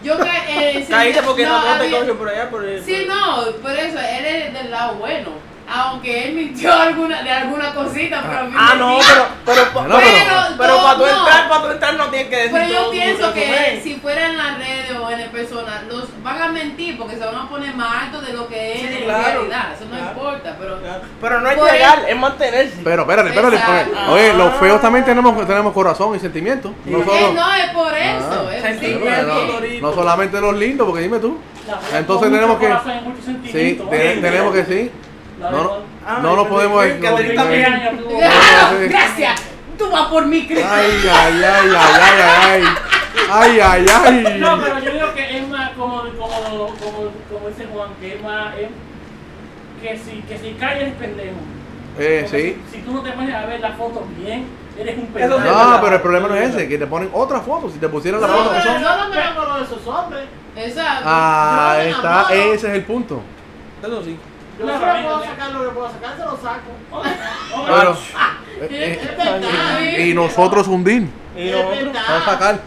Speaker 1: Yo ca- eh, sí,
Speaker 2: Caíste porque no, no te
Speaker 1: había-
Speaker 2: cogió por allá. Por el,
Speaker 1: Sí, no, por eso, él es del lado bueno. Aunque él mintió alguna, de alguna cosita, pero
Speaker 2: Ah, no, pero, pero, pero,
Speaker 3: No, pero-
Speaker 2: pero para tú
Speaker 1: no.
Speaker 2: entrar, para tú entrar no tienes que decir
Speaker 1: Pero yo
Speaker 2: todo,
Speaker 1: pienso
Speaker 2: todo,
Speaker 1: que
Speaker 2: todo.
Speaker 1: si fuera en las redes o en el personal, los van a mentir porque se van a poner más altos de lo que es
Speaker 2: Sí,
Speaker 1: en
Speaker 2: claro,
Speaker 1: realidad. Eso no
Speaker 2: claro.
Speaker 1: importa, pero
Speaker 2: Pero no es
Speaker 1: Por
Speaker 2: llegar, es mantenerse.
Speaker 3: Pero espérate, espérate.
Speaker 1: Exacto.
Speaker 3: porque, Oye, los feos también tenemos, tenemos corazón y sentimientos. No
Speaker 2: Sí.
Speaker 1: él
Speaker 3: solo.
Speaker 1: Eh, no es por eso.
Speaker 3: Ah,
Speaker 1: es
Speaker 2: sí,
Speaker 1: sí,
Speaker 2: bueno,
Speaker 1: también.
Speaker 2: no, no, no.
Speaker 3: No solamente los lindos, porque dime tú.
Speaker 4: La verdad,
Speaker 3: Entonces
Speaker 4: con
Speaker 3: tenemos
Speaker 4: mucho
Speaker 3: que-
Speaker 4: corazón y mucho
Speaker 3: Sí,
Speaker 4: sentimiento,
Speaker 3: te-
Speaker 4: ¿eh?
Speaker 3: tenemos que sí.
Speaker 4: La
Speaker 3: No,
Speaker 4: verdad.
Speaker 3: no.
Speaker 2: Ah,
Speaker 3: No lo
Speaker 2: yo
Speaker 3: podemos
Speaker 2: pensé que
Speaker 3: no,
Speaker 2: Adrián
Speaker 3: no,
Speaker 2: también.
Speaker 4: Años tuvo-
Speaker 1: Ah,
Speaker 3: sí.
Speaker 1: Gracias. Tú vas por mi Cristo.
Speaker 3: Ay, ay, ay, ay, ay, ay. Ay, ay, ay.
Speaker 4: No, pero yo digo que es más como, como, como, como dice Juan, que es más, es- que si, que si callas es pendejo.
Speaker 3: Eh,
Speaker 4: Porque
Speaker 3: sí.
Speaker 4: Si, si tú no te pones a ver las fotos bien, eres un
Speaker 2: Eso
Speaker 4: pendejo.
Speaker 2: sí es
Speaker 3: No,
Speaker 2: verdad.
Speaker 3: pero el problema no es ese, que te ponen otra foto. Si te pusieran la
Speaker 1: No,
Speaker 3: foto que
Speaker 1: pero-
Speaker 3: son.
Speaker 4: yo no me enamoro de esos hombres.
Speaker 1: Exacto.
Speaker 3: Ah,
Speaker 1: Yo me
Speaker 3: está,
Speaker 1: enamoro.
Speaker 3: ese es el punto.
Speaker 2: Eso sí.
Speaker 4: Yo
Speaker 1: No,
Speaker 4: solo
Speaker 1: no,
Speaker 4: puedo
Speaker 1: no.
Speaker 4: sacar lo que puedo sacar, se lo saco.
Speaker 3: Pero, eh,
Speaker 1: Es
Speaker 3: eh,
Speaker 1: verdad, ¿eh?
Speaker 3: y nosotros hundir,
Speaker 2: Y
Speaker 4: Es
Speaker 2: nosotros,
Speaker 4: verdad.
Speaker 3: no sacar.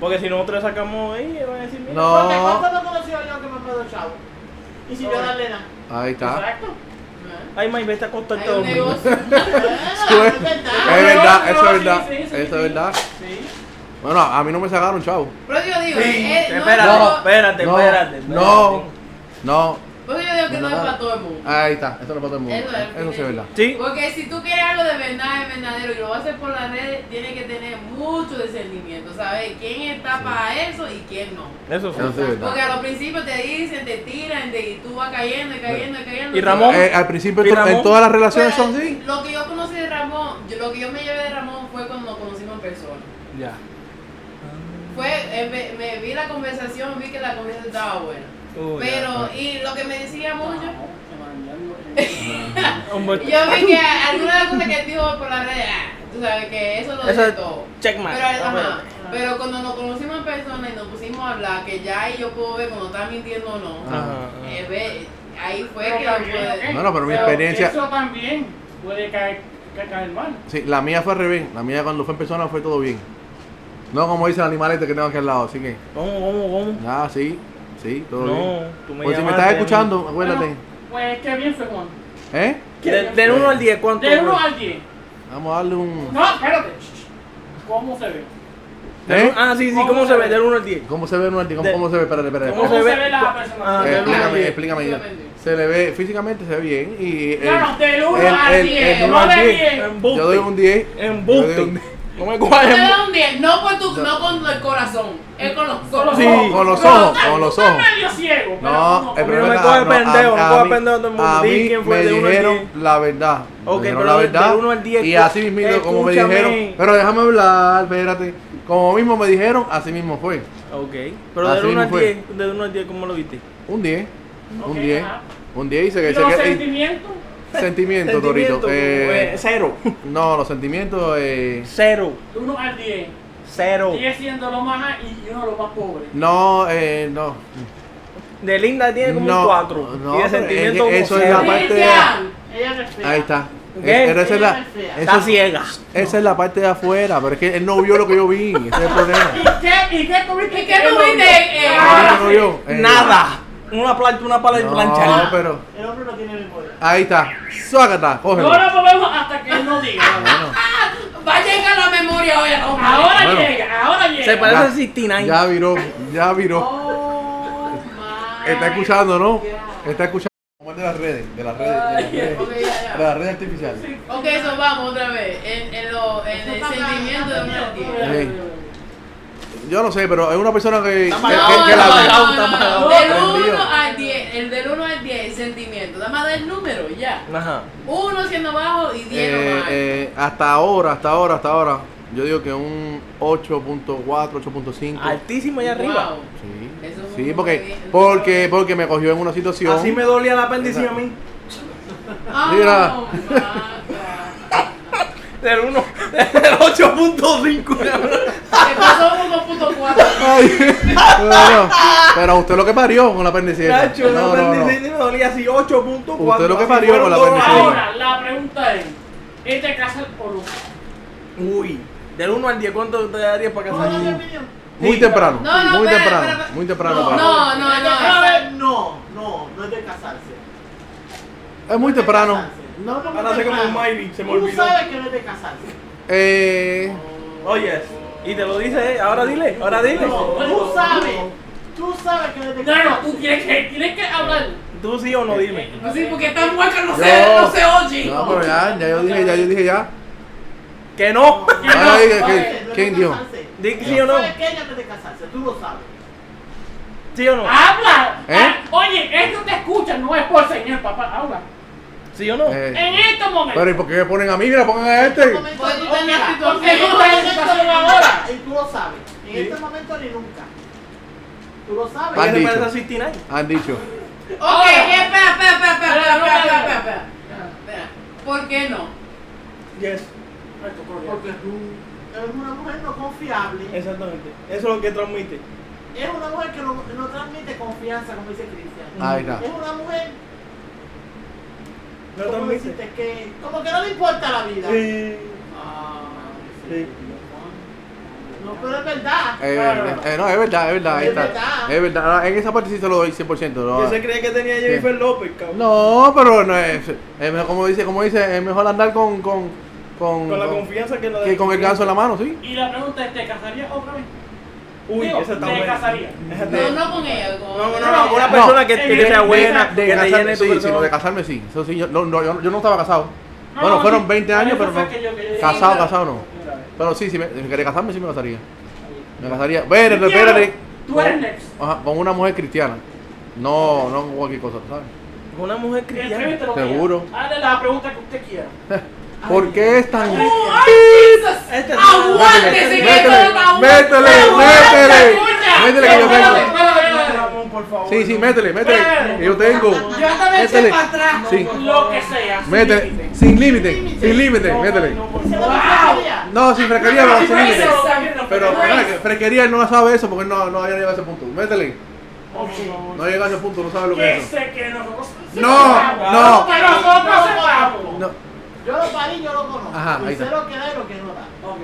Speaker 2: porque si nosotros sacamos ahí, van a decir, mira,
Speaker 3: No.
Speaker 4: Porque ¿cuánto no he conocido yo que me pedo el chavo? Y si yo
Speaker 2: No.
Speaker 4: darle nada.
Speaker 3: Ahí está.
Speaker 4: Exacto.
Speaker 2: ay, ma, vete a costar
Speaker 1: Hay
Speaker 2: todo.
Speaker 1: un
Speaker 2: hombre.
Speaker 1: negocio.
Speaker 4: Bueno, es
Speaker 1: Pues
Speaker 4: verdad.
Speaker 3: Es verdad,
Speaker 4: No,
Speaker 3: eso es
Speaker 4: no, sí,
Speaker 3: verdad.
Speaker 4: sí, sí,
Speaker 3: Eso es
Speaker 4: sí.
Speaker 3: verdad.
Speaker 4: Sí.
Speaker 3: Bueno, a a mí no me sacaron, chavo.
Speaker 1: Pero yo digo, eh, no,
Speaker 2: Espérate,
Speaker 1: no,
Speaker 2: espérate,
Speaker 3: No,
Speaker 2: espérate.
Speaker 3: no, no.
Speaker 1: pero Pues yo digo que no es para todo el mundo.
Speaker 3: Ahí está, eso no pasa en el mundo.
Speaker 1: Eso es.
Speaker 3: Ah, Eso sí es verdad.
Speaker 2: Sí,
Speaker 1: Porque si tú quieres algo de verdad, es verdadero y lo vas a hacer por las redes, tienes que tener mucho discernimiento, saber quién está para eso y quién no.
Speaker 2: eso sí.
Speaker 3: Eso sí es verdad.
Speaker 1: Porque a los principios te dicen, te tiran de- y tú vas cayendo y cayendo y cayendo.
Speaker 2: Y Ramón,
Speaker 3: Eh, al principio
Speaker 2: ¿Y
Speaker 3: to-
Speaker 2: Ramón?
Speaker 3: en todas las relaciones
Speaker 1: Pero
Speaker 3: son así.
Speaker 1: Lo que yo conocí de Ramón, yo- lo que yo me llevé de Ramón fue cuando nos conocimos en persona.
Speaker 3: Ya.
Speaker 1: Fue, eh, me, me vi la conversación, vi que la conversación estaba buena.
Speaker 3: Oh,
Speaker 2: Uy,
Speaker 1: Pero, y lo que me decía mucho,
Speaker 2: ya. Hombre,
Speaker 1: Y Yo vi que alguna de las cosas que él dijo por la red, ah, tú sabes que eso lo
Speaker 2: Eso-
Speaker 1: dice todo.
Speaker 2: checkmate.
Speaker 1: Pero,
Speaker 2: Ah,
Speaker 1: ajá,
Speaker 2: bueno.
Speaker 1: pero cuando nos conocimos en persona y nos pusimos a hablar, que ya ahí yo puedo ver cuando está mintiendo o no,
Speaker 3: Ah.
Speaker 2: Ajá, ajá.
Speaker 1: eh, ve, ahí fue
Speaker 4: Pero
Speaker 1: que
Speaker 4: también,
Speaker 1: yo pude-
Speaker 4: ¿ok? Eh,
Speaker 3: No, no, pero mi experiencia-
Speaker 4: Eso también puede caer, ca- caer mal.
Speaker 3: Sí, la mía fue al revés. La mía cuando fue en persona fue todo bien. No como dice el animalete que tengo aquí al lado, así que.
Speaker 2: ¿Cómo, cómo, cómo?
Speaker 3: Ah, sí, sí, todo bien.
Speaker 2: No, tú me
Speaker 3: Pues si me
Speaker 2: llamaste
Speaker 3: estás
Speaker 2: a mí.
Speaker 3: escuchando, acuérdate.
Speaker 4: Bueno, pues qué bien fue Juan.
Speaker 3: ¿Eh?
Speaker 2: De- Del 1 al 10, ¿cuánto?
Speaker 4: De
Speaker 2: bro?
Speaker 4: 1 al 10.
Speaker 3: Vamos a darle un.
Speaker 4: No, espérate. ¿Cómo se ve?
Speaker 2: Del
Speaker 3: ¿Eh?
Speaker 2: uno- Ah, sí, sí, ¿cómo,
Speaker 4: ¿Cómo
Speaker 2: se
Speaker 4: se
Speaker 2: ve?
Speaker 4: ve?
Speaker 2: Del 1 al 10.
Speaker 3: ¿Cómo se ve Nuardi? ¿Cómo,
Speaker 2: De-
Speaker 3: ¿Cómo se ve? Espérate, espérate.
Speaker 2: ¿Cómo
Speaker 4: ¿Cómo
Speaker 3: espérate.
Speaker 2: se ve?
Speaker 4: se ve la
Speaker 2: Ah,
Speaker 3: Eh,
Speaker 4: persona?
Speaker 1: del uno al
Speaker 3: explícame,
Speaker 2: diez.
Speaker 3: explícame ya.
Speaker 1: Explícame.
Speaker 3: Se le ve, físicamente se ve bien y. eh,
Speaker 4: No, no, del 1
Speaker 3: el-
Speaker 4: al
Speaker 3: el-
Speaker 4: 10.
Speaker 3: el uno
Speaker 4: No
Speaker 3: al
Speaker 4: de
Speaker 3: diez.
Speaker 4: 10.
Speaker 2: Embuste.
Speaker 3: yo doy un 10. Yo doy
Speaker 2: Embuste.
Speaker 3: un-
Speaker 2: No me cojas
Speaker 1: Te
Speaker 2: embuste.
Speaker 1: da un 10, no, por tu, no con el corazón, es con los, con los
Speaker 2: Sí.
Speaker 1: ojos.
Speaker 3: Con los
Speaker 4: Pero
Speaker 3: ojos,
Speaker 4: está-
Speaker 3: con los
Speaker 4: tú estás
Speaker 3: ojos.
Speaker 4: medio ciego, pero
Speaker 3: No, el
Speaker 4: como-
Speaker 2: mí no
Speaker 3: problema
Speaker 2: me
Speaker 3: es que-
Speaker 2: coge pendejo,
Speaker 3: a-
Speaker 2: no
Speaker 3: a
Speaker 2: coge
Speaker 3: mí-
Speaker 2: pendejo todo el mundo.
Speaker 3: A
Speaker 2: Di
Speaker 3: mí
Speaker 2: quién fue
Speaker 3: me
Speaker 2: de uno al
Speaker 3: dijeron
Speaker 2: diez.
Speaker 3: la verdad. Me
Speaker 2: Ok,
Speaker 3: dijeron
Speaker 2: pero
Speaker 3: la
Speaker 2: de-
Speaker 3: verdad.
Speaker 2: del uno al diez,
Speaker 3: y así mismo, como me
Speaker 2: escúchame.
Speaker 3: dijeron. Pero déjame hablar, espérate. Como mismo me dijeron, así mismo fue.
Speaker 2: Ok. Pero
Speaker 3: Así
Speaker 2: del 1 al
Speaker 3: fue.
Speaker 2: 10, del 1 al 10, ¿cómo lo viste?
Speaker 3: Un 10.
Speaker 4: Ok,
Speaker 3: Un 10.
Speaker 4: ajá.
Speaker 3: Un 10 y se,
Speaker 4: ¿Y
Speaker 3: se
Speaker 4: los
Speaker 3: queda- y-
Speaker 4: sentimientos?
Speaker 3: Sentimiento,
Speaker 2: Sentimiento,
Speaker 3: Torito. Eh,
Speaker 2: eh, cero.
Speaker 3: no, los sentimientos. eh,
Speaker 2: Cero.
Speaker 4: 1 al 10.
Speaker 2: Cero.
Speaker 4: 10 siendo lo más alto y uno lo más pobre.
Speaker 3: no, eh, no.
Speaker 2: De linda tiene como
Speaker 3: No,
Speaker 2: un 4.
Speaker 3: no,
Speaker 2: y de
Speaker 3: pero
Speaker 2: sentimiento
Speaker 3: es que
Speaker 2: como
Speaker 3: eso es
Speaker 2: cero.
Speaker 3: la parte-
Speaker 1: Cristian,
Speaker 4: Ella es fea.
Speaker 3: Ahí está.
Speaker 2: Ok.
Speaker 3: Es- pero esa es la,
Speaker 2: Está
Speaker 3: esa,
Speaker 2: ciega.
Speaker 3: esa es la parte de afuera, pero es que él no vio lo que yo vi. Ese es el problema.
Speaker 4: ¿Y qué, y qué tuviste
Speaker 1: ¿Y qué tuviste, eh,
Speaker 3: no yo. Eh,
Speaker 2: Nada. Una plancha, una pala y
Speaker 3: No,
Speaker 2: plancha.
Speaker 3: pero
Speaker 4: El hombre no tiene memoria.
Speaker 3: ahí está. Suácata, cógelo.
Speaker 4: No la movemos hasta que él nos diga.
Speaker 3: Bueno,
Speaker 1: Va a llegar la memoria hoy oh a comer.
Speaker 4: Ahora
Speaker 3: Bueno.
Speaker 4: llega, ahora llega.
Speaker 2: Se parece
Speaker 3: Ya.
Speaker 2: a 69.
Speaker 3: ya viró, ya viró.
Speaker 1: Oh, my
Speaker 3: Está escuchando, ¿no?
Speaker 1: God.
Speaker 3: Está escuchando. Como el de las redes, de las redes, de las
Speaker 4: Ay,
Speaker 3: redes,
Speaker 1: Ok, ya,
Speaker 3: de
Speaker 1: ya.
Speaker 3: las redes artificiales.
Speaker 4: Sí.
Speaker 1: Ok, eso vamos otra vez. En, en, lo, en el sentimiento de una tía.
Speaker 3: Yo no sé, pero es una persona que, que,
Speaker 2: Está
Speaker 1: No,
Speaker 2: mal-
Speaker 3: que-
Speaker 1: no,
Speaker 3: que la
Speaker 1: no, no, no,
Speaker 4: apagado.
Speaker 1: Del 1
Speaker 3: Prendido.
Speaker 1: al 10, el del 1 al 10 es sentimiento. Nada más da el número ya.
Speaker 2: Ajá.
Speaker 1: 1 siendo bajo y 10
Speaker 3: Eh,
Speaker 1: nomás.
Speaker 3: eh, hasta ahora, hasta ahora, hasta ahora, yo digo que un 8.4, 8.5.
Speaker 2: Altísimo allá arriba.
Speaker 1: Wow.
Speaker 3: Sí,
Speaker 1: Eso es
Speaker 3: sí
Speaker 1: muy
Speaker 3: porque,
Speaker 1: bien.
Speaker 3: porque, porque me cogió en una situación.
Speaker 2: Así me dolía la apéndice a mí.
Speaker 1: Oh,
Speaker 3: Mira.
Speaker 1: my God.
Speaker 2: Del 1, del 8.5.
Speaker 1: Se pasó 1.4.
Speaker 3: Ay, bueno, pero usted lo que parió con la apendicitis.
Speaker 2: Nacho, la
Speaker 3: No, no, no.
Speaker 2: apéndice me dolía así 8.4.
Speaker 3: Usted lo que
Speaker 2: así
Speaker 3: parió
Speaker 2: fueron
Speaker 3: con la
Speaker 2: dos
Speaker 3: apéndice.
Speaker 2: horas.
Speaker 4: Ahora, la pregunta es, ¿es de casa o no?
Speaker 2: Uy. Del 1 al 10, ¿cuánto te darías para
Speaker 6: No,
Speaker 2: casar?
Speaker 3: Muy
Speaker 2: Sí.
Speaker 3: temprano,
Speaker 1: No, no,
Speaker 3: muy
Speaker 1: espera,
Speaker 3: temprano,
Speaker 1: espera,
Speaker 3: muy temprano. para-
Speaker 1: no, no,
Speaker 4: no,
Speaker 6: no, no, no, no es de casarse.
Speaker 3: Es muy
Speaker 6: No es de
Speaker 3: temprano.
Speaker 6: casarse. No, no,
Speaker 2: Ahora sé como un Miley, se me olvidó.
Speaker 6: Tú sabes que no es de casarse.
Speaker 3: Eh,
Speaker 2: Oyes. Y te lo dice, eh, ahora dile, ahora dile.
Speaker 6: No, tú sabes. Tú sabes que no es de
Speaker 4: No, no,
Speaker 6: casarse.
Speaker 4: tú tienes que, tienes que hablar.
Speaker 2: Tú sí o no dime.
Speaker 4: Eh,
Speaker 1: Sí, porque tan hueca no se,
Speaker 3: Yo-
Speaker 1: no se oye.
Speaker 3: No, pero ya, ya yo dije, ya yo dije ya.
Speaker 2: Que no.
Speaker 4: Ya no,
Speaker 3: Ay,
Speaker 6: No
Speaker 3: ¿qué-
Speaker 6: es, no es de
Speaker 3: quién dijo?
Speaker 6: casarse.
Speaker 2: Di sí
Speaker 6: Tú
Speaker 2: o no.
Speaker 6: sabes que ella no es de casarse, tú lo sabes.
Speaker 2: Sí o no.
Speaker 4: ¡Habla!
Speaker 3: ¿Eh?
Speaker 4: Ah, Oye, esto te escucha, no es por señal, papá, habla.
Speaker 2: Sí o no.
Speaker 3: Eh,
Speaker 4: En este estos momentos.
Speaker 3: pero ¿y por qué me ponen a mí? Mira, pongan a
Speaker 6: En este
Speaker 3: este.
Speaker 6: momento,
Speaker 1: Porque tú
Speaker 6: ni-
Speaker 1: estás en la
Speaker 6: mira,
Speaker 1: situación.
Speaker 6: porque tú estás en esta
Speaker 4: Porque tú
Speaker 6: situación
Speaker 4: estás
Speaker 6: ahora, Y tú lo sabes. En este momento ni nunca. Tú lo
Speaker 3: Vale.
Speaker 6: sabes.
Speaker 2: ¿Qué
Speaker 3: han
Speaker 2: se
Speaker 3: dicho.
Speaker 2: parece a 69?
Speaker 3: Han dicho.
Speaker 1: Ok, espera, espera, espera, espera, espera,
Speaker 4: Espera, no,
Speaker 1: espera, espera,
Speaker 4: espera.
Speaker 1: espera. Espera. ¿Por qué no?
Speaker 2: Yes.
Speaker 6: Porque tú eres una mujer no confiable.
Speaker 2: Exactamente. Eso es lo que transmite.
Speaker 6: Es una mujer que no, no transmite confianza, como dice Cristian.
Speaker 3: Ahí está.
Speaker 6: Es una mujer,
Speaker 2: No
Speaker 6: como
Speaker 2: transmite.
Speaker 6: decirte, que como que no le importa la vida.
Speaker 2: Sí.
Speaker 6: Ah,
Speaker 2: Sí.
Speaker 6: No, pero es verdad.
Speaker 3: Eh, eh, no, es verdad, es verdad, ahí
Speaker 6: Es
Speaker 3: está.
Speaker 6: verdad.
Speaker 3: Es verdad, ahora, en esa parte sí se lo doy 100%. lo-
Speaker 2: Yo se creía que tenía Jennifer López, cabrón.
Speaker 3: No, pero no es, es mejor, como dice, como dice, es mejor andar con con con,
Speaker 2: Con la
Speaker 3: con-
Speaker 2: confianza que la
Speaker 3: que con el ganso en la mano, sí.
Speaker 4: Y la pregunta es, ¿te casarías otra vez?
Speaker 2: Uy,
Speaker 4: Digo,
Speaker 2: esa está
Speaker 4: ¿te
Speaker 2: buena.
Speaker 4: casarías?
Speaker 2: Esa está-
Speaker 1: No, no con ella. Con...
Speaker 2: No, no, no, una
Speaker 4: No,
Speaker 2: persona que, que
Speaker 4: de-
Speaker 2: sea
Speaker 4: de-
Speaker 2: buena,
Speaker 3: De
Speaker 2: que te
Speaker 3: casarme,
Speaker 2: llene
Speaker 3: sí,
Speaker 2: tu
Speaker 3: sí, lo de
Speaker 2: persona.
Speaker 3: casarme sí. Eso sí, yo no, no, yo, yo no estaba casado.
Speaker 4: No,
Speaker 3: bueno,
Speaker 4: no,
Speaker 3: fueron
Speaker 4: sí.
Speaker 3: 20 años,
Speaker 4: Eso
Speaker 3: pero
Speaker 4: fue
Speaker 3: no.
Speaker 4: que yo- que yo-
Speaker 3: Casado,
Speaker 4: Sí,
Speaker 3: casado no.
Speaker 4: mira, mira.
Speaker 3: Pero sí, si me si me quería casarme sí me casaría. Me casaría. Espérate, espérate.
Speaker 4: Tú eres next.
Speaker 3: Ajá, con una mujer cristiana. No, no con cualquier cosa, ¿sabes?
Speaker 2: Una mujer cristiana.
Speaker 4: Escríbetelo,
Speaker 3: Seguro.
Speaker 4: mira. Hazle la pregunta que usted quiera.
Speaker 3: ¿Por qué es tan
Speaker 1: ¡Oh, ay, Jesus!
Speaker 2: Este es-
Speaker 1: ¡Aguántese que esto no está
Speaker 3: métele, métele, métele que yo
Speaker 4: Espérate,
Speaker 3: tengo.
Speaker 4: espérate, espérate.
Speaker 2: Ramón, por favor.
Speaker 3: Sí, sí,
Speaker 2: no.
Speaker 3: métele, métele.
Speaker 4: Espérate.
Speaker 3: que Yo tengo.
Speaker 1: Yo hasta me eché
Speaker 3: Métele.
Speaker 1: para atrás.
Speaker 3: Sí.
Speaker 4: Lo que sea. sin límite.
Speaker 3: Métele, sin límite, sin límite,
Speaker 4: No,
Speaker 3: métele.
Speaker 4: no, por
Speaker 6: Se lo
Speaker 4: favor.
Speaker 2: Ah,
Speaker 6: dejaría.
Speaker 3: No, sin fresquería, pero sin límite.
Speaker 1: Gracias.
Speaker 3: Pero espera, que fresquería él no sabe eso porque él no, no había llegado a ese punto. Métele, no ha llegado a ese punto, no sabe lo que
Speaker 4: Que
Speaker 3: es eso.
Speaker 4: sé que nosotros
Speaker 3: No, no.
Speaker 4: Que nosotros sepamos.
Speaker 3: No.
Speaker 6: Yo lo parí, yo lo conozco.
Speaker 3: Ajá, ahí
Speaker 6: y sé
Speaker 3: está.
Speaker 6: lo que da y lo que no da.
Speaker 4: Ok.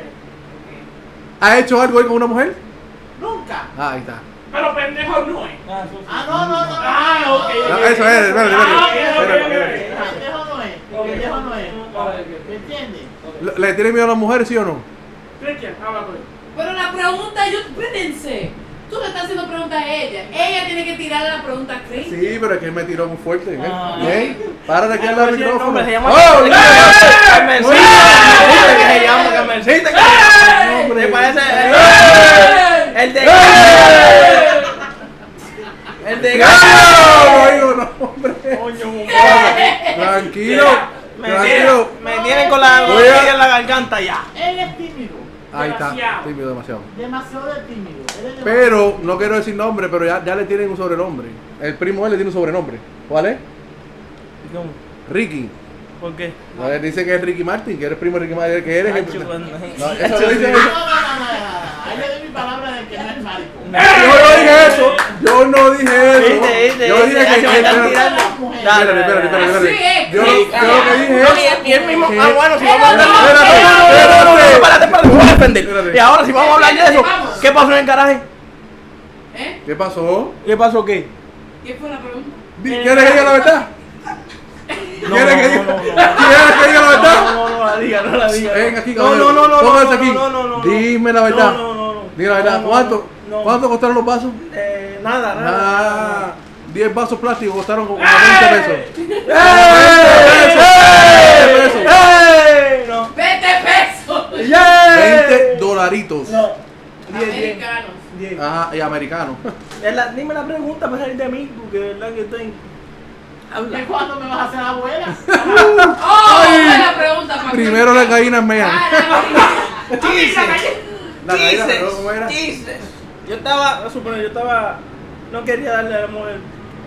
Speaker 3: ¿Ha hecho algo él con una mujer?
Speaker 6: Nunca.
Speaker 3: Ah, ahí está.
Speaker 4: Pero pendejo no es.
Speaker 2: Ah, eso sí.
Speaker 6: Ah, no, no, no.
Speaker 4: Ah,
Speaker 6: no,
Speaker 4: ok,
Speaker 3: No,
Speaker 6: no, no.
Speaker 4: ok.
Speaker 3: eso es, espérate, espérate.
Speaker 4: Ah, ok, ok,
Speaker 3: espérate,
Speaker 4: ok,
Speaker 3: espérate.
Speaker 6: El pendejo no es. El
Speaker 4: Ok.
Speaker 6: pendejo no es.
Speaker 4: Ok, ok.
Speaker 6: ¿Me entiendes?
Speaker 3: ¿Le- ¿Le tiene miedo a las mujeres, sí o no?
Speaker 4: Cristian, habla tú.
Speaker 1: Pero la pregunta, yo, espérense. Tú le estás haciendo preguntas a ella. Ella tiene que tirar la pregunta a Chris.
Speaker 3: Sí, pero es que él me tiró muy fuerte. ¿eh?
Speaker 2: Ah.
Speaker 3: ¿Eh? Párate aquí
Speaker 2: Ah,
Speaker 3: al
Speaker 2: no,
Speaker 3: lado del
Speaker 2: ese es el
Speaker 3: micrófono.
Speaker 2: nombre, se llama-
Speaker 3: ¡Oh, ¡Eh!
Speaker 2: Carmencita,
Speaker 3: Uy.
Speaker 2: Carmencita, que
Speaker 3: ¡Eh!
Speaker 2: se llama Carmencita, que-
Speaker 3: ¡Ey!
Speaker 2: ¿Te parece?
Speaker 3: ¡Ey!
Speaker 2: El de...
Speaker 3: ¡Eh!
Speaker 2: El de...
Speaker 3: ¡No! no, no, hombre.
Speaker 2: Coño,
Speaker 3: Tranquilo,
Speaker 2: Me
Speaker 3: tranquilo.
Speaker 2: tienen- Me tienen con la
Speaker 3: Voy a-
Speaker 2: rodilla en la garganta ya.
Speaker 6: Él es tímido.
Speaker 3: Ahí está,
Speaker 4: Demasiado.
Speaker 3: tímido demasiado.
Speaker 6: Demasiado de tímido. Él es demasiado-
Speaker 3: Pero, no quiero decir nombre, pero ya, ya le tienen un sobrenombre. El primo de él le tiene un sobrenombre. ¿Cuál es? Ricky.
Speaker 2: ¿Por qué?
Speaker 3: No, él dice que es Ricky Martin, que eres primo de Ricky Martin, que eres.
Speaker 2: Nacho,
Speaker 3: el...
Speaker 2: cuando-
Speaker 3: No, eso lo dice
Speaker 6: No, no, no, no, no. Ahí le doy mi palabra de que no es marico.
Speaker 3: Yo no dije eso. Yo no dije eso.
Speaker 2: Viste, viste,
Speaker 3: Yo dije
Speaker 2: viste,
Speaker 3: que.
Speaker 2: ya se me están
Speaker 3: que-
Speaker 2: tirando.
Speaker 6: Las mujeres.
Speaker 2: Dale,
Speaker 3: Espérate, espérate, espérate,
Speaker 1: Así
Speaker 3: espérate.
Speaker 1: es,
Speaker 3: Yo,
Speaker 1: sí,
Speaker 3: yo lo que dije
Speaker 2: No,
Speaker 3: es.
Speaker 2: y él- y él mismo.
Speaker 3: ¿Qué?
Speaker 2: Ah, bueno, si vamos a hablar.
Speaker 3: Espérate,
Speaker 2: Espérate,
Speaker 3: espérate.
Speaker 2: espérate, espérate, te voy a defender.
Speaker 3: Espérate.
Speaker 2: Y ahora, si vamos a hablar de eso,
Speaker 1: Vamos.
Speaker 2: ¿qué pasó en el garaje?
Speaker 1: ¿Eh?
Speaker 3: ¿Qué pasó?
Speaker 2: ¿Qué pasó qué?
Speaker 1: ¿Qué fue la pregunta?
Speaker 3: Di- ¿Quieres que diga la verdad?
Speaker 2: No, no,
Speaker 3: ¿Quieres que diga
Speaker 2: no, no, no.
Speaker 3: ¿Quieres que diga la verdad?
Speaker 2: No, no, no, no la diga, no la diga.
Speaker 3: Ven aquí,
Speaker 2: no, no,
Speaker 3: caballero.
Speaker 2: no, no,
Speaker 3: Pónganse
Speaker 2: no,
Speaker 3: aquí.
Speaker 2: no, no, no, no.
Speaker 3: Dime la verdad.
Speaker 2: No, no, no, no.
Speaker 3: Dime la
Speaker 2: No,
Speaker 3: verdad.
Speaker 2: no,
Speaker 3: ¿Cuánto,
Speaker 2: no, no.
Speaker 3: ¿Cuánto costaron los vasos?
Speaker 2: Eh, nada, nada.
Speaker 3: Ah, 10 vasos plásticos costaron como 20 pesos.
Speaker 2: ¡Eh!
Speaker 3: pesos.
Speaker 2: ¡Eh! No.
Speaker 1: 20 pesos.
Speaker 2: ¡Yeah!
Speaker 3: 20 dolaritos.
Speaker 2: No. 10, 10.
Speaker 1: Americanos.
Speaker 2: 10.
Speaker 3: Ajá, y americano.
Speaker 2: Es la- Dime la pregunta para salir de mí, porque de verdad que estoy.
Speaker 6: ¿De cuándo me vas a hacer abuela?
Speaker 1: ¡Oh! Buena pregunta, Paquita.
Speaker 3: Primero las gallinas mean.
Speaker 1: Ah, la gallina. Ah, la gallina.
Speaker 3: La gallina, pero ¿cómo era?
Speaker 2: Yo estaba, voy a suponer, yo estaba. No quería darle al amor el,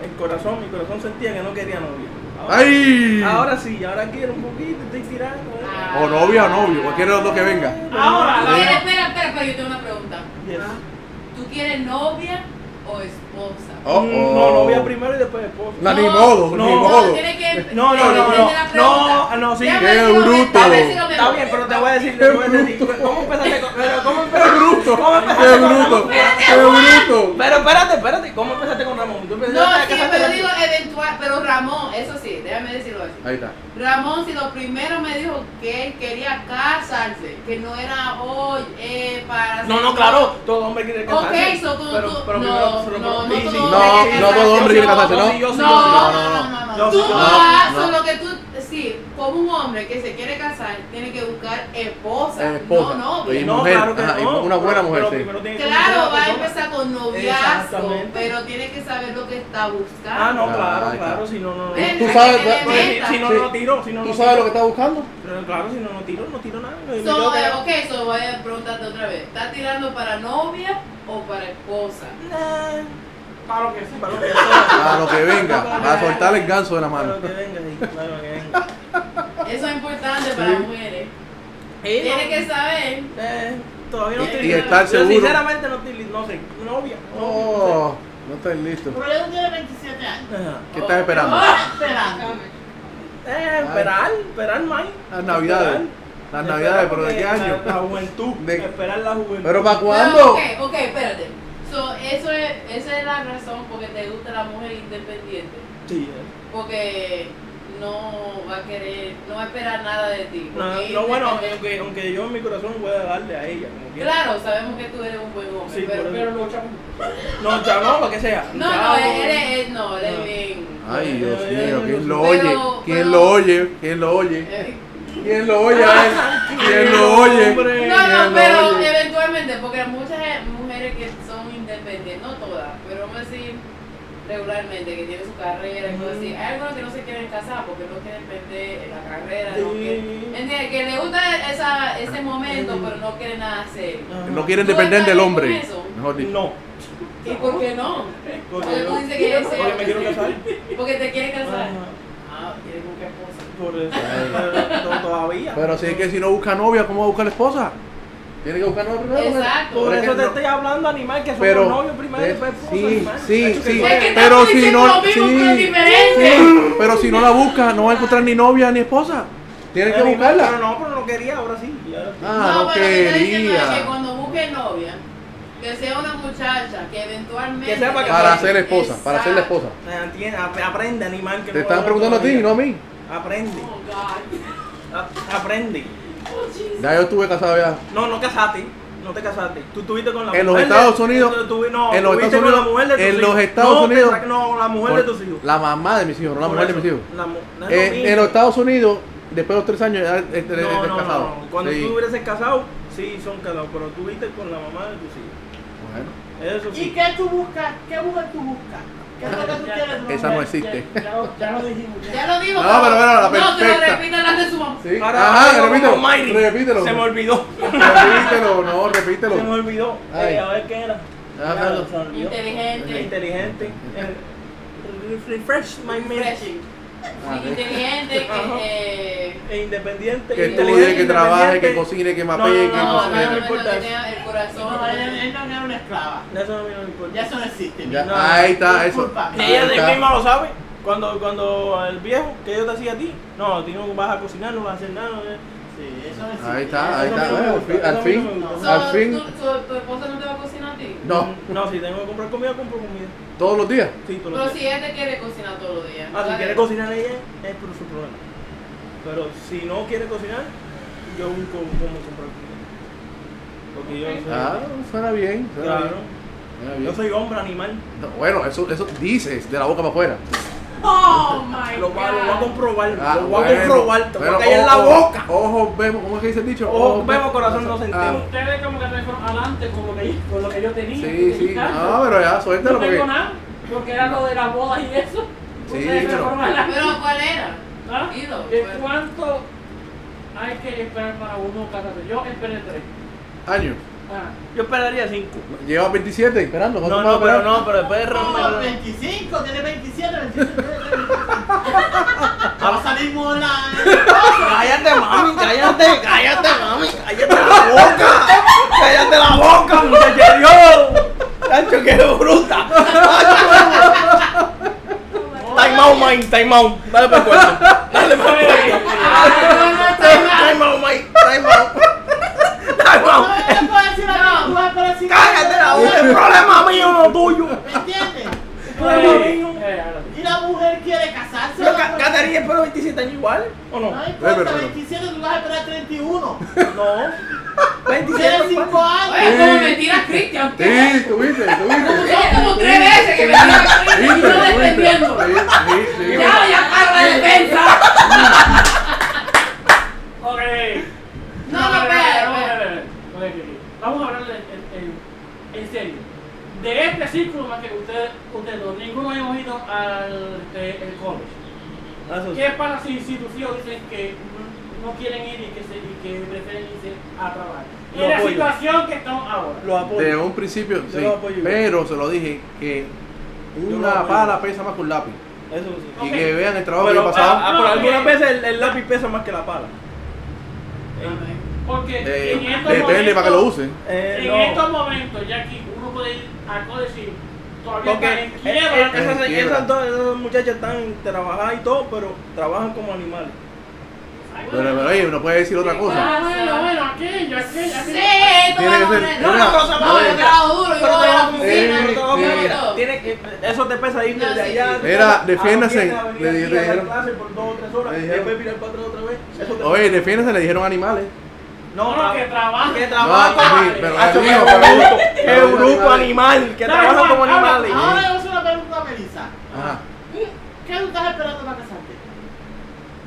Speaker 2: el corazón, mi corazón sentía que no quería novia. Ahora,
Speaker 3: ¡Ay!
Speaker 2: ahora sí, ahora quiero un poquito, estoy tirando. ¿eh?
Speaker 1: Ah.
Speaker 3: O novia o novio, cualquiera de los dos que venga.
Speaker 4: Ahora, la-
Speaker 1: Espera, espera, espera, espera, yo tengo una pregunta.
Speaker 2: Yes.
Speaker 1: ¿Tú quieres novia o esposa?
Speaker 3: Oh, oh.
Speaker 2: Mm, No, novia primero y después esposa.
Speaker 3: No, ni modo,
Speaker 2: No.
Speaker 3: ni
Speaker 1: No,
Speaker 3: modo.
Speaker 1: tiene que
Speaker 2: No, no, no,
Speaker 1: entender
Speaker 2: no.
Speaker 1: la pregunta.
Speaker 2: No, ah, no, sí.
Speaker 1: Déjame
Speaker 3: Qué
Speaker 1: decirlo mejor,
Speaker 3: bruto.
Speaker 1: déjame decirlo
Speaker 2: Está
Speaker 1: mejor.
Speaker 2: bien, pero te voy a decir, te voy a decir. ¿Cómo empezaste con.? Pero, ¿cómo empezaste?
Speaker 3: bruto!
Speaker 2: ¿Cómo empezaste
Speaker 3: ¡Qué
Speaker 2: con
Speaker 3: bruto!
Speaker 2: Ramón?
Speaker 3: ¡Qué bruto!
Speaker 2: Pero espérate, espérate, ¿cómo empezaste con Ramón? ¿Tú empezaste
Speaker 1: No,
Speaker 2: a
Speaker 1: sí,
Speaker 2: casarte
Speaker 1: pero
Speaker 2: con-
Speaker 1: digo eventual, pero Ramón, eso sí, déjame decirlo así.
Speaker 3: Ahí está.
Speaker 1: Ramón, si lo primero me dijo que él quería casarse, que no era hoy eh, para.
Speaker 2: No, no, claro, todo hombre quiere
Speaker 1: Ok,
Speaker 2: casarse.
Speaker 1: so con
Speaker 2: pero,
Speaker 1: tu-
Speaker 2: pero
Speaker 1: no,
Speaker 2: primero solo
Speaker 1: no,
Speaker 2: por-
Speaker 1: no
Speaker 2: Sí, sí.
Speaker 1: todo
Speaker 3: No,
Speaker 1: hombre
Speaker 3: no todo hombre quiere
Speaker 1: No,
Speaker 3: casarse,
Speaker 2: no,
Speaker 3: ¿no?
Speaker 2: sí, yo
Speaker 1: No,
Speaker 2: sí,
Speaker 1: no,
Speaker 2: yo sí,
Speaker 1: no,
Speaker 2: yo
Speaker 1: no, no, no.
Speaker 2: No,
Speaker 1: tú
Speaker 2: no,
Speaker 1: vas,
Speaker 3: no.
Speaker 1: solo que tú, sí, como un hombre que se quiere casar, tiene que buscar esposa,
Speaker 3: Esposa.
Speaker 1: no
Speaker 3: Y
Speaker 1: novia.
Speaker 2: No,
Speaker 3: mujer,
Speaker 2: claro que
Speaker 3: ajá, y
Speaker 2: no.
Speaker 3: una buena mujer,
Speaker 2: Pero
Speaker 3: sí.
Speaker 2: primero tiene que
Speaker 1: Claro,
Speaker 2: conocer
Speaker 1: va a
Speaker 2: persona.
Speaker 1: empezar con noviazgo,
Speaker 2: Exactamente.
Speaker 1: pero tiene que saber lo que está buscando.
Speaker 2: Ah, no, claro,
Speaker 3: Ay,
Speaker 2: claro, si no, no. no.
Speaker 1: Ven,
Speaker 3: Tú
Speaker 1: hay
Speaker 3: sabes, eh,
Speaker 1: que tener
Speaker 2: Porque
Speaker 1: meta.
Speaker 2: si, si no,
Speaker 3: Sí.
Speaker 2: no tiro, si no,
Speaker 3: ¿Tú
Speaker 2: no
Speaker 3: sabes lo
Speaker 2: tiro.
Speaker 3: que estás buscando?
Speaker 2: Pero claro, si no, no tiro, no tiro nada. Me
Speaker 1: So,
Speaker 2: quedo
Speaker 1: eh,
Speaker 2: callado.
Speaker 1: ok, so voy a preguntarte otra vez. ¿Estás tirando para novia o para esposa?
Speaker 2: Nah,
Speaker 4: para lo que sea.
Speaker 2: para lo que sea.
Speaker 3: A lo que venga, a soltar el ganso de la
Speaker 2: Para
Speaker 3: mano.
Speaker 2: lo que venga, sí, para lo que venga.
Speaker 1: Eso es importante para las mujeres. Tiene que saber.
Speaker 2: Eh, todavía no
Speaker 1: Y-
Speaker 2: estoy
Speaker 1: y
Speaker 2: listo.
Speaker 1: estar
Speaker 2: Yo
Speaker 3: seguro.
Speaker 2: sinceramente no estoy listo, no sé, novia. novia,
Speaker 3: Oh, no estás listo.
Speaker 6: Pero ya tú tienes 27 años.
Speaker 2: no sé. Ajá.
Speaker 3: ¿Qué estás esperando?
Speaker 6: Estás
Speaker 1: Ah,
Speaker 6: esperando.
Speaker 2: Eh, esperar, esperar más.
Speaker 3: Las navidades.
Speaker 2: Esperar.
Speaker 3: Las
Speaker 2: Esperar
Speaker 3: navidades, pero ¿de
Speaker 2: porque
Speaker 3: qué año?
Speaker 2: La, la juventud.
Speaker 3: De-
Speaker 2: Esperar la juventud.
Speaker 3: ¿Pero para
Speaker 1: No,
Speaker 3: cuándo?
Speaker 1: ok, ok, espérate. So, eso es, esa es la razón por que te gusta la mujer independiente.
Speaker 2: Sí, eh.
Speaker 1: Porque no va a querer, no va a esperar nada de ti.
Speaker 2: No,
Speaker 1: porque
Speaker 2: no, bueno,
Speaker 1: independiente-
Speaker 2: aunque, aunque yo en mi corazón voy a darle a ella. Como quiera.
Speaker 1: Claro, sabemos que tú eres un buen hombre.
Speaker 2: Sí,
Speaker 1: pero,
Speaker 2: por
Speaker 4: Pero luchamos.
Speaker 2: No, ya no, para que sea.
Speaker 1: no,
Speaker 2: Ya,
Speaker 1: no,
Speaker 2: o-
Speaker 1: él, es- él no, él es
Speaker 2: No.
Speaker 1: bien.
Speaker 2: Ah.
Speaker 3: Ay, Dios
Speaker 2: Pero-
Speaker 3: mío, ¿quién lo
Speaker 1: pero-
Speaker 3: oye?
Speaker 1: pero-
Speaker 3: ¿Quién lo oye? ¿Quién lo oye?
Speaker 1: Eh,
Speaker 3: ¿Quién lo oye? a él? ¿Quién lo
Speaker 2: Hombre.
Speaker 3: oye?
Speaker 1: No,
Speaker 3: Bien,
Speaker 1: no, pero
Speaker 3: oye.
Speaker 1: eventualmente, porque muchas eh, mujeres que son independientes, no todas, pero vamos a decir regularmente que tienen su carrera y cosas así.
Speaker 3: Mm.
Speaker 1: Hay algunas que no se quieren casar porque no quieren perder la carrera, no
Speaker 2: Sí.
Speaker 1: quieren- ¿entiendes? Que le gusta esa, ese momento, pero no quieren nada hacer.
Speaker 2: Ajá.
Speaker 3: Mm. No quieren depender del hombre.
Speaker 1: ¿Tú estás bien con eso?
Speaker 3: Mejor dicho.
Speaker 2: No.
Speaker 1: ¿Y por qué no?
Speaker 2: Porque,
Speaker 1: Porque tú
Speaker 2: yo-
Speaker 1: dices que
Speaker 2: porque me quiero casar.
Speaker 1: Porque te quieres casar.
Speaker 2: Ajá.
Speaker 1: Ah, quieres buscar esposa.
Speaker 2: Por eso. Pero to- todavía.
Speaker 3: Pero si es que si no busca novia, ¿cómo va a buscar esposa? Tiene que buscar novia primero. mujer.
Speaker 1: Exacto.
Speaker 2: Por
Speaker 3: Pero es
Speaker 2: eso
Speaker 3: que
Speaker 2: te
Speaker 3: no-
Speaker 2: estoy hablando, animal, que somos
Speaker 3: Pero-
Speaker 2: novios primero y
Speaker 3: eh,
Speaker 2: después esposos,
Speaker 3: sí,
Speaker 2: animal.
Speaker 3: sí,
Speaker 2: Cacho, que
Speaker 3: sí.
Speaker 1: Es que
Speaker 2: fue-
Speaker 3: Pero
Speaker 1: estamos
Speaker 3: si
Speaker 1: diciendo
Speaker 3: no-
Speaker 1: lo mismo, pero es
Speaker 3: sí.
Speaker 1: diferente.
Speaker 3: Pero si no la busca, no va a encontrar ni novia ni esposa. Tiene que
Speaker 2: Animal, Pero
Speaker 3: buscarla.
Speaker 2: no, pero no quería, ahora sí. y ahora sí.
Speaker 3: Ah, no
Speaker 1: pero lo que estoy diciendo es que
Speaker 3: quería.
Speaker 1: cuando busque novia, que sea una muchacha que eventualmente.
Speaker 2: Que sepa que-
Speaker 3: Para ser esposa, para ser la
Speaker 1: Exacto.
Speaker 3: esposa.
Speaker 2: Eh, tiene- ap- Aprende, animal. Que
Speaker 3: Te
Speaker 2: no
Speaker 3: están
Speaker 2: veo
Speaker 3: preguntando a ti,
Speaker 2: todavía.
Speaker 3: no a mí.
Speaker 2: Aprende.
Speaker 1: Oh, God.
Speaker 2: a- Aprende.
Speaker 1: Oh, Jesus.
Speaker 3: Ya yo estuve casado ya.
Speaker 2: No, no casaste. No te casaste. Tú estuviste con la
Speaker 3: En los
Speaker 2: mujer. de-
Speaker 3: Estados Unidos-
Speaker 2: tú- tú- no,
Speaker 3: en los
Speaker 2: estuviste
Speaker 3: Estados
Speaker 2: con la
Speaker 3: Unidos-
Speaker 2: mujer de tus
Speaker 3: en
Speaker 2: hijos.
Speaker 3: los Estados
Speaker 2: No, te
Speaker 3: Unidos-
Speaker 2: tra- No, la mujer de tus hijos.
Speaker 3: La mamá de mis hijos, no la
Speaker 2: Por
Speaker 3: mujer de
Speaker 2: eso,
Speaker 3: mis hijos.
Speaker 2: la mu- no es lo
Speaker 3: Eh,
Speaker 2: mismo.
Speaker 3: En los Estados Unidos, después de los tres años, ya este, eres
Speaker 2: No, no, no,
Speaker 3: casado.
Speaker 2: no. Cuando
Speaker 3: Sí.
Speaker 2: tú hubieras casado, sí, son casados. Pero tú viste con la mamá de tus hijos.
Speaker 3: Bueno,
Speaker 2: Eso
Speaker 6: ¿Y
Speaker 2: sí.
Speaker 6: qué tú buscas? ¿Qué mujer tú buscas? ¿Qué es lo que tú quieres? de una
Speaker 3: Esa no
Speaker 6: mujer?
Speaker 3: existe.
Speaker 4: Ya, ya lo- ya lo dijimos. ya.
Speaker 1: Ya lo digo.
Speaker 3: No, pero bueno, la
Speaker 1: No, te lo
Speaker 3: perfecta.
Speaker 1: repito delante de su mamá.
Speaker 3: sí.
Speaker 2: Ahora-
Speaker 3: Ajá,
Speaker 2: ahora
Speaker 3: repítelo.
Speaker 2: con Mayri.
Speaker 3: Repítelo.
Speaker 2: Se me olvidó.
Speaker 3: Repítelo, no,
Speaker 2: Se me
Speaker 3: repítelo.
Speaker 2: olvidó.
Speaker 3: Ay.
Speaker 2: Eh, a ver qué era.
Speaker 3: Ah,
Speaker 2: Ya,
Speaker 3: perdón.
Speaker 2: se me olvidó.
Speaker 1: Inteligente.
Speaker 2: Inteligente. Eh, Refresh my mind.
Speaker 1: refreshing,
Speaker 3: Ah, sí.
Speaker 1: Inteligente.
Speaker 2: Ajá.
Speaker 1: que, eh,
Speaker 2: E Independiente.
Speaker 3: Que
Speaker 2: inteligente,
Speaker 3: estudie, que trabaje, que
Speaker 2: independiente.
Speaker 3: cocine, que
Speaker 2: No,
Speaker 3: mapee,
Speaker 2: no,
Speaker 3: que
Speaker 1: No,
Speaker 2: no,
Speaker 1: no,
Speaker 2: no
Speaker 1: no,
Speaker 3: cocine.
Speaker 2: me
Speaker 1: no,
Speaker 2: importa eso.
Speaker 1: tenía el corazón.
Speaker 6: No, él, él no era una esclava.
Speaker 2: Eso no me importa.
Speaker 6: Ya eso no existe.
Speaker 3: Ya,
Speaker 6: mi-
Speaker 2: No.
Speaker 3: Ahí está, eso.
Speaker 6: Disculpa.
Speaker 2: Que ella
Speaker 3: Ahí
Speaker 2: de
Speaker 3: está.
Speaker 2: misma lo sabe. Cuando, cuando el viejo que yo te hacía a ti, no, tú no vas a cocinar, no vas a hacer nada. eh,
Speaker 6: Sí, eso es
Speaker 3: Ahí
Speaker 6: sí.
Speaker 3: está, ahí
Speaker 6: Eso
Speaker 3: está.
Speaker 6: no me
Speaker 3: Al
Speaker 6: gusta.
Speaker 3: fin- al fin.
Speaker 1: So,
Speaker 3: Al fin-
Speaker 1: ¿tú- so, ¿Tu esposa no te va a cocinar a ti?
Speaker 3: No,
Speaker 2: No, si tengo que comprar comida, compro comida.
Speaker 3: todos los días.
Speaker 2: Sí, todos los
Speaker 1: Pero
Speaker 2: días.
Speaker 1: si ella te quiere cocinar todos los días.
Speaker 2: Ah, si
Speaker 1: ¿vale?
Speaker 2: quiere cocinar ella, es por su problema. Pero si no quiere cocinar, yo busco cómo comprar comida. Porque yo no soy,
Speaker 3: Ah, suena bien. Suena
Speaker 2: claro,
Speaker 3: bien, suena
Speaker 2: yo
Speaker 3: bien.
Speaker 2: soy hombre animal.
Speaker 3: No, bueno, eso, eso dices de la boca para afuera.
Speaker 1: Oh my
Speaker 2: Lo, va- lo voy a
Speaker 1: god.
Speaker 2: comprobar,
Speaker 3: Ah,
Speaker 2: lo voy a
Speaker 3: bueno,
Speaker 2: comprobar, te voy
Speaker 3: pero
Speaker 2: a callar la
Speaker 3: ojo-
Speaker 2: boca.
Speaker 3: Ojos vemos, ¿cómo es que dice el dicho?
Speaker 2: Ojo, vemos, corazón no
Speaker 3: Ah,
Speaker 2: sentimos.
Speaker 4: Ustedes como que me fueron adelante con lo que, con lo que yo tenía.
Speaker 3: Sí, sí.
Speaker 4: Claro.
Speaker 3: No, pero ya, suéltalo
Speaker 4: No
Speaker 3: porque.
Speaker 4: tengo nada, porque era lo de las bodas y eso.
Speaker 3: Sí,
Speaker 4: Ustedes me
Speaker 3: pero-
Speaker 4: fueron adelante.
Speaker 1: Pero ¿cuál era?
Speaker 4: ¿Ah?
Speaker 1: Ido,
Speaker 4: ¿De
Speaker 1: pues.
Speaker 4: cuánto hay que esperar para uno casarse? Yo esperé tres.
Speaker 3: Años.
Speaker 4: Ah.
Speaker 2: Yo esperaría cinco.
Speaker 3: Lleva 27 esperando. ¿cuánto
Speaker 2: No,
Speaker 3: más
Speaker 2: no, pero
Speaker 3: esperar?
Speaker 2: no, pero después de
Speaker 6: No,
Speaker 2: reunirme.
Speaker 6: 25, tiene 27, 27. Va a salir mola.
Speaker 2: Cállate, mami, cállate, cállate, mami, cállate la boca. Cállate la boca, muchacho. Dios. Tacho, que bruta. Time out, mine, time out. Dale por cuarto. Dale por cuarto. Time out, mine, time out. Time out. Cállate la boca, es problema mío, no tuyo.
Speaker 6: ¿Me entiendes?
Speaker 4: Eh, eh, ahora sí.
Speaker 6: Y la mujer quiere casarse.
Speaker 2: Yo,
Speaker 6: ¿no?
Speaker 2: Ca- Caterina, espero 27 años igual, ¿o no?
Speaker 6: No
Speaker 3: Pero,
Speaker 6: importa,
Speaker 3: pero-
Speaker 6: 27 tú vas a esperar 31.
Speaker 2: No. 27
Speaker 6: Tienes 5
Speaker 2: igual.
Speaker 6: años.
Speaker 1: Oye, como me tiras Cristian, ¿qué?
Speaker 3: Sí, tuviste, tuviste.
Speaker 1: Son como tres veces que me tiras Cristian y yo defendiendo.
Speaker 3: Sí, sí, sí.
Speaker 1: Ya, ya para la defensa.
Speaker 4: Ok.
Speaker 1: No, no,
Speaker 4: espera,
Speaker 1: espera,
Speaker 4: no,
Speaker 1: espera.
Speaker 4: espera, espera. Ok, ok, ok. Vamos a hablar en, en- en serio. De este círculo más que ustedes, ustedes dos, ninguno hemos ido al este, el college. ¿Qué pasa si, si tus hijos dicen que no, no quieren ir y que, se, y que prefieren irse a trabajar? Y
Speaker 2: Lo
Speaker 4: la
Speaker 2: apoyo.
Speaker 4: situación que estamos ahora.
Speaker 2: Lo
Speaker 3: De
Speaker 2: apoyo.
Speaker 3: un principio,
Speaker 2: Yo
Speaker 3: sí.
Speaker 2: lo apoyo.
Speaker 3: Pero se lo dije que
Speaker 2: lo
Speaker 3: una
Speaker 2: apoyo.
Speaker 3: pala pesa más que un lápiz.
Speaker 2: Eso sí.
Speaker 3: Y
Speaker 4: Ok.
Speaker 3: que vean el trabajo que
Speaker 2: Pero
Speaker 3: ha pasado.
Speaker 2: ah, ah, pero
Speaker 4: No,
Speaker 2: algunas
Speaker 4: que-
Speaker 2: veces el, el lápiz pesa más que la pala.
Speaker 4: Porque
Speaker 3: Eh,
Speaker 4: en estos
Speaker 3: depende
Speaker 4: momentos,
Speaker 3: para que lo usen.
Speaker 2: Eh,
Speaker 4: En
Speaker 2: no.
Speaker 4: estos momentos, ya que uno puede ir a college y todavía
Speaker 2: Porque
Speaker 4: está en
Speaker 2: eh, eh,
Speaker 4: quiebra.
Speaker 3: eh,
Speaker 2: esas,
Speaker 3: En quiebra.
Speaker 2: esas dos, esas dos muchachas están trabajadas y todo, pero trabajan como animales.
Speaker 4: Ay,
Speaker 3: Pero, pero oye, uno puede decir otra cosa.
Speaker 4: Ah, bueno, bueno, aquello, aquello,
Speaker 1: Sí,
Speaker 4: aquello.
Speaker 1: tú
Speaker 3: Tiene
Speaker 1: vas
Speaker 3: que
Speaker 1: a
Speaker 3: ser-
Speaker 1: poner-
Speaker 3: no,
Speaker 1: No,
Speaker 3: no,
Speaker 1: no, pero
Speaker 3: pero se
Speaker 1: trabajo
Speaker 3: puede-
Speaker 1: duro, yo voy a
Speaker 2: Pero
Speaker 1: la
Speaker 2: trabajan-
Speaker 1: oficina,
Speaker 2: sí,
Speaker 1: yo trabajo
Speaker 2: sí.
Speaker 1: con
Speaker 2: Mira,
Speaker 1: todo.
Speaker 2: tiene que- eso te pesa ir
Speaker 1: No,
Speaker 2: desde
Speaker 1: sí,
Speaker 2: allá. Ah,
Speaker 1: sí.
Speaker 3: Mira,
Speaker 2: a la
Speaker 3: defiéndase,
Speaker 2: oficina, a venir
Speaker 3: le-
Speaker 2: aquí
Speaker 3: le
Speaker 2: a dar
Speaker 3: dijeron.
Speaker 2: clase por dos o tres horas,
Speaker 3: Le
Speaker 2: y
Speaker 3: dijeron.
Speaker 2: después mirar para atrás otra vez. Eso te-
Speaker 3: Oye, defiéndase, le dijeron animales.
Speaker 2: no,
Speaker 4: No,
Speaker 2: tra-
Speaker 4: que trabajan.
Speaker 2: que
Speaker 3: No,
Speaker 2: trabajan como
Speaker 3: sí,
Speaker 2: animales.
Speaker 3: pero
Speaker 2: Hacho,
Speaker 3: amigos,
Speaker 2: qué
Speaker 3: pero-
Speaker 2: bruto,
Speaker 3: pero
Speaker 2: qué
Speaker 3: amigos,
Speaker 2: bruto
Speaker 3: animales.
Speaker 2: animal, que
Speaker 4: No,
Speaker 2: trabajan
Speaker 4: Juan,
Speaker 2: como
Speaker 4: habla,
Speaker 2: animales.
Speaker 1: Ah.
Speaker 6: Ahora yo voy a hacer una pregunta a Melissa.
Speaker 3: Ajá.
Speaker 6: ¿Qué tú estás esperando para casarte?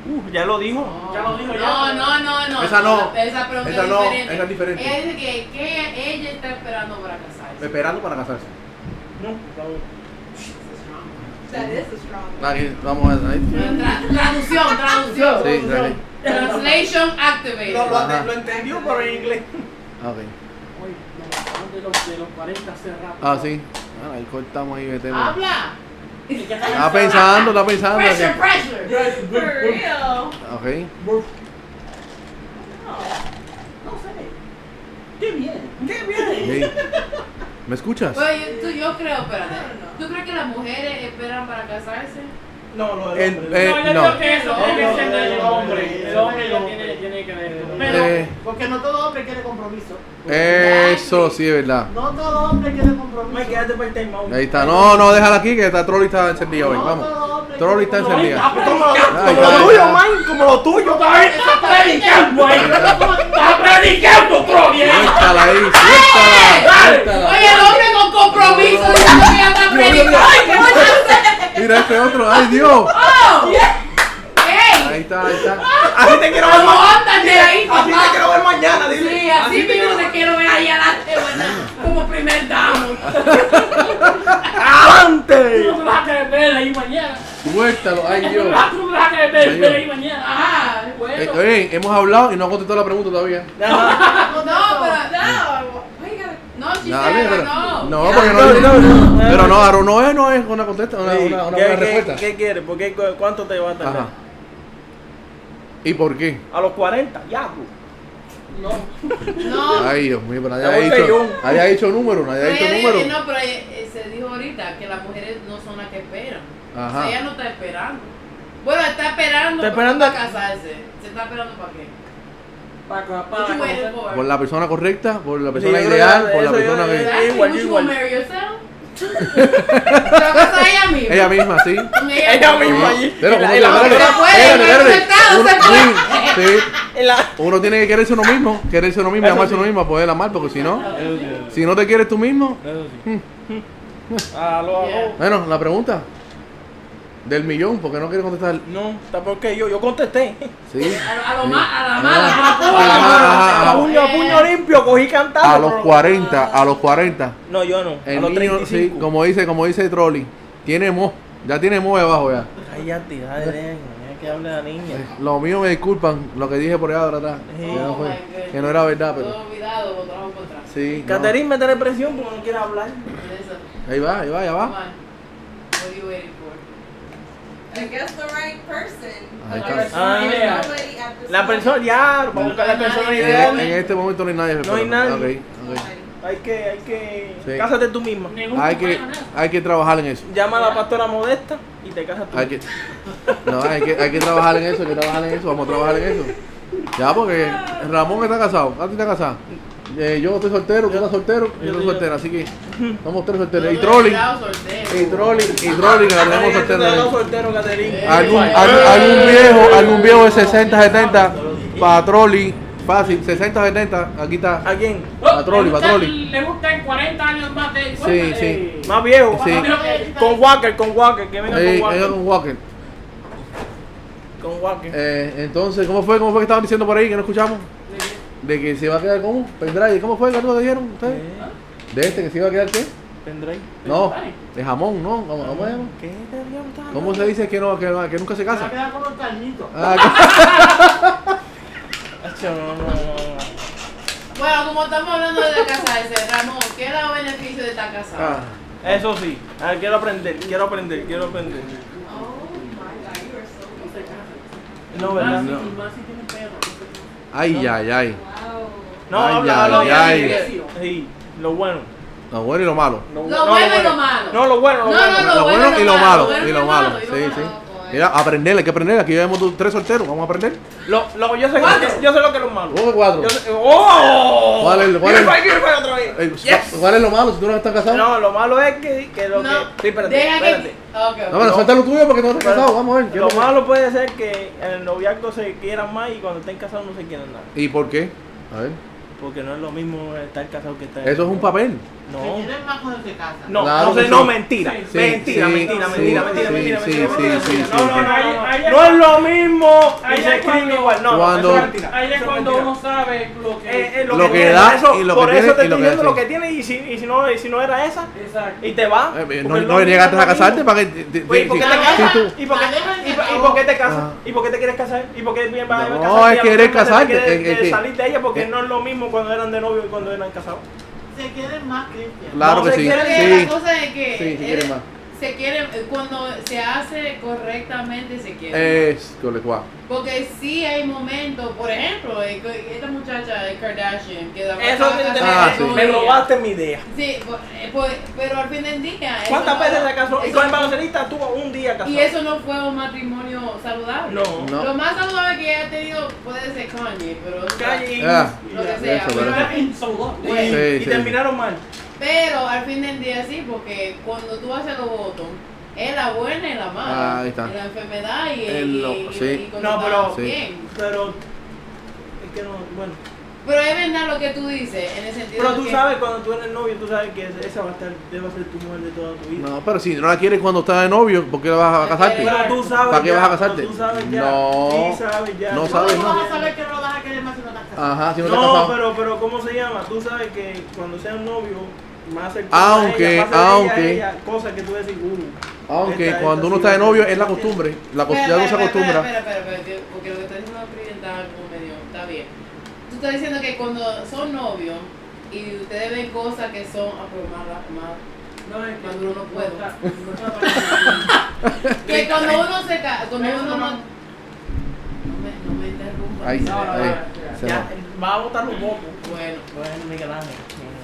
Speaker 2: Uh, ya lo dijo.
Speaker 1: Ah.
Speaker 4: Ya lo dijo, ya.
Speaker 1: No, no, no, no.
Speaker 3: Esa no.
Speaker 1: Esa pregunta
Speaker 3: Esa
Speaker 1: es
Speaker 3: no,
Speaker 1: diferente.
Speaker 3: esa es diferente.
Speaker 1: Ella dice que, que ella está esperando para casarse.
Speaker 3: Esperando para casarse.
Speaker 2: No, por favor.
Speaker 5: That is a strong one.
Speaker 3: Aquí, vamos a ahí.
Speaker 1: Tra- traducción, traducción.
Speaker 3: Sí, dale.
Speaker 1: Translation activated.
Speaker 2: Lo, lo-
Speaker 3: Ajá.
Speaker 2: lo entendió, pero en inglés.
Speaker 3: Ah, ok.
Speaker 4: Uy, no, de los, de los 40 hace rato.
Speaker 3: Ah, sí. Ah, ahí cortamos ahí el tema.
Speaker 6: Habla.
Speaker 4: Y que está-
Speaker 3: Está pensando, está pensando.
Speaker 1: Pressure, pressure.
Speaker 5: For real. Oh.
Speaker 3: Ok.
Speaker 4: No sé. Qué bien. Qué bien.
Speaker 3: Sí. ¿Me escuchas?
Speaker 1: Pues yo, yo creo, espérate.
Speaker 5: I don't know.
Speaker 1: ¿Tú crees que las mujeres esperan para casarse?
Speaker 2: No, lo
Speaker 3: En-
Speaker 2: hombre.
Speaker 3: eh,
Speaker 4: no, yo
Speaker 3: no.
Speaker 4: creo que eso tiene
Speaker 6: No,
Speaker 4: que ser
Speaker 6: no,
Speaker 4: del
Speaker 6: no,
Speaker 4: hombre. El
Speaker 6: no,
Speaker 4: hombre ya
Speaker 6: no,
Speaker 4: tiene,
Speaker 6: no.
Speaker 4: tiene que ver. Pero,
Speaker 3: Eh,
Speaker 6: Porque no todo hombre quiere compromiso.
Speaker 3: eso sí es verdad.
Speaker 6: No todo hombre quiere compromiso.
Speaker 2: Me quedaste para el time out.
Speaker 3: Ahí está. No, no, déjala aquí que está Trolly está encendida hoy.
Speaker 6: No
Speaker 3: Vamos.
Speaker 6: todo hombre
Speaker 3: Trolly
Speaker 6: quiere
Speaker 3: está
Speaker 6: compromiso.
Speaker 3: encendida.
Speaker 2: Como lo,
Speaker 3: Ahí
Speaker 2: como
Speaker 3: está,
Speaker 2: lo
Speaker 3: ahí
Speaker 2: tuyo,
Speaker 3: está.
Speaker 2: man, como lo tuyo.
Speaker 4: está predicando ahí. Está predicando, bro. Bien.
Speaker 3: Suéltala ahí, suéltala.
Speaker 1: Oye, el hombre con compromiso diciendo que ya está predicando.
Speaker 3: Mira este otro. ¡Ay, Dios!
Speaker 1: ¡Ey!
Speaker 3: Ahí está, ahí está.
Speaker 2: Así te quiero ver mañana.
Speaker 1: ¡Levántate de ahí,
Speaker 2: Así te
Speaker 1: papá!
Speaker 2: quiero ver mañana, dile.
Speaker 1: Sí, así mismo te quiero ver ahí adelante, buena, como primer damo.
Speaker 4: Tú no
Speaker 2: ¡Adelante!
Speaker 4: te vas a querer ver ahí mañana.
Speaker 3: Suéltalo, ay
Speaker 4: Tú no
Speaker 3: Dios.
Speaker 4: vas- tú no te vas a querer ver, ver ahí mañana.
Speaker 1: Ajá.
Speaker 4: Ah,
Speaker 3: Eh,
Speaker 4: bueno.
Speaker 3: oye, hemos hablado y no ha contestado la pregunta todavía.
Speaker 2: Ajá.
Speaker 1: No, pero.
Speaker 5: No. Why you gotta-
Speaker 1: No,
Speaker 3: Dale,
Speaker 1: Chisela,
Speaker 3: pero-
Speaker 1: no.
Speaker 3: no, porque no,
Speaker 2: No, no, no.
Speaker 3: Pero no, Aaron, no es, no es una contesta, una,
Speaker 2: Sí,
Speaker 3: una- una
Speaker 2: ¿Qué,
Speaker 3: buena
Speaker 2: qué-
Speaker 3: respuesta.
Speaker 2: qué quieres? ¿Por qué? ¿Cu- ¿Cuánto te va a tardar?
Speaker 3: Ajá. ¿Y por qué?
Speaker 2: A los 40, ya. pues. bro.
Speaker 4: No.
Speaker 1: No,
Speaker 3: Ay, Dios mío, pero nadie
Speaker 2: Ya
Speaker 3: ha
Speaker 2: voy
Speaker 3: dicho,
Speaker 2: yo.
Speaker 3: nadie ha dicho número, nadie ha
Speaker 1: pero
Speaker 3: dicho
Speaker 1: ella dijo que
Speaker 3: número.
Speaker 1: no, pero ella- eh, se dijo ahorita que las mujeres no son las que esperan.
Speaker 3: Ajá.
Speaker 1: O sea, ella no está esperando. Bueno, está esperando,
Speaker 2: Está
Speaker 1: pero
Speaker 2: esperando
Speaker 1: para casarse. ¿Se está esperando para qué?
Speaker 4: para, para
Speaker 1: What you waiting
Speaker 4: conocer.
Speaker 1: for?
Speaker 3: Por la persona correcta, por la persona
Speaker 2: Sí, yo creo
Speaker 3: ideal,
Speaker 2: que
Speaker 3: por la
Speaker 2: eso yo
Speaker 3: persona
Speaker 2: creo
Speaker 3: que.
Speaker 1: Exactly,
Speaker 2: Igual,
Speaker 1: would you
Speaker 2: igual.
Speaker 1: marry yourself? Se va a casar ella misma.
Speaker 3: Ella misma, sí.
Speaker 1: Con ella,
Speaker 2: Ella
Speaker 1: misma.
Speaker 2: misma allí.
Speaker 3: Pero
Speaker 2: Y la-
Speaker 3: uno-
Speaker 2: y la-
Speaker 3: espérate,
Speaker 1: se puede,
Speaker 3: espérate,
Speaker 1: no
Speaker 3: espérate.
Speaker 1: es aceptado,
Speaker 3: Uno-
Speaker 1: se puede.
Speaker 3: sí, sí.
Speaker 2: en la-
Speaker 3: Uno tiene que quererse uno mismo, quererse uno mismo,
Speaker 2: Eso
Speaker 3: amarse
Speaker 2: sí.
Speaker 3: uno mismo, poder amar, porque si no,
Speaker 2: Eso sí.
Speaker 3: si no te quieres tú mismo,
Speaker 2: Eso sí. Aló, aló.
Speaker 1: Yeah.
Speaker 3: bueno, la pregunta del millón, porque no quieres contestar.
Speaker 2: No, tampoco que yo, yo contesté.
Speaker 3: Sí.
Speaker 1: A lo- a lo
Speaker 3: Sí.
Speaker 1: ma- a la
Speaker 3: Ah,
Speaker 1: mala,
Speaker 3: ah, ah,
Speaker 2: A
Speaker 3: ah,
Speaker 2: puño, a puño limpio, cogí cantando.
Speaker 3: A los
Speaker 2: pero-
Speaker 3: 40, a los 40.
Speaker 2: No, yo no. A
Speaker 3: El
Speaker 2: los
Speaker 3: niño, sí,
Speaker 2: 35.
Speaker 3: como dice, como dice Trolli, tiene mo, ya tiene mo debajo ya.
Speaker 2: Cállate, dale, deja que hable la niña.
Speaker 3: Lo mío me disculpan, lo que dije por allá atrás, que no,
Speaker 2: Oh
Speaker 3: fue, que no era verdad, pero
Speaker 1: Todo olvidado, lo trajo para atrás.
Speaker 3: sí. no.
Speaker 2: Caterín, me tiene presión porque no quiere hablar.
Speaker 1: Vanessa,
Speaker 3: Ahí va, ahí va, ahí
Speaker 1: come
Speaker 3: va.
Speaker 1: on. What are you waiting for?
Speaker 5: I guess the right person.
Speaker 3: Ahí
Speaker 5: But
Speaker 3: está.
Speaker 5: there's
Speaker 2: Ah.
Speaker 5: nobody at this
Speaker 2: La persona,
Speaker 5: moment.
Speaker 2: ya, para buscar la persona
Speaker 1: Nadie.
Speaker 3: En, en
Speaker 2: ideal.
Speaker 3: este momento no hay nadie.
Speaker 2: No hay
Speaker 3: pero- ok,
Speaker 2: nadie.
Speaker 3: ok.
Speaker 5: Nobody.
Speaker 2: Hay que, hay que.
Speaker 3: Sí.
Speaker 2: Cásate tú misma.
Speaker 4: Ningún
Speaker 3: Hay que,
Speaker 4: compañero, nada.
Speaker 3: hay que trabajar en eso.
Speaker 2: Llama a la pastora modesta y te casas tú.
Speaker 3: Hay que, no, hay que, hay que trabajar en eso, hay que trabajar en eso, vamos a trabajar en eso. Ya, porque Ramón está casado, Katy está casada. Eh, yo estoy soltero, tú estás soltero, yo estoy soltera, así que somos tres solteros. Y trolling,
Speaker 1: Cuidado, soltero.
Speaker 3: y trolling, y trolling, que
Speaker 2: Ay,
Speaker 3: hablamos
Speaker 2: tú te has dado
Speaker 3: solteros.
Speaker 2: soltero, Caterín.
Speaker 1: Eh.
Speaker 3: Algún, algún, algún viejo, algún viejo de 60, 70, para trolling, fácil, 60, 70, aquí está.
Speaker 2: ¿A quién?
Speaker 3: Patroli,
Speaker 4: Le gusta-
Speaker 3: patroli.
Speaker 4: Le gustan 40 años más de.
Speaker 3: Sí, sí.
Speaker 2: Más viejo.
Speaker 3: Sí.
Speaker 2: Con Walker, con Walker, que venga
Speaker 3: Eh,
Speaker 2: con
Speaker 3: eh,
Speaker 2: Walker.
Speaker 3: un Walker.
Speaker 2: Con Walker.
Speaker 3: Eh, entonces, ¿cómo fue? ¿Cómo fue que estaban diciendo por ahí que no escuchamos? De que se iba a quedar como pendrive. ¿Cómo fue? ¿Cuándo lo dijeron ustedes?
Speaker 2: ¿Eh?
Speaker 3: De este que se iba a quedar qué?
Speaker 2: ¿Pendrive?
Speaker 3: No,
Speaker 4: Pendrive.
Speaker 3: de jamón, ¿no? ¿Cómo, cómo se llama?
Speaker 2: ¿Qué te río,
Speaker 3: ¿Cómo se dice que no, que, no- que nunca se
Speaker 6: Se va a
Speaker 3: casa?
Speaker 6: quedar con los carnitos.
Speaker 3: Ah,
Speaker 2: Acho, no, no, no, no.
Speaker 1: Bueno, como estamos hablando de casarse, Ramón, ¿qué es el beneficio de estar casado?
Speaker 3: ah,
Speaker 2: Eso sí. Ah, quiero aprender, quiero aprender, quiero aprender.
Speaker 5: Oh my
Speaker 3: Ah,
Speaker 2: No,
Speaker 5: god, you are so
Speaker 4: Más
Speaker 2: ¿verdad?
Speaker 4: si-
Speaker 2: No,
Speaker 4: y más si tiene perro.
Speaker 3: ay, ay, ay.
Speaker 5: Wow.
Speaker 3: Ay,
Speaker 2: habla,
Speaker 3: ay,
Speaker 2: habla. bien,
Speaker 3: ay.
Speaker 2: bien. Sí, lo bueno.
Speaker 3: Lo bueno y lo malo.
Speaker 2: Lo,
Speaker 1: Lo bueno y lo malo.
Speaker 2: No, lo bueno, lo
Speaker 1: No,
Speaker 2: bueno.
Speaker 1: no, no.
Speaker 3: Lo bueno y lo malo.
Speaker 1: bueno
Speaker 3: Y lo malo.
Speaker 1: y lo
Speaker 3: Sí,
Speaker 1: malo.
Speaker 3: sí. Mira, aprender, hay que aprender. Aquí vemos dos- tres solteros, vamos a aprender.
Speaker 2: Lo, lo- yo, sé que,
Speaker 1: Cuatro.
Speaker 2: yo sé lo que es lo malo.
Speaker 3: Uno de cuatro.
Speaker 2: Yo sé- ¡Oh!
Speaker 3: ¿Cuál es- cuál es?
Speaker 2: Give me five, give me five otra vez.
Speaker 3: Eh,
Speaker 2: Yes.
Speaker 3: ¿Cuál es lo malo si tú no estás casado? No,
Speaker 2: No, lo malo es que, que lo
Speaker 1: No,
Speaker 2: que. Sí, espérate.
Speaker 1: deja
Speaker 2: espérate.
Speaker 1: que... Okay, ok.
Speaker 3: pero suelta lo tuyo porque no estás casado. Vamos a ver. ¿qué
Speaker 2: Lo
Speaker 3: es lo que-
Speaker 2: malo puede ser que en el noviazgo se quieran más y cuando estén casados no se quieran nada.
Speaker 3: ¿Y por qué? A ver.
Speaker 2: Porque no es lo mismo estar casado que estar.
Speaker 3: Eso es un papel.
Speaker 6: Se
Speaker 2: No.
Speaker 6: quieren más cuando se casan.
Speaker 2: No,
Speaker 3: Claro
Speaker 2: no, sé,
Speaker 3: que
Speaker 2: no,
Speaker 3: sí.
Speaker 2: mentira.
Speaker 4: Sí,
Speaker 3: sí,
Speaker 2: mentira,
Speaker 3: sí,
Speaker 2: mentira,
Speaker 3: sí,
Speaker 2: mentira,
Speaker 3: sí,
Speaker 2: mentira,
Speaker 3: sí, sí,
Speaker 2: mentira, mentira,
Speaker 3: sí,
Speaker 2: mentira,
Speaker 3: sí,
Speaker 2: mentira.
Speaker 3: sí,
Speaker 2: No, no,
Speaker 3: sí.
Speaker 2: no, no.
Speaker 4: Ahí- ahí
Speaker 2: No
Speaker 4: es
Speaker 2: es lo mismo y se
Speaker 4: ahí es
Speaker 2: escribe
Speaker 4: cuando-
Speaker 2: igual. No, no,
Speaker 3: cuando-
Speaker 2: eso es mentira.
Speaker 4: Ahí es
Speaker 2: Eso
Speaker 4: cuando
Speaker 2: mentira.
Speaker 4: uno sabe lo que.
Speaker 2: Eh, eh, lo,
Speaker 3: Lo
Speaker 2: que,
Speaker 3: que
Speaker 2: tiene,
Speaker 3: da y
Speaker 2: eso-
Speaker 3: lo que
Speaker 2: por
Speaker 3: tiene y lo
Speaker 2: eso te estoy
Speaker 3: que
Speaker 2: diciendo lo
Speaker 3: hace.
Speaker 2: que tiene y si, y si no, y si no era esa
Speaker 4: Exacto.
Speaker 2: y te va.
Speaker 3: Eh, No,
Speaker 2: Ah, porque
Speaker 3: no llegaste a
Speaker 2: lo mismo.
Speaker 3: casarte para que. te- te-
Speaker 2: Oye, ¿y
Speaker 3: sí,
Speaker 2: por qué
Speaker 3: sí.
Speaker 2: te casas?
Speaker 3: Sí, tú.
Speaker 2: ¿Y por qué, y, por- y por qué te casas?
Speaker 3: Ah.
Speaker 2: ¿Y por qué te quieres casar? ¿Y por qué bien vas a
Speaker 3: No,
Speaker 2: casarte?
Speaker 3: es
Speaker 2: Y a
Speaker 3: que eres
Speaker 2: los hombres te
Speaker 3: casarte,
Speaker 2: quieres-
Speaker 3: es- es
Speaker 2: quieres
Speaker 3: que-
Speaker 2: salir de ella porque
Speaker 3: es-
Speaker 2: no es lo mismo cuando eran de novio y cuando eran casados.
Speaker 6: Se quieren más, Cristian.
Speaker 3: Claro
Speaker 2: No
Speaker 3: que
Speaker 2: se
Speaker 3: sí.
Speaker 2: quiere
Speaker 1: Porque
Speaker 3: Sí,
Speaker 1: la cosa es que...
Speaker 3: sí, sí, quiere
Speaker 1: él-
Speaker 3: más.
Speaker 1: Se quiere... Cuando se hace correctamente, se quiere.
Speaker 3: Es con el cual.
Speaker 1: Porque sí hay momentos, por ejemplo, eh, que esta muchacha de Kardashian que la
Speaker 2: Eso
Speaker 1: pasaba
Speaker 2: te- te-
Speaker 1: casada
Speaker 3: Ah, sí.
Speaker 1: con
Speaker 2: me
Speaker 1: ella.
Speaker 2: robaste mi idea.
Speaker 1: Sí, po- eh, po- pero al fin del día. eso
Speaker 2: ¿Cuántas
Speaker 1: no-
Speaker 2: veces se casó? Y
Speaker 1: eso
Speaker 2: con el
Speaker 1: no-
Speaker 2: baloncelista tuvo un día casado.
Speaker 1: Y eso no fue un matrimonio saludable.
Speaker 2: No.
Speaker 3: No.
Speaker 1: Lo más saludable que haya tenido puede ser Kanye, pero.
Speaker 2: Calle y-
Speaker 3: Ah.
Speaker 1: Lo que
Speaker 2: y-
Speaker 1: sea.
Speaker 3: Eso,
Speaker 1: pero,
Speaker 3: ¿verdad?
Speaker 4: En so long.
Speaker 1: Bueno.
Speaker 2: y-
Speaker 3: Sí,
Speaker 2: y
Speaker 3: sí.
Speaker 2: terminaron mal.
Speaker 1: pero al fin del día sí, porque cuando tú haces los votos, es la buena y la mala.
Speaker 3: Ah, ahí está.
Speaker 1: y La enfermedad y.
Speaker 3: Es
Speaker 1: y-
Speaker 3: lo-
Speaker 1: y-
Speaker 3: sí.
Speaker 1: y cuando
Speaker 2: No, pero-
Speaker 1: estás
Speaker 3: Sí.
Speaker 1: bien.
Speaker 2: Pero es que no, bueno.
Speaker 1: Pero es verdad lo que tú dices, en el sentido.
Speaker 2: Pero
Speaker 1: de
Speaker 2: tú
Speaker 1: que-
Speaker 2: sabes cuando tú eres novio, tú sabes que esa va a estar, esa va a ser tu mujer de toda tu vida.
Speaker 3: No, pero si no la quieres cuando estás de novio, ¿por qué la vas a casarte?
Speaker 2: Pero tú sabes
Speaker 3: ¿Para qué
Speaker 2: ya,
Speaker 3: vas a casarte?
Speaker 2: pero tú sabes ya,
Speaker 3: No.
Speaker 2: sí sabes ya.
Speaker 3: No
Speaker 2: No,
Speaker 3: sabes,
Speaker 6: ¿Cómo
Speaker 3: no.
Speaker 6: vas a saber que no lo vas a querer más si no estás casado?
Speaker 3: Ajá, si no, estás casado.
Speaker 2: pero, pero ¿cómo se llama? Tú sabes que cuando sean novios, más cercano
Speaker 3: Aunque,
Speaker 2: a ella, más cercana
Speaker 3: aunque.
Speaker 2: a ella, cosas que tú decís, uh,
Speaker 3: Aunque
Speaker 2: esta-
Speaker 3: cuando
Speaker 2: esta
Speaker 3: uno
Speaker 2: sí
Speaker 3: está de
Speaker 2: va a
Speaker 3: novio
Speaker 2: ser-
Speaker 3: es la costumbre, la
Speaker 1: Espera,
Speaker 3: cos- Ah, pues ya uno
Speaker 1: espera,
Speaker 3: se
Speaker 1: espera,
Speaker 3: acostumbra.
Speaker 1: Espera, espera, espera, que- porque lo que está diciendo Frida está como medio, está bien. Tú estás diciendo que cuando son novios y ustedes ven cosas que son ah, pues, aprobadas, más,
Speaker 4: No, es que
Speaker 1: Maduro no puedo.
Speaker 4: está- no está para-
Speaker 1: que cuando uno se casa, cuando
Speaker 4: Eso
Speaker 1: uno no, no
Speaker 4: no.
Speaker 1: me, no me interrumpa.
Speaker 3: Ahí se
Speaker 4: No, no,
Speaker 3: ahí
Speaker 4: no,
Speaker 3: se
Speaker 2: ya,
Speaker 3: va.
Speaker 2: va a botar un poco.
Speaker 1: Bueno,
Speaker 2: Bueno, Miguel Ángel.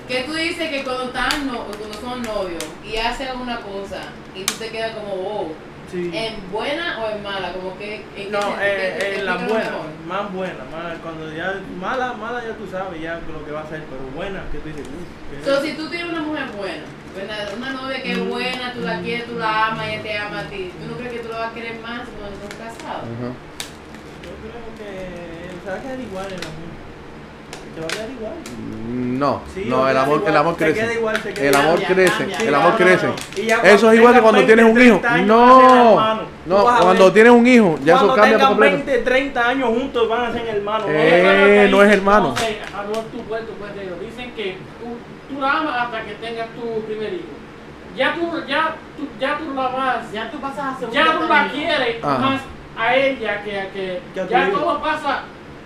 Speaker 1: Que tú dices que cuando, están no- cuando son novios y hacen una cosa y tú te quedas como, wow,
Speaker 2: Sí.
Speaker 1: ¿en buena o en mala? Como que. ¿en qué
Speaker 2: No,
Speaker 1: sentido?
Speaker 2: eh,
Speaker 1: ¿Qué-
Speaker 2: eh,
Speaker 1: qué
Speaker 2: la
Speaker 1: es lo
Speaker 2: buena,
Speaker 1: mejor?
Speaker 2: más buena, más, cuando ya, mala, mala ya tú sabes ya lo que va a ser, pero buena, que tú dices, "Uf, que-
Speaker 1: So, si tú tienes una mujer buena, ¿verdad? una novia que
Speaker 2: Mm.
Speaker 1: es buena, tú la quieres, tú la amas, ella te ama a ti, ¿tú no crees que tú la vas a querer más cuando estás casado?
Speaker 2: yo creo que se va a quedar igual el amor, te va a quedar igual.
Speaker 3: No,
Speaker 2: Sí, va a
Speaker 3: no, el
Speaker 2: quedar
Speaker 3: amor,
Speaker 2: igual,
Speaker 3: el amor
Speaker 2: se queda
Speaker 3: crece.
Speaker 2: igual, se queda
Speaker 3: El
Speaker 2: igual.
Speaker 3: amor
Speaker 6: Cambia,
Speaker 3: crece,
Speaker 6: cambia.
Speaker 3: el
Speaker 2: Sí,
Speaker 3: amor
Speaker 2: no, no,
Speaker 3: crece.
Speaker 2: no. Y ya
Speaker 3: Eso
Speaker 2: cuando
Speaker 3: es igual que
Speaker 2: tengas
Speaker 3: cuando tienes un
Speaker 2: 20,
Speaker 3: hijo.
Speaker 2: 30 años, vas a ser
Speaker 3: No,
Speaker 2: hermano. Tú
Speaker 3: no,
Speaker 2: vas a
Speaker 3: cuando
Speaker 2: ver.
Speaker 3: tienes un hijo, ya eso
Speaker 2: cuando
Speaker 3: cambia por
Speaker 2: tengan
Speaker 3: completo.
Speaker 2: 20, 30 años juntos van a ser hermanos.
Speaker 3: Eh, no es hermano.
Speaker 7: Amor, tu cuerpo, tu cuerpo. Dicen que tú, tú la amas hasta que tengas tu primer hijo. Ya tú, ya, tú, ya tú la vas, ya,
Speaker 6: Ya tú pasas a segundo
Speaker 7: tú la
Speaker 6: término.
Speaker 7: quieres
Speaker 3: Ajá.
Speaker 7: más a ella que a que.
Speaker 2: Que a tu
Speaker 7: ya
Speaker 2: hijo.
Speaker 7: todo pasa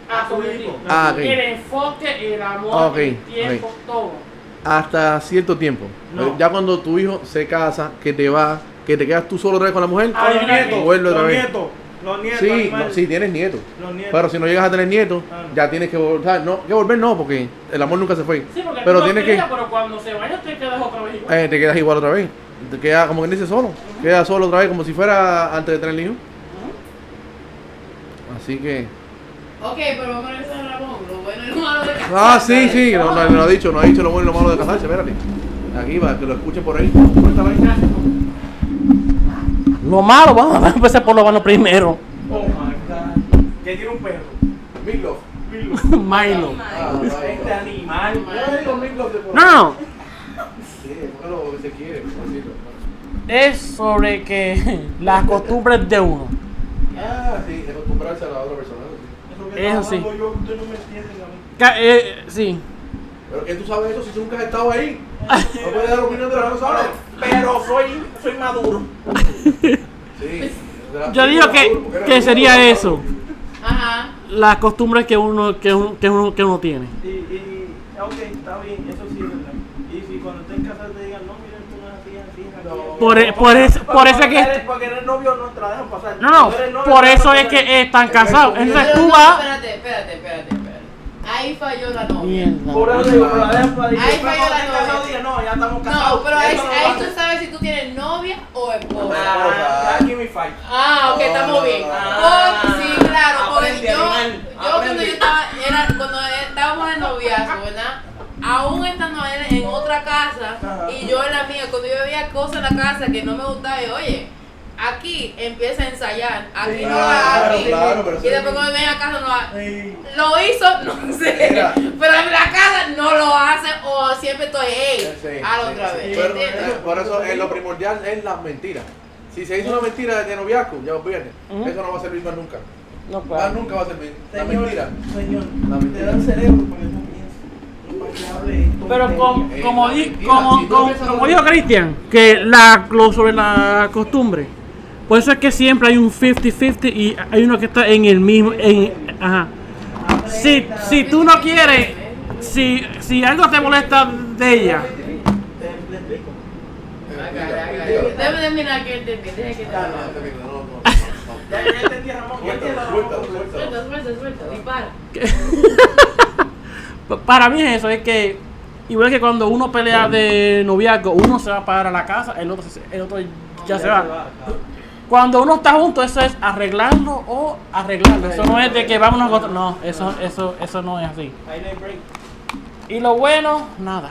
Speaker 7: a tu hijo.
Speaker 3: Ah, ok. Ah,
Speaker 7: El enfoque, el amor,
Speaker 3: Ok,
Speaker 7: el tiempo,
Speaker 3: ok.
Speaker 7: todo.
Speaker 3: Hasta cierto tiempo.
Speaker 2: No.
Speaker 3: Ya cuando tu hijo se casa, que te va, que te quedas tú solo otra vez con la mujer.
Speaker 7: Ah,
Speaker 2: los
Speaker 7: Adivina
Speaker 2: nietos,
Speaker 3: Vuelve otra
Speaker 2: los
Speaker 3: vez.
Speaker 2: nietos, los nietos,
Speaker 3: Sí,
Speaker 2: animal,
Speaker 3: no, sí, tienes nietos.
Speaker 2: los nietos.
Speaker 3: Pero si no llegas a tener nietos,
Speaker 2: Ah, no.
Speaker 3: ya tienes que volver. No, que volver no, porque el amor nunca se fue.
Speaker 7: Sí, porque
Speaker 3: Pero
Speaker 7: tú la
Speaker 3: tienes
Speaker 7: querías,
Speaker 3: que-
Speaker 7: Pero cuando se vaya, te quedas otra vez igual.
Speaker 3: Eh, te quedas igual otra vez. Te quedas como quien dice solo. Quedas solo otra vez, como si fuera antes de tener el hijo. Así que.
Speaker 1: Ok, pero vamos a regresar a Ramón, lo bueno y lo malo de casarse.
Speaker 3: Ah, sí, sí, no, no, no ha dicho, no ha dicho lo bueno y lo malo de casarse, espérate. Aquí para que lo escuche por ahí. Cuéntame.
Speaker 4: Lo malo, vamos a empezar por lo malo primero.
Speaker 2: Oh my god. Que tiene un perro.
Speaker 3: Meatloaf.
Speaker 4: Milo.
Speaker 5: Oh my
Speaker 3: Ah,
Speaker 5: God.
Speaker 2: Este
Speaker 3: no.
Speaker 2: animal,
Speaker 3: Yo digo Meatloaf de por
Speaker 4: No, no,
Speaker 3: Sí, bueno, se quiere, por decirlo.
Speaker 4: es sobre que las costumbres de uno.
Speaker 3: Ah, sí, acostumbrarse a la otra persona. sí.
Speaker 2: eso estaba
Speaker 4: Eso sí.
Speaker 2: hablando Yo, usted no me entiende, a
Speaker 4: Ca- eh, sí,
Speaker 3: Pero que tú sabes eso si tú nunca has estado ahí. No puedes dar opinión de las personas.
Speaker 2: Pero soy, soy maduro.
Speaker 3: Ah, Sí.
Speaker 4: yo digo que, que sería eso,
Speaker 1: Ajá.
Speaker 4: las costumbres que uno, que uno, que uno, que uno tiene.
Speaker 2: Y, y, ok, está bien, eso sí es verdad. Y si cuando estés en casa te digan, no, miren, tú no eres así, así, así.
Speaker 3: No.
Speaker 4: Por e- por eso- por eso
Speaker 2: porque
Speaker 4: que-
Speaker 2: eres- Porque eres novio, no te la dejan pasar.
Speaker 4: No, no,
Speaker 2: Porque eres novio,
Speaker 4: por
Speaker 2: te la
Speaker 4: eso es
Speaker 2: dejan pasar.
Speaker 4: que están casados. Entonces
Speaker 1: Pero
Speaker 4: tú
Speaker 1: no,
Speaker 4: vas...
Speaker 1: Espérate, espérate, espérate, espérate. Ahí falló la novia.
Speaker 4: Mierda.
Speaker 2: Por eso digo, pero la dejan pasar. Y
Speaker 1: Ahí
Speaker 2: después
Speaker 1: falló
Speaker 2: cuando
Speaker 1: la
Speaker 2: estés casado,
Speaker 1: novia.
Speaker 2: digan, no, ya estamos casados.
Speaker 1: No, pero
Speaker 2: esto
Speaker 1: ahí,
Speaker 2: no lo
Speaker 1: ahí
Speaker 2: haces.
Speaker 1: tú sabes si tú tienes novia o esposa.
Speaker 2: Ah, aquí mi fight.
Speaker 1: Ah, ok, estamos bien.
Speaker 2: Ah,
Speaker 1: Porque- sí, claro, porque
Speaker 2: aprende,
Speaker 1: yo,
Speaker 2: animal,
Speaker 1: yo cuando
Speaker 2: aprende.
Speaker 1: yo estaba, era, cuando estábamos en noviazgo, ¿verdad? Aún estando él en otra casa
Speaker 2: Ajá.
Speaker 1: y yo en la mía, cuando yo veía cosas en la casa que no me gustaba, yo, oye, aquí empieza a ensayar, aquí
Speaker 2: Sí,
Speaker 1: no va,
Speaker 2: claro,
Speaker 1: aquí.
Speaker 3: claro, pero
Speaker 1: y
Speaker 3: sí.
Speaker 1: después cuando viene a casa no va.
Speaker 2: Sí.
Speaker 1: Lo hizo, no sé,
Speaker 3: Mira.
Speaker 1: pero en la casa no lo hace o siempre estoy, hey,
Speaker 3: Sí, sí,
Speaker 1: hazlo
Speaker 3: sí,
Speaker 1: otra
Speaker 3: sí.
Speaker 1: vez.
Speaker 3: Pero,
Speaker 1: ¿entiendes?
Speaker 3: eh, por eso eh, lo primordial es las mentiras. Si se hizo una mentira de noviazgo, ya olvídate.
Speaker 4: Ujú.
Speaker 3: Eso no va a servir más nunca.
Speaker 4: No,
Speaker 3: Más
Speaker 4: claro.
Speaker 3: nunca va a servir. La
Speaker 2: Señor,
Speaker 3: mentira.
Speaker 2: Señor,
Speaker 3: La
Speaker 2: te
Speaker 3: mentira.
Speaker 2: dan cerebro para que tú pienses. No para que hable esto.
Speaker 4: Pero com-
Speaker 3: Eh,
Speaker 4: como,
Speaker 3: la
Speaker 4: di-
Speaker 3: mentira, si
Speaker 4: como,
Speaker 3: tú
Speaker 4: como,
Speaker 3: empiezas
Speaker 4: como
Speaker 3: con-
Speaker 4: dijo Cristian, que la, lo sobre la costumbre. Por eso es que siempre hay un 50-50 y hay uno que está en el mismo. En, ajá. Si, si tú no quieres, si, si algo te molesta de ella,
Speaker 2: Te, te explico.
Speaker 1: Acá, acá, acá.
Speaker 3: Mentira.
Speaker 1: Déjame terminar que te deje que te
Speaker 3: Ah, No, no, no, no, no, no.
Speaker 2: Ya, ya entendí, Ramón. Ya entendí,
Speaker 3: Suéltalo,
Speaker 2: Ramón.
Speaker 3: suéltalo, suéltalo.
Speaker 1: Suelta, suelta, suelta, dispara.
Speaker 4: pa- para mí es eso: es que igual que cuando uno pelea de noviazgo, uno se va para la casa, el otro, se- el otro ya se va. Cuando uno está junto, eso es arreglarlo o arreglarlo. Eso no es de que vámonos a otro- No, eso, eso, eso no es así.
Speaker 2: Ahí no hay break.
Speaker 4: Y lo bueno, nada.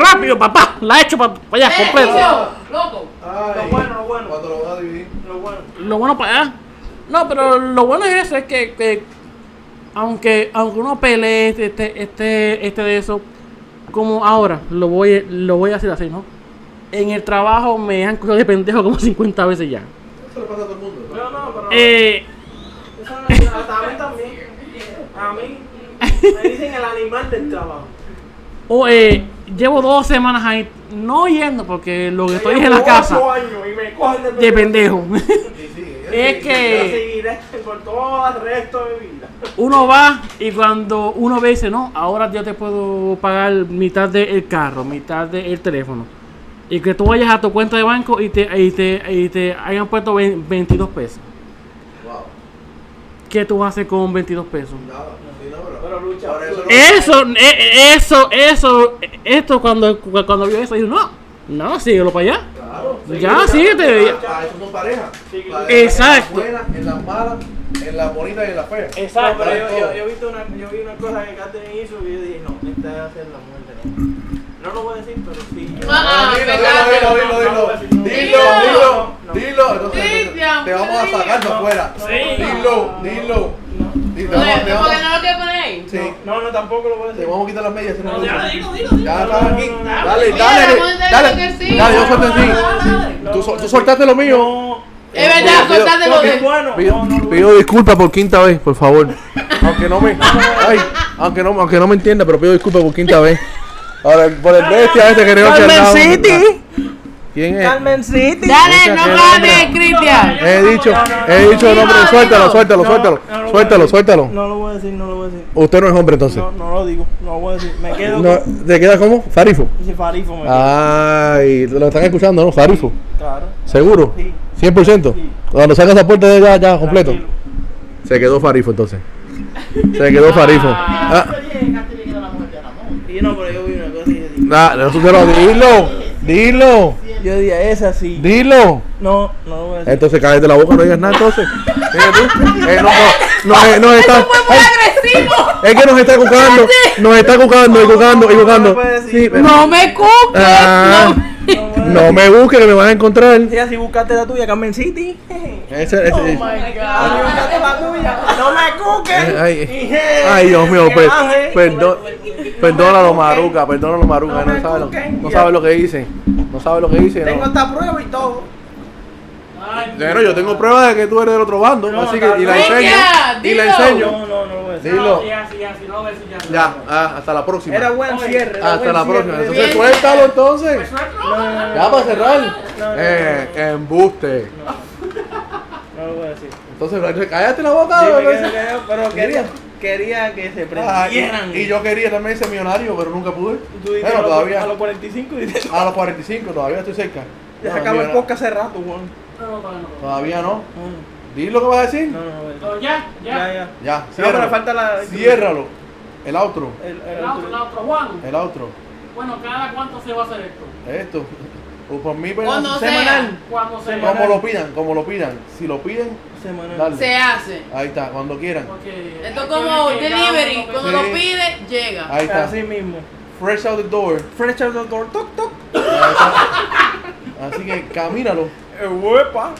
Speaker 4: Rápido, papá. La he hecho para allá,
Speaker 3: Pues,
Speaker 4: completo.
Speaker 1: ¡Loco!
Speaker 2: Lo bueno, lo bueno.
Speaker 3: Cuando lo vas a dividir.
Speaker 2: Lo bueno.
Speaker 4: Lo bueno para allá. No, pero lo bueno es eso, es que, que aunque, aunque uno pelee este, este, este, este de eso, como ahora, lo voy, lo voy a hacer así, ¿no? En el trabajo me han cogido de pendejo como 50 veces ya.
Speaker 3: Eso le pasa a todo el mundo.
Speaker 2: No, no, pero.
Speaker 4: Eh,
Speaker 2: tú sabes, hasta a mí también. A mí. Me dicen el animal del trabajo.
Speaker 4: o, eh, llevo dos semanas ahí, no yendo porque lo que estoy es en la
Speaker 2: Llevo
Speaker 4: casa
Speaker 2: ocho años y me cogen de
Speaker 4: de pendejo.
Speaker 2: Es
Speaker 4: Es que
Speaker 2: Por todo el resto de mi vida.
Speaker 4: uno va y cuando uno ve dice, no, ahora yo te puedo pagar mitad del carro, mitad del teléfono. Y que tú vayas a tu cuenta de banco y te, y te, y te hayan puesto ve- 22 pesos.
Speaker 3: Wow.
Speaker 4: ¿Qué tú vas a hacer con 22 pesos?
Speaker 3: Nada, sí, no, pero-
Speaker 2: Pero lucha,
Speaker 3: Ahora eso no-
Speaker 4: Eso, eh, eso, eso, eh, esto cuando, cuando vio eso, dijo, no, no, síguelo para allá.
Speaker 3: Claro.
Speaker 4: Ya, síguete.
Speaker 3: Ah, ah, eso son parejas.
Speaker 2: Sí,
Speaker 3: Parejas
Speaker 4: exacto.
Speaker 3: En las buenas, en las malas, en las bonitas y en las feas.
Speaker 2: No, pero yo,
Speaker 3: Todo.
Speaker 2: yo, yo, he visto una, yo vi una cosa que Catherine hizo y yo dije, no, esta va a ser la muerte. No lo voy a decir, pero sí.
Speaker 1: Ah,
Speaker 3: dilo,
Speaker 1: pecado.
Speaker 3: dilo, dilo, dilo, dilo. Dilo, dilo, dilo. Entonces,
Speaker 1: Cristian,
Speaker 3: te vamos a sacar de
Speaker 2: no.
Speaker 3: afuera.
Speaker 2: Sí.
Speaker 3: Dilo, dilo. Y te
Speaker 1: No,
Speaker 3: vamos- te
Speaker 1: porque
Speaker 3: vamos-
Speaker 1: no lo que ponéis.
Speaker 3: Sí,
Speaker 2: No, no, tampoco lo voy a
Speaker 3: te
Speaker 2: decir.
Speaker 3: vamos a quitar las medias.
Speaker 8: No, ya, dilo, dilo, dilo.
Speaker 3: Ya estás aquí. Dale,
Speaker 1: Mira,
Speaker 3: dale.
Speaker 1: vamos a hacer lo
Speaker 3: Dale,
Speaker 1: que sí.
Speaker 3: dale, yo suelto el sí.
Speaker 2: No,
Speaker 3: Tú
Speaker 2: no,
Speaker 3: sol-
Speaker 2: no,
Speaker 3: tú soltaste lo mío.
Speaker 2: No.
Speaker 1: Es verdad,
Speaker 3: Pido-
Speaker 1: cortate lo
Speaker 2: Porque es
Speaker 1: de.
Speaker 2: bueno.
Speaker 3: Pido,
Speaker 2: No, no, lo-
Speaker 3: pido disculpas por quinta vez, por favor. Aunque no me, ay, aunque no, aunque no me entienda, pero pido disculpas por quinta vez. Ahora, por el bestia este que creo que al lado- ¿Quién es?
Speaker 2: City.
Speaker 1: Dale, no
Speaker 3: Escucha,
Speaker 1: ganes, Cristian.
Speaker 3: He dicho, he dicho el nombre. Suéltalo, suéltalo, suéltalo.
Speaker 2: No, no
Speaker 3: Suéltalo,
Speaker 2: lo voy a decir.
Speaker 3: suéltalo.
Speaker 2: No lo voy a decir, no lo voy a decir.
Speaker 3: Usted no es hombre entonces.
Speaker 2: No, no lo digo, no lo voy a decir. Me quedo
Speaker 3: No, Ah.
Speaker 2: con
Speaker 3: ¿Te queda como? Farifo.
Speaker 2: ese farifo. Me
Speaker 3: Ay, lo están escuchando, ¿no? Farifo.
Speaker 2: quedo. Claro.
Speaker 3: ¿Seguro?
Speaker 2: Sí.
Speaker 3: 100%.
Speaker 2: Sí.
Speaker 3: Cuando sacas esa puerta ya, ya completo.
Speaker 2: Tranquilo.
Speaker 3: Se quedó Farifo entonces. Se quedó Farifo. Ah,
Speaker 2: Y no, pero yo vi una cosa y yo dije,
Speaker 3: nah, Ah, no, pero dilo, dilo,
Speaker 2: yo dije, es así.
Speaker 3: dilo.
Speaker 2: No, no lo voy a decir.
Speaker 3: Entonces cállate la boca, no digas nada entonces. Mira tú, eh, no, no, no, eh, nos está, ay,
Speaker 1: agresivo! Ah,
Speaker 3: es que nos está cucando, nos está cucando y cucando y
Speaker 2: No
Speaker 3: cucando.
Speaker 2: puede decir,
Speaker 3: Sí,
Speaker 2: pero-
Speaker 1: ¡No me cuques!
Speaker 3: Ah.
Speaker 2: No lo voy a decir.
Speaker 3: No me busques que me vas a encontrar.
Speaker 2: Sí, Oh así buscaste la tuya, Carmen City. Ay,
Speaker 3: Ese- ese-
Speaker 2: yo buscaste la tuya. No me cuques.
Speaker 3: ay,
Speaker 2: Dije,
Speaker 3: ay, Dios mío,
Speaker 2: que
Speaker 3: per-
Speaker 2: baje.
Speaker 3: perdón, perdónalo Maruca, perdónalo Maruca,
Speaker 2: No
Speaker 3: no
Speaker 2: me
Speaker 3: sabe lo,
Speaker 2: cuquen.
Speaker 3: no sabe lo que hice, no sabe lo que hice.
Speaker 2: Tengo
Speaker 3: no.
Speaker 2: hasta prueba y todo.
Speaker 8: Ay,
Speaker 3: Pero yo tengo pruebas de que tú eres del otro bando,
Speaker 8: No,
Speaker 3: así que y la
Speaker 1: Venga,
Speaker 3: enseño. Y la
Speaker 1: dilo.
Speaker 3: enseño.
Speaker 2: No, no, no lo voy a decir.
Speaker 3: Dilo.
Speaker 8: Ya, sí, ya, sí, no, eso ya.
Speaker 3: Ya, ah, hasta la próxima.
Speaker 2: Era buen cierre. era
Speaker 3: hasta
Speaker 2: buen
Speaker 3: la
Speaker 2: cierre.
Speaker 3: próxima. Entonces
Speaker 1: Bien.
Speaker 3: suéltalo entonces.
Speaker 8: No, no, no,
Speaker 3: Ya para cerrar.
Speaker 8: no, no.
Speaker 3: Eh, embuste.
Speaker 2: no lo voy a decir.
Speaker 3: Entonces, cállate la boca.
Speaker 2: Sí, me
Speaker 3: bebé.
Speaker 2: quedo callado, pero quería, quería que se
Speaker 3: Ah, y-
Speaker 2: prendieran.
Speaker 3: y yo quería también ser millonario, pero nunca pude.
Speaker 2: Tú dices,
Speaker 3: Bueno,
Speaker 2: a los-
Speaker 3: todavía.
Speaker 2: A los 45 dices,
Speaker 3: A los 45, todavía estoy cerca.
Speaker 2: ya se
Speaker 3: No,
Speaker 2: acabó el
Speaker 3: millonario.
Speaker 2: podcast hace rato, Juan.
Speaker 8: no, no, no.
Speaker 3: Todavía no. Dile lo que vas a decir.
Speaker 2: No, no, no.
Speaker 8: No, ya,
Speaker 2: Ya,
Speaker 8: ya.
Speaker 2: ya.
Speaker 3: Ya,
Speaker 2: No, pero
Speaker 3: ciérralo.
Speaker 2: falta la.
Speaker 3: Ciérralo. El outro.
Speaker 2: El, el
Speaker 8: La
Speaker 2: otro.
Speaker 8: otra, la otra, Juan.
Speaker 3: El outro.
Speaker 8: Bueno, ¿cada cuánto se va a hacer esto?
Speaker 3: Esto. O por mí, pero
Speaker 1: Cuando
Speaker 3: semanal.
Speaker 1: sea,
Speaker 8: Cuando se
Speaker 3: Como lo pidan, como lo pidan. Si lo piden,
Speaker 2: Semanal.
Speaker 3: dale.
Speaker 1: se hace.
Speaker 3: Ahí está, cuando quieran.
Speaker 8: Porque.
Speaker 1: Esto es como delivery, cuando
Speaker 3: Sí.
Speaker 1: lo pide, llega.
Speaker 3: Ahí está.
Speaker 2: Así mismo.
Speaker 3: Fresh out the door.
Speaker 2: Fresh out the door, toc, toc.
Speaker 3: Ahí está. Así que camínalo.
Speaker 2: Eh, Huepa.